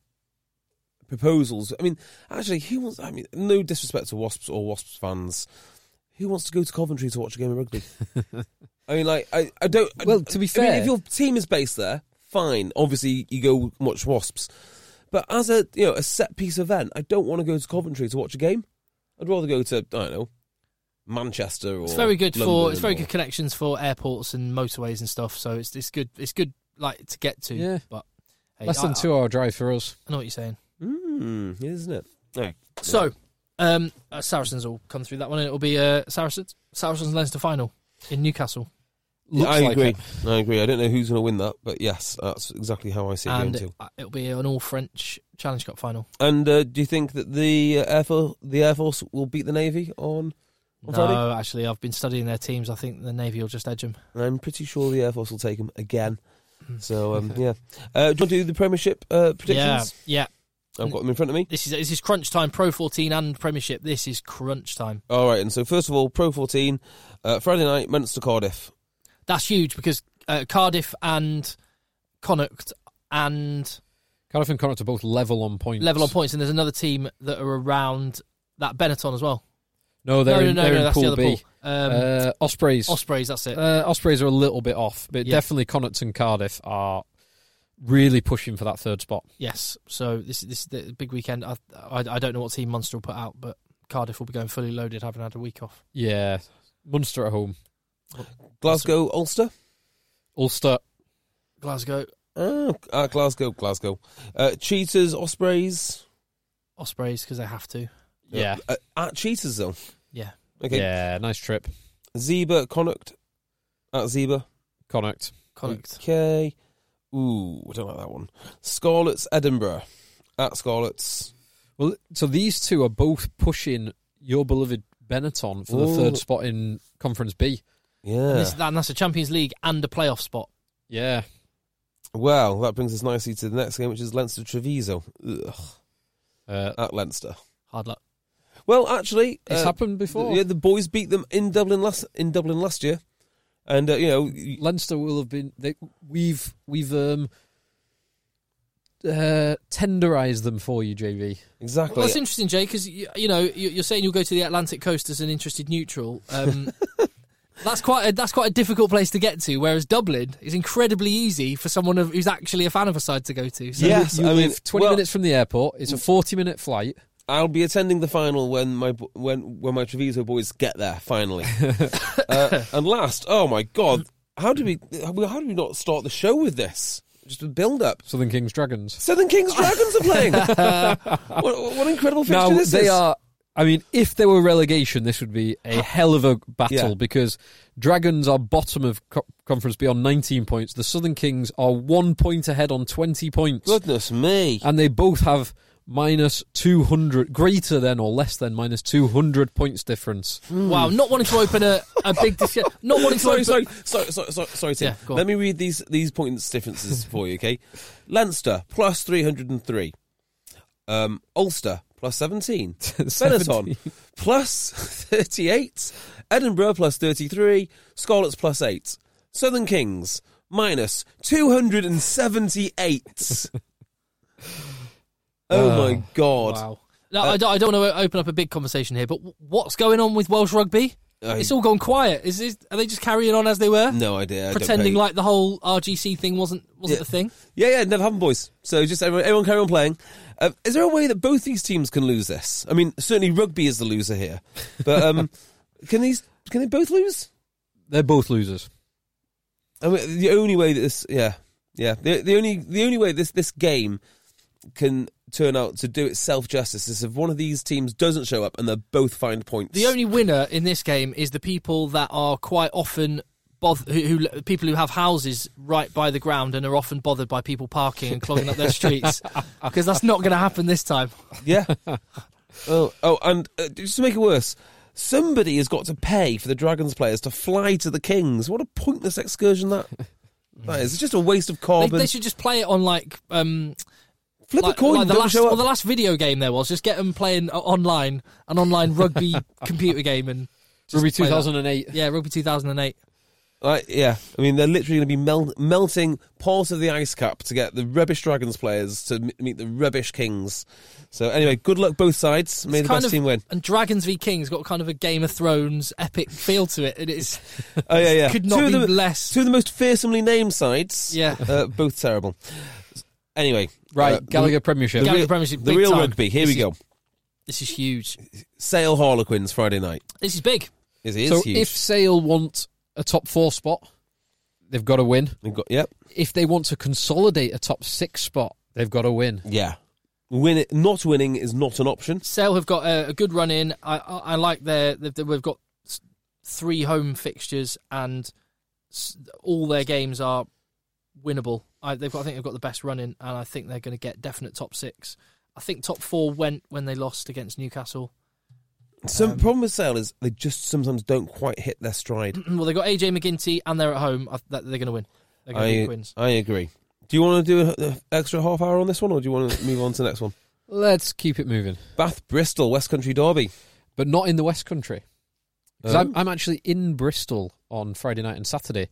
Speaker 3: proposals. I mean, actually, who wants? I mean, no disrespect to Wasps or Wasps fans, who wants to go to Coventry to watch a game of
Speaker 2: <laughs>
Speaker 3: rugby? I mean, like, I, I don't. I-
Speaker 4: Well, to be
Speaker 3: I mean,
Speaker 4: fair-
Speaker 3: if your team is based there, fine. Obviously, you go watch Wasps. But as a you know a set piece event, I don't want to go to Coventry to watch a game. I'd rather go to I don't know Manchester or
Speaker 2: It's very good for
Speaker 3: London
Speaker 2: it's very
Speaker 3: or-
Speaker 2: good connections for airports and motorways and stuff. So it's it's good it's good like to get to.
Speaker 4: Yeah.
Speaker 2: But hey,
Speaker 4: Less
Speaker 2: I-
Speaker 4: than two hour drive for us.
Speaker 2: I know what you're saying.
Speaker 3: Mm, isn't it? Right.
Speaker 2: So, um, uh, Saracens will come through that one, and it'll be uh, Saracens Saracens Leicester final in Newcastle,
Speaker 3: Yeah,
Speaker 4: Looks
Speaker 3: I
Speaker 4: like
Speaker 3: agree.
Speaker 4: it.
Speaker 3: I agree. I don't know who's going to win that, but yes, that's exactly how I see it going
Speaker 2: and
Speaker 3: to.
Speaker 2: uh, it'll be an all French Challenge Cup final.
Speaker 3: And uh, do you think that the uh, Air Force, the Air Force will beat the Navy on?
Speaker 4: Oh,
Speaker 3: On
Speaker 2: No, actually, I've been studying their teams. I think the Navy will just edge them.
Speaker 3: And I'm pretty sure the Air Force will take them again.
Speaker 4: Hmm.
Speaker 3: So
Speaker 4: <laughs>
Speaker 3: um, yeah, uh, do you want to do the Premiership uh,
Speaker 2: Yeah,
Speaker 3: predictions?
Speaker 2: yeah.
Speaker 3: I've got them in front of me.
Speaker 2: This is this is crunch time. Pro 14 and Premiership. This is crunch time.
Speaker 3: All right, and so first of all, Pro 14, uh, Friday night, Munster Cardiff.
Speaker 2: That's huge because uh, Cardiff and Connacht and
Speaker 4: Cardiff and Connacht are both level on points.
Speaker 2: level on points, and there's another team that are around that Benetton as well.
Speaker 4: No, they're
Speaker 2: no,
Speaker 4: in,
Speaker 2: no,
Speaker 4: they're
Speaker 2: no,
Speaker 4: in
Speaker 2: no. That's
Speaker 4: pool
Speaker 2: the other
Speaker 4: B.
Speaker 2: pool. Um,
Speaker 4: uh, Ospreys.
Speaker 2: Ospreys. That's it.
Speaker 4: uh, Ospreys are a little bit off, but
Speaker 2: Yeah.
Speaker 4: definitely Connacht and Cardiff are really pushing for that third spot.
Speaker 2: Yes. So this this is the big weekend. I, I I don't know what team Munster will put out, but Cardiff will be going fully loaded, having had a week off.
Speaker 4: Yeah, Munster at home,
Speaker 3: Glasgow, Ulster.
Speaker 4: Ulster.
Speaker 2: Glasgow
Speaker 3: Oh, uh, Glasgow, Glasgow. Uh, Cheetahs, Ospreys.
Speaker 2: Ospreys because they have to.
Speaker 4: Yeah,
Speaker 3: Uh, at Cheetahs though.
Speaker 2: Yeah.
Speaker 3: Okay.
Speaker 4: yeah, nice trip,
Speaker 3: Zebra, Connacht. At Zebra.
Speaker 4: Connacht.
Speaker 2: Connacht.
Speaker 3: Okay. Ooh, I don't like that one. Scarlets Edinburgh. At Scarlets.
Speaker 4: Well, so these two are both pushing your beloved Benetton for
Speaker 3: Ooh.
Speaker 4: the third spot in Conference B.
Speaker 2: And,
Speaker 3: Yeah.
Speaker 2: this, and that's a Champions League and a playoff spot.
Speaker 4: Yeah,
Speaker 3: Well, that brings us nicely to the next game, which is Leinster Treviso. Ugh.
Speaker 4: uh,
Speaker 3: At Leinster.
Speaker 2: Hard luck.
Speaker 3: Well, actually,
Speaker 4: it's
Speaker 3: uh,
Speaker 4: happened before.
Speaker 3: Yeah, the boys beat them in Dublin last in Dublin last year, and uh, you know, y-
Speaker 4: Leinster will have been. They, we've we've um, uh, tenderized them for you, JV.
Speaker 3: exactly.
Speaker 2: Well, it's interesting, Jay, because you, you know you- you're saying you'll go to the Atlantic coast as an interested neutral.
Speaker 3: <laughs>
Speaker 2: Um, that's quite a, that's quite a difficult place to get to. Whereas Dublin is incredibly easy for someone of, who's actually a fan of a side to go to. So
Speaker 3: Yes,
Speaker 4: you
Speaker 3: I
Speaker 4: live
Speaker 3: mean,
Speaker 4: 20
Speaker 3: well- Mm.
Speaker 4: minutes from the airport. It's a 40 minute flight.
Speaker 3: I'll be attending the final when my bo- when when my Treviso boys get there finally. uh, and last, oh my god, how do we how do we not start the show with this? Just a build up.
Speaker 4: Southern Kings Dragons.
Speaker 3: Southern Kings Dragons are playing. what, what what incredible fixture
Speaker 4: Now,
Speaker 3: this
Speaker 4: they
Speaker 3: is!
Speaker 4: are. I mean, if there were relegation, this would be a hell of a battle
Speaker 3: Yeah.
Speaker 4: because Dragons are bottom of co- conference B on 19 points. The Southern Kings are one point ahead on 20 points.
Speaker 3: Goodness me!
Speaker 4: And they both have minus 200, greater than or less than minus 200 points difference.
Speaker 3: Hmm.
Speaker 2: wow, not wanting to open a, a big
Speaker 3: <laughs>
Speaker 2: discussion. Not wanting to
Speaker 3: Uh, Sorry,
Speaker 2: open.
Speaker 3: sorry, sorry, sorry, sorry, sorry Tim.
Speaker 2: Yeah, go on.
Speaker 3: Let me read these these points differences for you, okay? Leinster plus three hundred and three, um, Ulster plus seventeen, Benetton plus thirty eight, Edinburgh plus thirty three, Scarlets plus eight, Southern Kings minus two hundred and seventy eight. oh my god!
Speaker 2: Wow.
Speaker 3: Uh,
Speaker 2: No, I, don't, I don't want to open up a big conversation here, but w- what's going on with Welsh rugby?
Speaker 3: I-
Speaker 2: it's all gone quiet. Is this, are they just carrying on as they were,
Speaker 3: No idea. I don't
Speaker 2: pretending
Speaker 3: pay-
Speaker 2: like the whole RGC thing wasn't wasn't
Speaker 3: Yeah.
Speaker 2: a thing?
Speaker 3: Yeah, yeah, it never happened, boys. So just everyone, everyone carry on playing. Uh, is there a way that both these teams can lose this? I mean, certainly rugby is the loser here, but
Speaker 2: <laughs>
Speaker 3: um, can these can they both lose?
Speaker 4: They're both losers.
Speaker 3: I mean, the only way that this, yeah, yeah, the, the only the only way this this game can turn out to do itself justice is if one of these teams doesn't show up and they both find points.
Speaker 2: The only winner in this game is the people that are quite often both who, who people who have houses right by the ground and are often bothered by people parking and clogging up
Speaker 3: <laughs>
Speaker 2: their streets because that's not going to happen this time.
Speaker 3: yeah. <laughs> oh, oh, and uh, just to make it worse. Somebody has got to pay for the Dragons players to fly to the Kings. What a pointless excursion
Speaker 2: <laughs>
Speaker 3: that that is. It's just a waste of
Speaker 2: They,
Speaker 3: carbon.
Speaker 2: they should just play it on like um
Speaker 3: Flip
Speaker 2: like,
Speaker 3: a coin.
Speaker 2: like the
Speaker 3: don't
Speaker 2: last
Speaker 3: show up.
Speaker 2: or the uh,
Speaker 3: <laughs>
Speaker 2: last video game there was. Just get them playing o- online an online rugby computer game and
Speaker 4: Ruby
Speaker 2: play that.
Speaker 4: 2008.
Speaker 2: Yeah, Rugby 2008.
Speaker 3: Like, yeah, I mean, they're literally going to be mel- melting part of the ice cap to get the rubbish Dragons players to m- meet the rubbish Kings. So anyway, good luck both sides. May
Speaker 2: It's
Speaker 3: the
Speaker 2: kind
Speaker 3: best
Speaker 2: of-
Speaker 3: team win.
Speaker 2: And Dragons v Kings got kind of a Game of Thrones epic feel to it. It is.
Speaker 3: Oh yeah, yeah.
Speaker 2: <laughs> Could not
Speaker 3: two
Speaker 2: be
Speaker 3: of the,
Speaker 2: less.
Speaker 3: Two of the most fearsomely named sides.
Speaker 2: Yeah.
Speaker 3: uh, both
Speaker 2: <laughs>
Speaker 3: terrible. Anyway,
Speaker 4: Right,
Speaker 3: uh, the-
Speaker 4: Gallagher Premiership.
Speaker 3: The,
Speaker 2: Gallagher
Speaker 3: real,
Speaker 2: Premiership,
Speaker 3: the
Speaker 2: big
Speaker 3: real
Speaker 2: time.
Speaker 3: rugby. Here
Speaker 2: This
Speaker 3: we go.
Speaker 2: This is huge.
Speaker 3: Sale Harlequins Friday night.
Speaker 2: This is big.
Speaker 3: It is
Speaker 4: so
Speaker 3: huge.
Speaker 4: if Sale want a top four spot, they've got to win.
Speaker 3: We've got, yep.
Speaker 4: If they want to consolidate a top six spot, they've got to win.
Speaker 3: Yeah. Win not winning is not an option.
Speaker 2: Sale have got a, a good run in. I, I, I like their. they've- they've- We've got s- three home fixtures, and s- all their games are winnable. I, they've got, I think they've got the best run in, and I think they're going to get definite top six. I think top four went when they lost against Newcastle. <clears throat>
Speaker 3: Some problem with Sale is they just sometimes don't quite hit their stride.
Speaker 2: well, they got AJ McGinty, and they're at home. I, that, they're going to win. They're going to
Speaker 3: I,
Speaker 2: win Quins.
Speaker 3: I agree. Do you want to do an extra half hour on this one, or do you want to move on to the next one?
Speaker 4: Let's keep it moving,
Speaker 3: Bath Bristol West Country Derby.
Speaker 4: but not in the West Country. 'Cause
Speaker 3: Um,
Speaker 4: I'm, I'm actually in Bristol on Friday night and Saturday.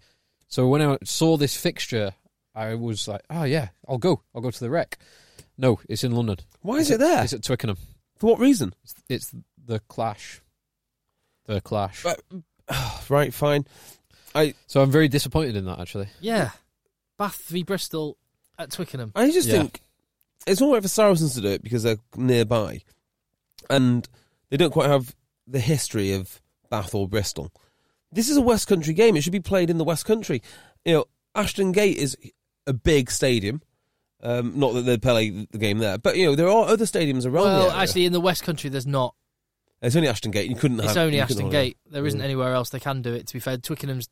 Speaker 4: So when I saw this fixture, I was like, oh, yeah, I'll go. I'll go to the wreck. No, it's in London.
Speaker 3: Why is
Speaker 4: It's
Speaker 3: it
Speaker 4: at-
Speaker 3: there?
Speaker 4: It's at Twickenham.
Speaker 3: For what reason?
Speaker 4: It's, it's the clash. The clash.
Speaker 3: Right. Right, fine. I
Speaker 4: So I'm very disappointed in that, actually.
Speaker 2: Yeah, Bath v Bristol at Twickenham.
Speaker 3: I just
Speaker 4: Yeah.
Speaker 3: think it's all right for Saracens to do it because they're nearby, and they don't quite have the history of Bath or Bristol. This is a West Country game. It should be played in the West Country. You know, Ashton Gate is a big stadium. Um, not that they play the game there, but you know there are other stadiums around. the
Speaker 2: Well,
Speaker 3: area.
Speaker 2: actually, in the West Country, there's not.
Speaker 3: it's only Ashton Gate. You couldn't.
Speaker 2: It's
Speaker 3: have,
Speaker 2: only
Speaker 3: you couldn't
Speaker 2: Ashton
Speaker 3: hold
Speaker 2: Gate.
Speaker 3: it.
Speaker 2: There isn't
Speaker 3: Mm.
Speaker 2: anywhere else they can do it. To be fair, Twickenham's.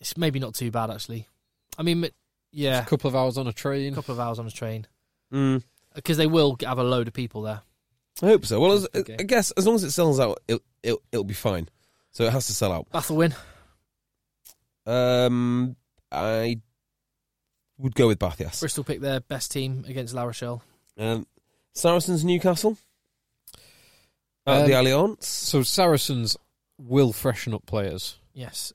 Speaker 2: It's maybe not too bad actually. I mean, it- yeah,
Speaker 4: It's a couple of hours on a
Speaker 2: a
Speaker 4: train.
Speaker 2: couple of hours on a train
Speaker 3: Mm.
Speaker 2: because they will have a load of people there.
Speaker 3: I hope so. Well, as,
Speaker 2: Okay.
Speaker 3: I guess as long as it sells out, it'll, it'll, it'll be fine. So it has to sell out.
Speaker 2: Bath will win.
Speaker 3: Um, I would go with Bath, yes.
Speaker 2: Bristol pick their best team against La Rochelle.
Speaker 3: Um, Saracens Newcastle at
Speaker 4: Um,
Speaker 3: the Alliance.
Speaker 4: So Saracens will freshen up players.
Speaker 2: Yes,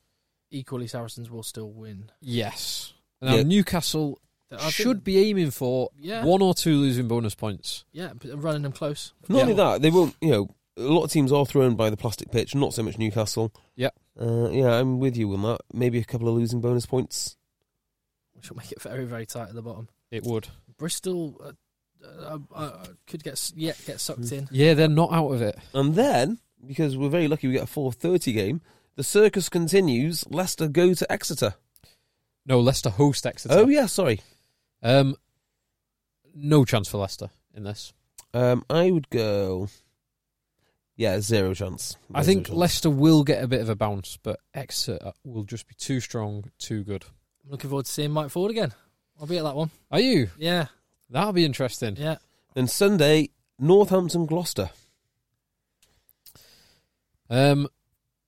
Speaker 2: equally Saracens will still win.
Speaker 4: Yes. Now
Speaker 3: Yeah.
Speaker 4: Newcastle
Speaker 2: I think-
Speaker 4: should be aiming for
Speaker 2: Yeah.
Speaker 4: one or two losing bonus points.
Speaker 2: yeah, but running them close.
Speaker 3: Not only
Speaker 4: Yeah.
Speaker 3: that, they won't. You know, a lot of teams are thrown by the plastic pitch. Not so much Newcastle.
Speaker 4: Yep.
Speaker 3: Uh, yeah, I'm with you on that. Maybe a couple of losing bonus points.
Speaker 2: which will make it very very tight at the bottom.
Speaker 4: It would.
Speaker 2: Bristol uh, uh, uh, could get s- yet get
Speaker 3: Hmm.
Speaker 2: sucked in.
Speaker 4: Yeah, they're not out of it.
Speaker 3: And then, because we're very lucky, we get a 4:30 game. The circus continues. Leicester go to Exeter.
Speaker 4: No, Leicester host Exeter.
Speaker 3: Oh yeah, sorry.
Speaker 4: Um, no chance for Leicester in this.
Speaker 3: Um, I would go. Yeah, zero chance.
Speaker 4: I
Speaker 3: Zero
Speaker 4: think
Speaker 3: chance.
Speaker 4: Leicester will get a bit of a bounce, but Exeter will just be too strong, too good.
Speaker 2: I'm looking forward to seeing Mike Ford again. I'll be at that one.
Speaker 4: Are you?
Speaker 2: Yeah,
Speaker 4: That'll be interesting.
Speaker 2: yeah.
Speaker 3: And Sunday, Northampton, Gloucester.
Speaker 4: Um,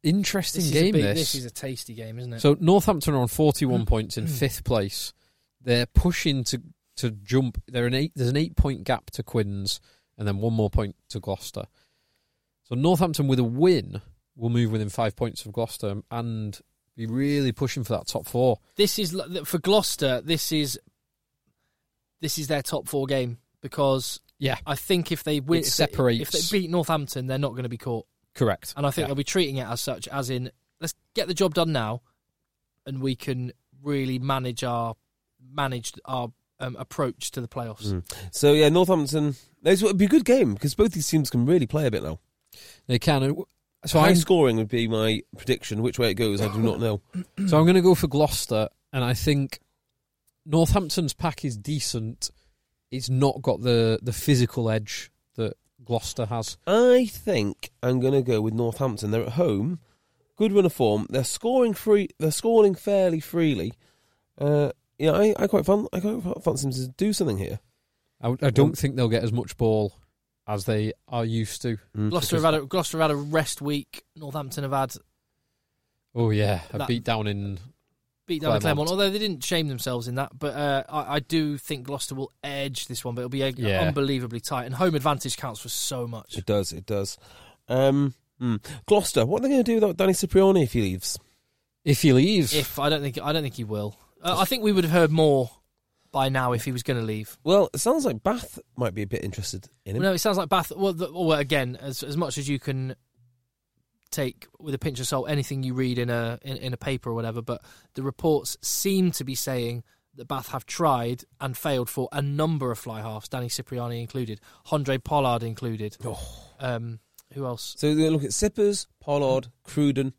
Speaker 4: interesting
Speaker 2: This is, a
Speaker 4: game.
Speaker 2: big-
Speaker 4: this.
Speaker 2: this is a tasty game, isn't it?
Speaker 4: So Northampton are on 41
Speaker 2: Mm.
Speaker 4: points in fifth place. They're pushing to to jump. They're an eight. There's an eight point gap to Quinns, and then one more point to Gloucester. So Northampton with a win will move within five points of Gloucester and be really pushing for that top four.
Speaker 2: this is li- for Gloucester. This is this is their top four game because
Speaker 4: Yeah,
Speaker 2: I think if they win,
Speaker 4: It
Speaker 2: if they- if
Speaker 4: separates.
Speaker 2: they, beat Northampton, they're not going to be caught,
Speaker 4: correct.
Speaker 2: and I think
Speaker 4: Yeah.
Speaker 2: they'll be treating it as such, as in let's get the job done now, and we can really manage our manage our um, approach to the playoffs.
Speaker 3: So yeah, Northampton. This would be a good game because both these teams can really play a bit now.
Speaker 4: they can. So
Speaker 3: High
Speaker 4: I'm
Speaker 3: scoring would be my prediction. Which way it goes, I do not know.
Speaker 4: so I'm going to go for Gloucester, and I think Northampton's pack is decent. It's not got the the physical edge that Gloucester has.
Speaker 3: I think I'm going to go with Northampton. They're at home, good run of form. They're scoring free. They're scoring fairly freely. Uh, yeah, I, I quite fan, I quite fancy them to do something here.
Speaker 4: I, I don't think they'll get as much ball as they are used to.
Speaker 2: Gloucester have had a, Gloucester had a rest week. Northampton have had
Speaker 4: Oh yeah, a
Speaker 2: That-
Speaker 4: beat down in
Speaker 2: beat down Claremont.
Speaker 4: Claremont.
Speaker 2: Claremont, although they didn't shame themselves in that. But uh, I, I do think Gloucester will edge this one, but it'll be uh,
Speaker 4: Yeah.
Speaker 2: unbelievably tight. And home advantage counts for so much.
Speaker 3: It does. It does. Um, Gloucester, what are they going to do without Danny Cipriani if he leaves?
Speaker 4: If he leaves,
Speaker 2: If I don't think I don't think he will. Uh, I think we would have heard more by now if he was going to leave.
Speaker 3: Well, it sounds like Bath might be a bit interested in him.
Speaker 2: Well, no, it sounds like Bath. Well, the, well again, as as much as you can take with a pinch of salt anything you read in a in, in a paper or whatever, but the reports seem to be saying that Bath have tried and failed for a number of fly halves, Danny Cipriani included, Andre Pollard included. Um, who else?
Speaker 3: So they look at Sippers, Pollard, Cruden.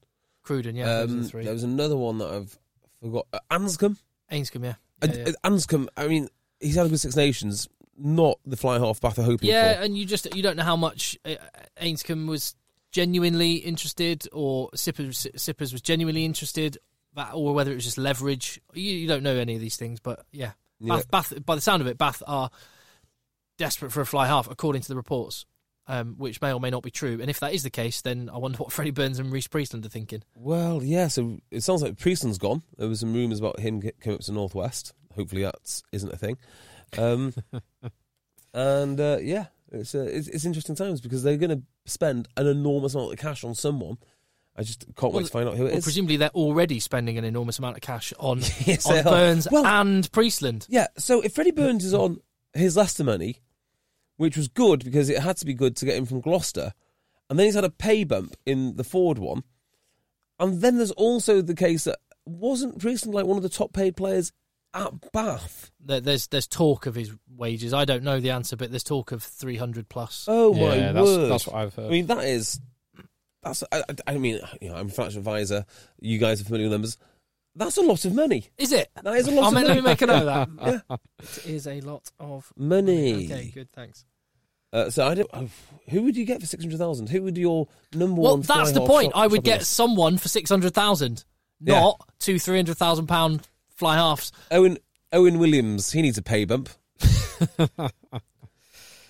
Speaker 2: Cruden, yeah, those are
Speaker 3: um,
Speaker 2: the three.
Speaker 3: there was another one that I've forgot. Uh, Anscombe.
Speaker 2: Ainscombe, yeah.
Speaker 3: Uh,
Speaker 2: Yeah, yeah.
Speaker 3: uh, Anscombe, I mean, he's had a good Six Nations, not the fly half Bath are hoping
Speaker 2: Yeah,
Speaker 3: for.
Speaker 2: and you just you don't know how much uh, Ainscombe was genuinely interested, or Sippers Sippers was genuinely interested, that- or whether it was just leverage. You, you don't know any of these things, but yeah,
Speaker 3: Yeah.
Speaker 2: Bath, Bath. By the sound of it, Bath are desperate for a fly half, according to the reports. Um, which may or may not be true, and if that is the case, then I wonder what Freddie Burns and Reese Priestland are thinking.
Speaker 3: Well, yeah, so it sounds like Prieston's gone. There was some rumours about him get- coming up to North West. Hopefully that isn't a thing.
Speaker 2: <laughs>
Speaker 3: Um, and, uh, yeah, it's, uh, it's, it's interesting times because they're going to spend an enormous amount of cash on someone. I just can't
Speaker 2: Well,
Speaker 3: wait to find out who it is.
Speaker 2: Well, presumably they're already spending an enormous amount of cash
Speaker 3: <laughs>
Speaker 2: on,
Speaker 3: Yes, they
Speaker 2: on
Speaker 3: are.
Speaker 2: Burns
Speaker 3: Well-
Speaker 2: and Priestland.
Speaker 3: Yeah, so if Freddie Burns is on his Leicester money, which was good because it had to be good to get him from Gloucester, and then he's had a pay bump in the Ford one, and then there's also the case that wasn't Priestland like one of the top paid players at Bath?
Speaker 2: There- There's there's talk of his wages. I don't know the answer, but there's talk of 300 plus.
Speaker 3: Oh my
Speaker 4: Yeah, that's-
Speaker 3: word!
Speaker 4: that's what I've heard.
Speaker 3: I mean, that is that's. I, I- I mean, you know, I'm a financial advisor. You guys are familiar with numbers. That's a lot of money.
Speaker 2: Is it?
Speaker 3: That is a lot
Speaker 2: I
Speaker 3: of
Speaker 2: mean, Oh, let
Speaker 3: money.
Speaker 2: me make a note of
Speaker 3: <laughs>
Speaker 2: that. It is a lot of
Speaker 3: Money.
Speaker 2: Okay, good, thanks.
Speaker 3: Uh, so I don't. Who would you get for six hundred thousand? Who would your number
Speaker 2: Well,
Speaker 3: one?
Speaker 2: that's
Speaker 3: fly
Speaker 2: the
Speaker 3: half
Speaker 2: point.
Speaker 3: shot-
Speaker 2: I would
Speaker 3: shopping
Speaker 2: get someone for 600,000,
Speaker 3: Yeah.
Speaker 2: not two 300,000 pound fly halves.
Speaker 3: Owen Owen Williams, he needs a pay bump.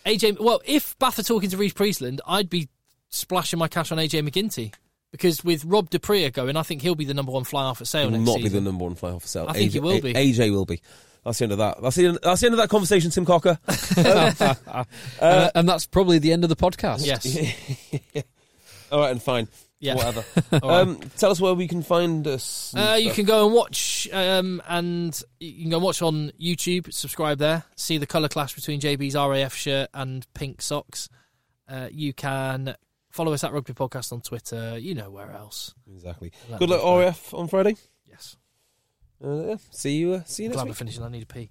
Speaker 2: AJ, well, if Bath are talking to Reece Priestland, I'd be splashing my cash on AJ McGinty because with Rob Dupria going, I think he'll be the number one fly half at sale
Speaker 3: He will
Speaker 2: Oh, next
Speaker 3: not be
Speaker 2: season.
Speaker 3: the number one fly half for sale.
Speaker 2: I think
Speaker 3: AJ,
Speaker 2: he will be.
Speaker 3: AJ will be. That's the end of that. That's the end, that's the end of that conversation, Tim
Speaker 2: <laughs>
Speaker 3: Cocker.
Speaker 4: uh, and that's probably the end of the podcast.
Speaker 2: Yes.
Speaker 3: All right, and fine.
Speaker 2: Yeah.
Speaker 3: Whatever.
Speaker 2: <laughs> All right.
Speaker 3: um, Tell us where we can find us. and
Speaker 2: Uh, you
Speaker 3: stuff.
Speaker 2: can go and watch, um, and you can go and watch on YouTube. Subscribe there. See the colour clash between JB's RAF shirt and pink socks. Uh, you can follow us at Rugby Podcast on Twitter. You know where else?
Speaker 3: Exactly.
Speaker 2: That
Speaker 3: Good luck,
Speaker 2: was fine.
Speaker 3: RF, on Friday.
Speaker 2: Yes.
Speaker 3: Uh, yeah. See you. Uh, see you next
Speaker 2: Glad
Speaker 3: week.
Speaker 2: we're finishing. I need a pee.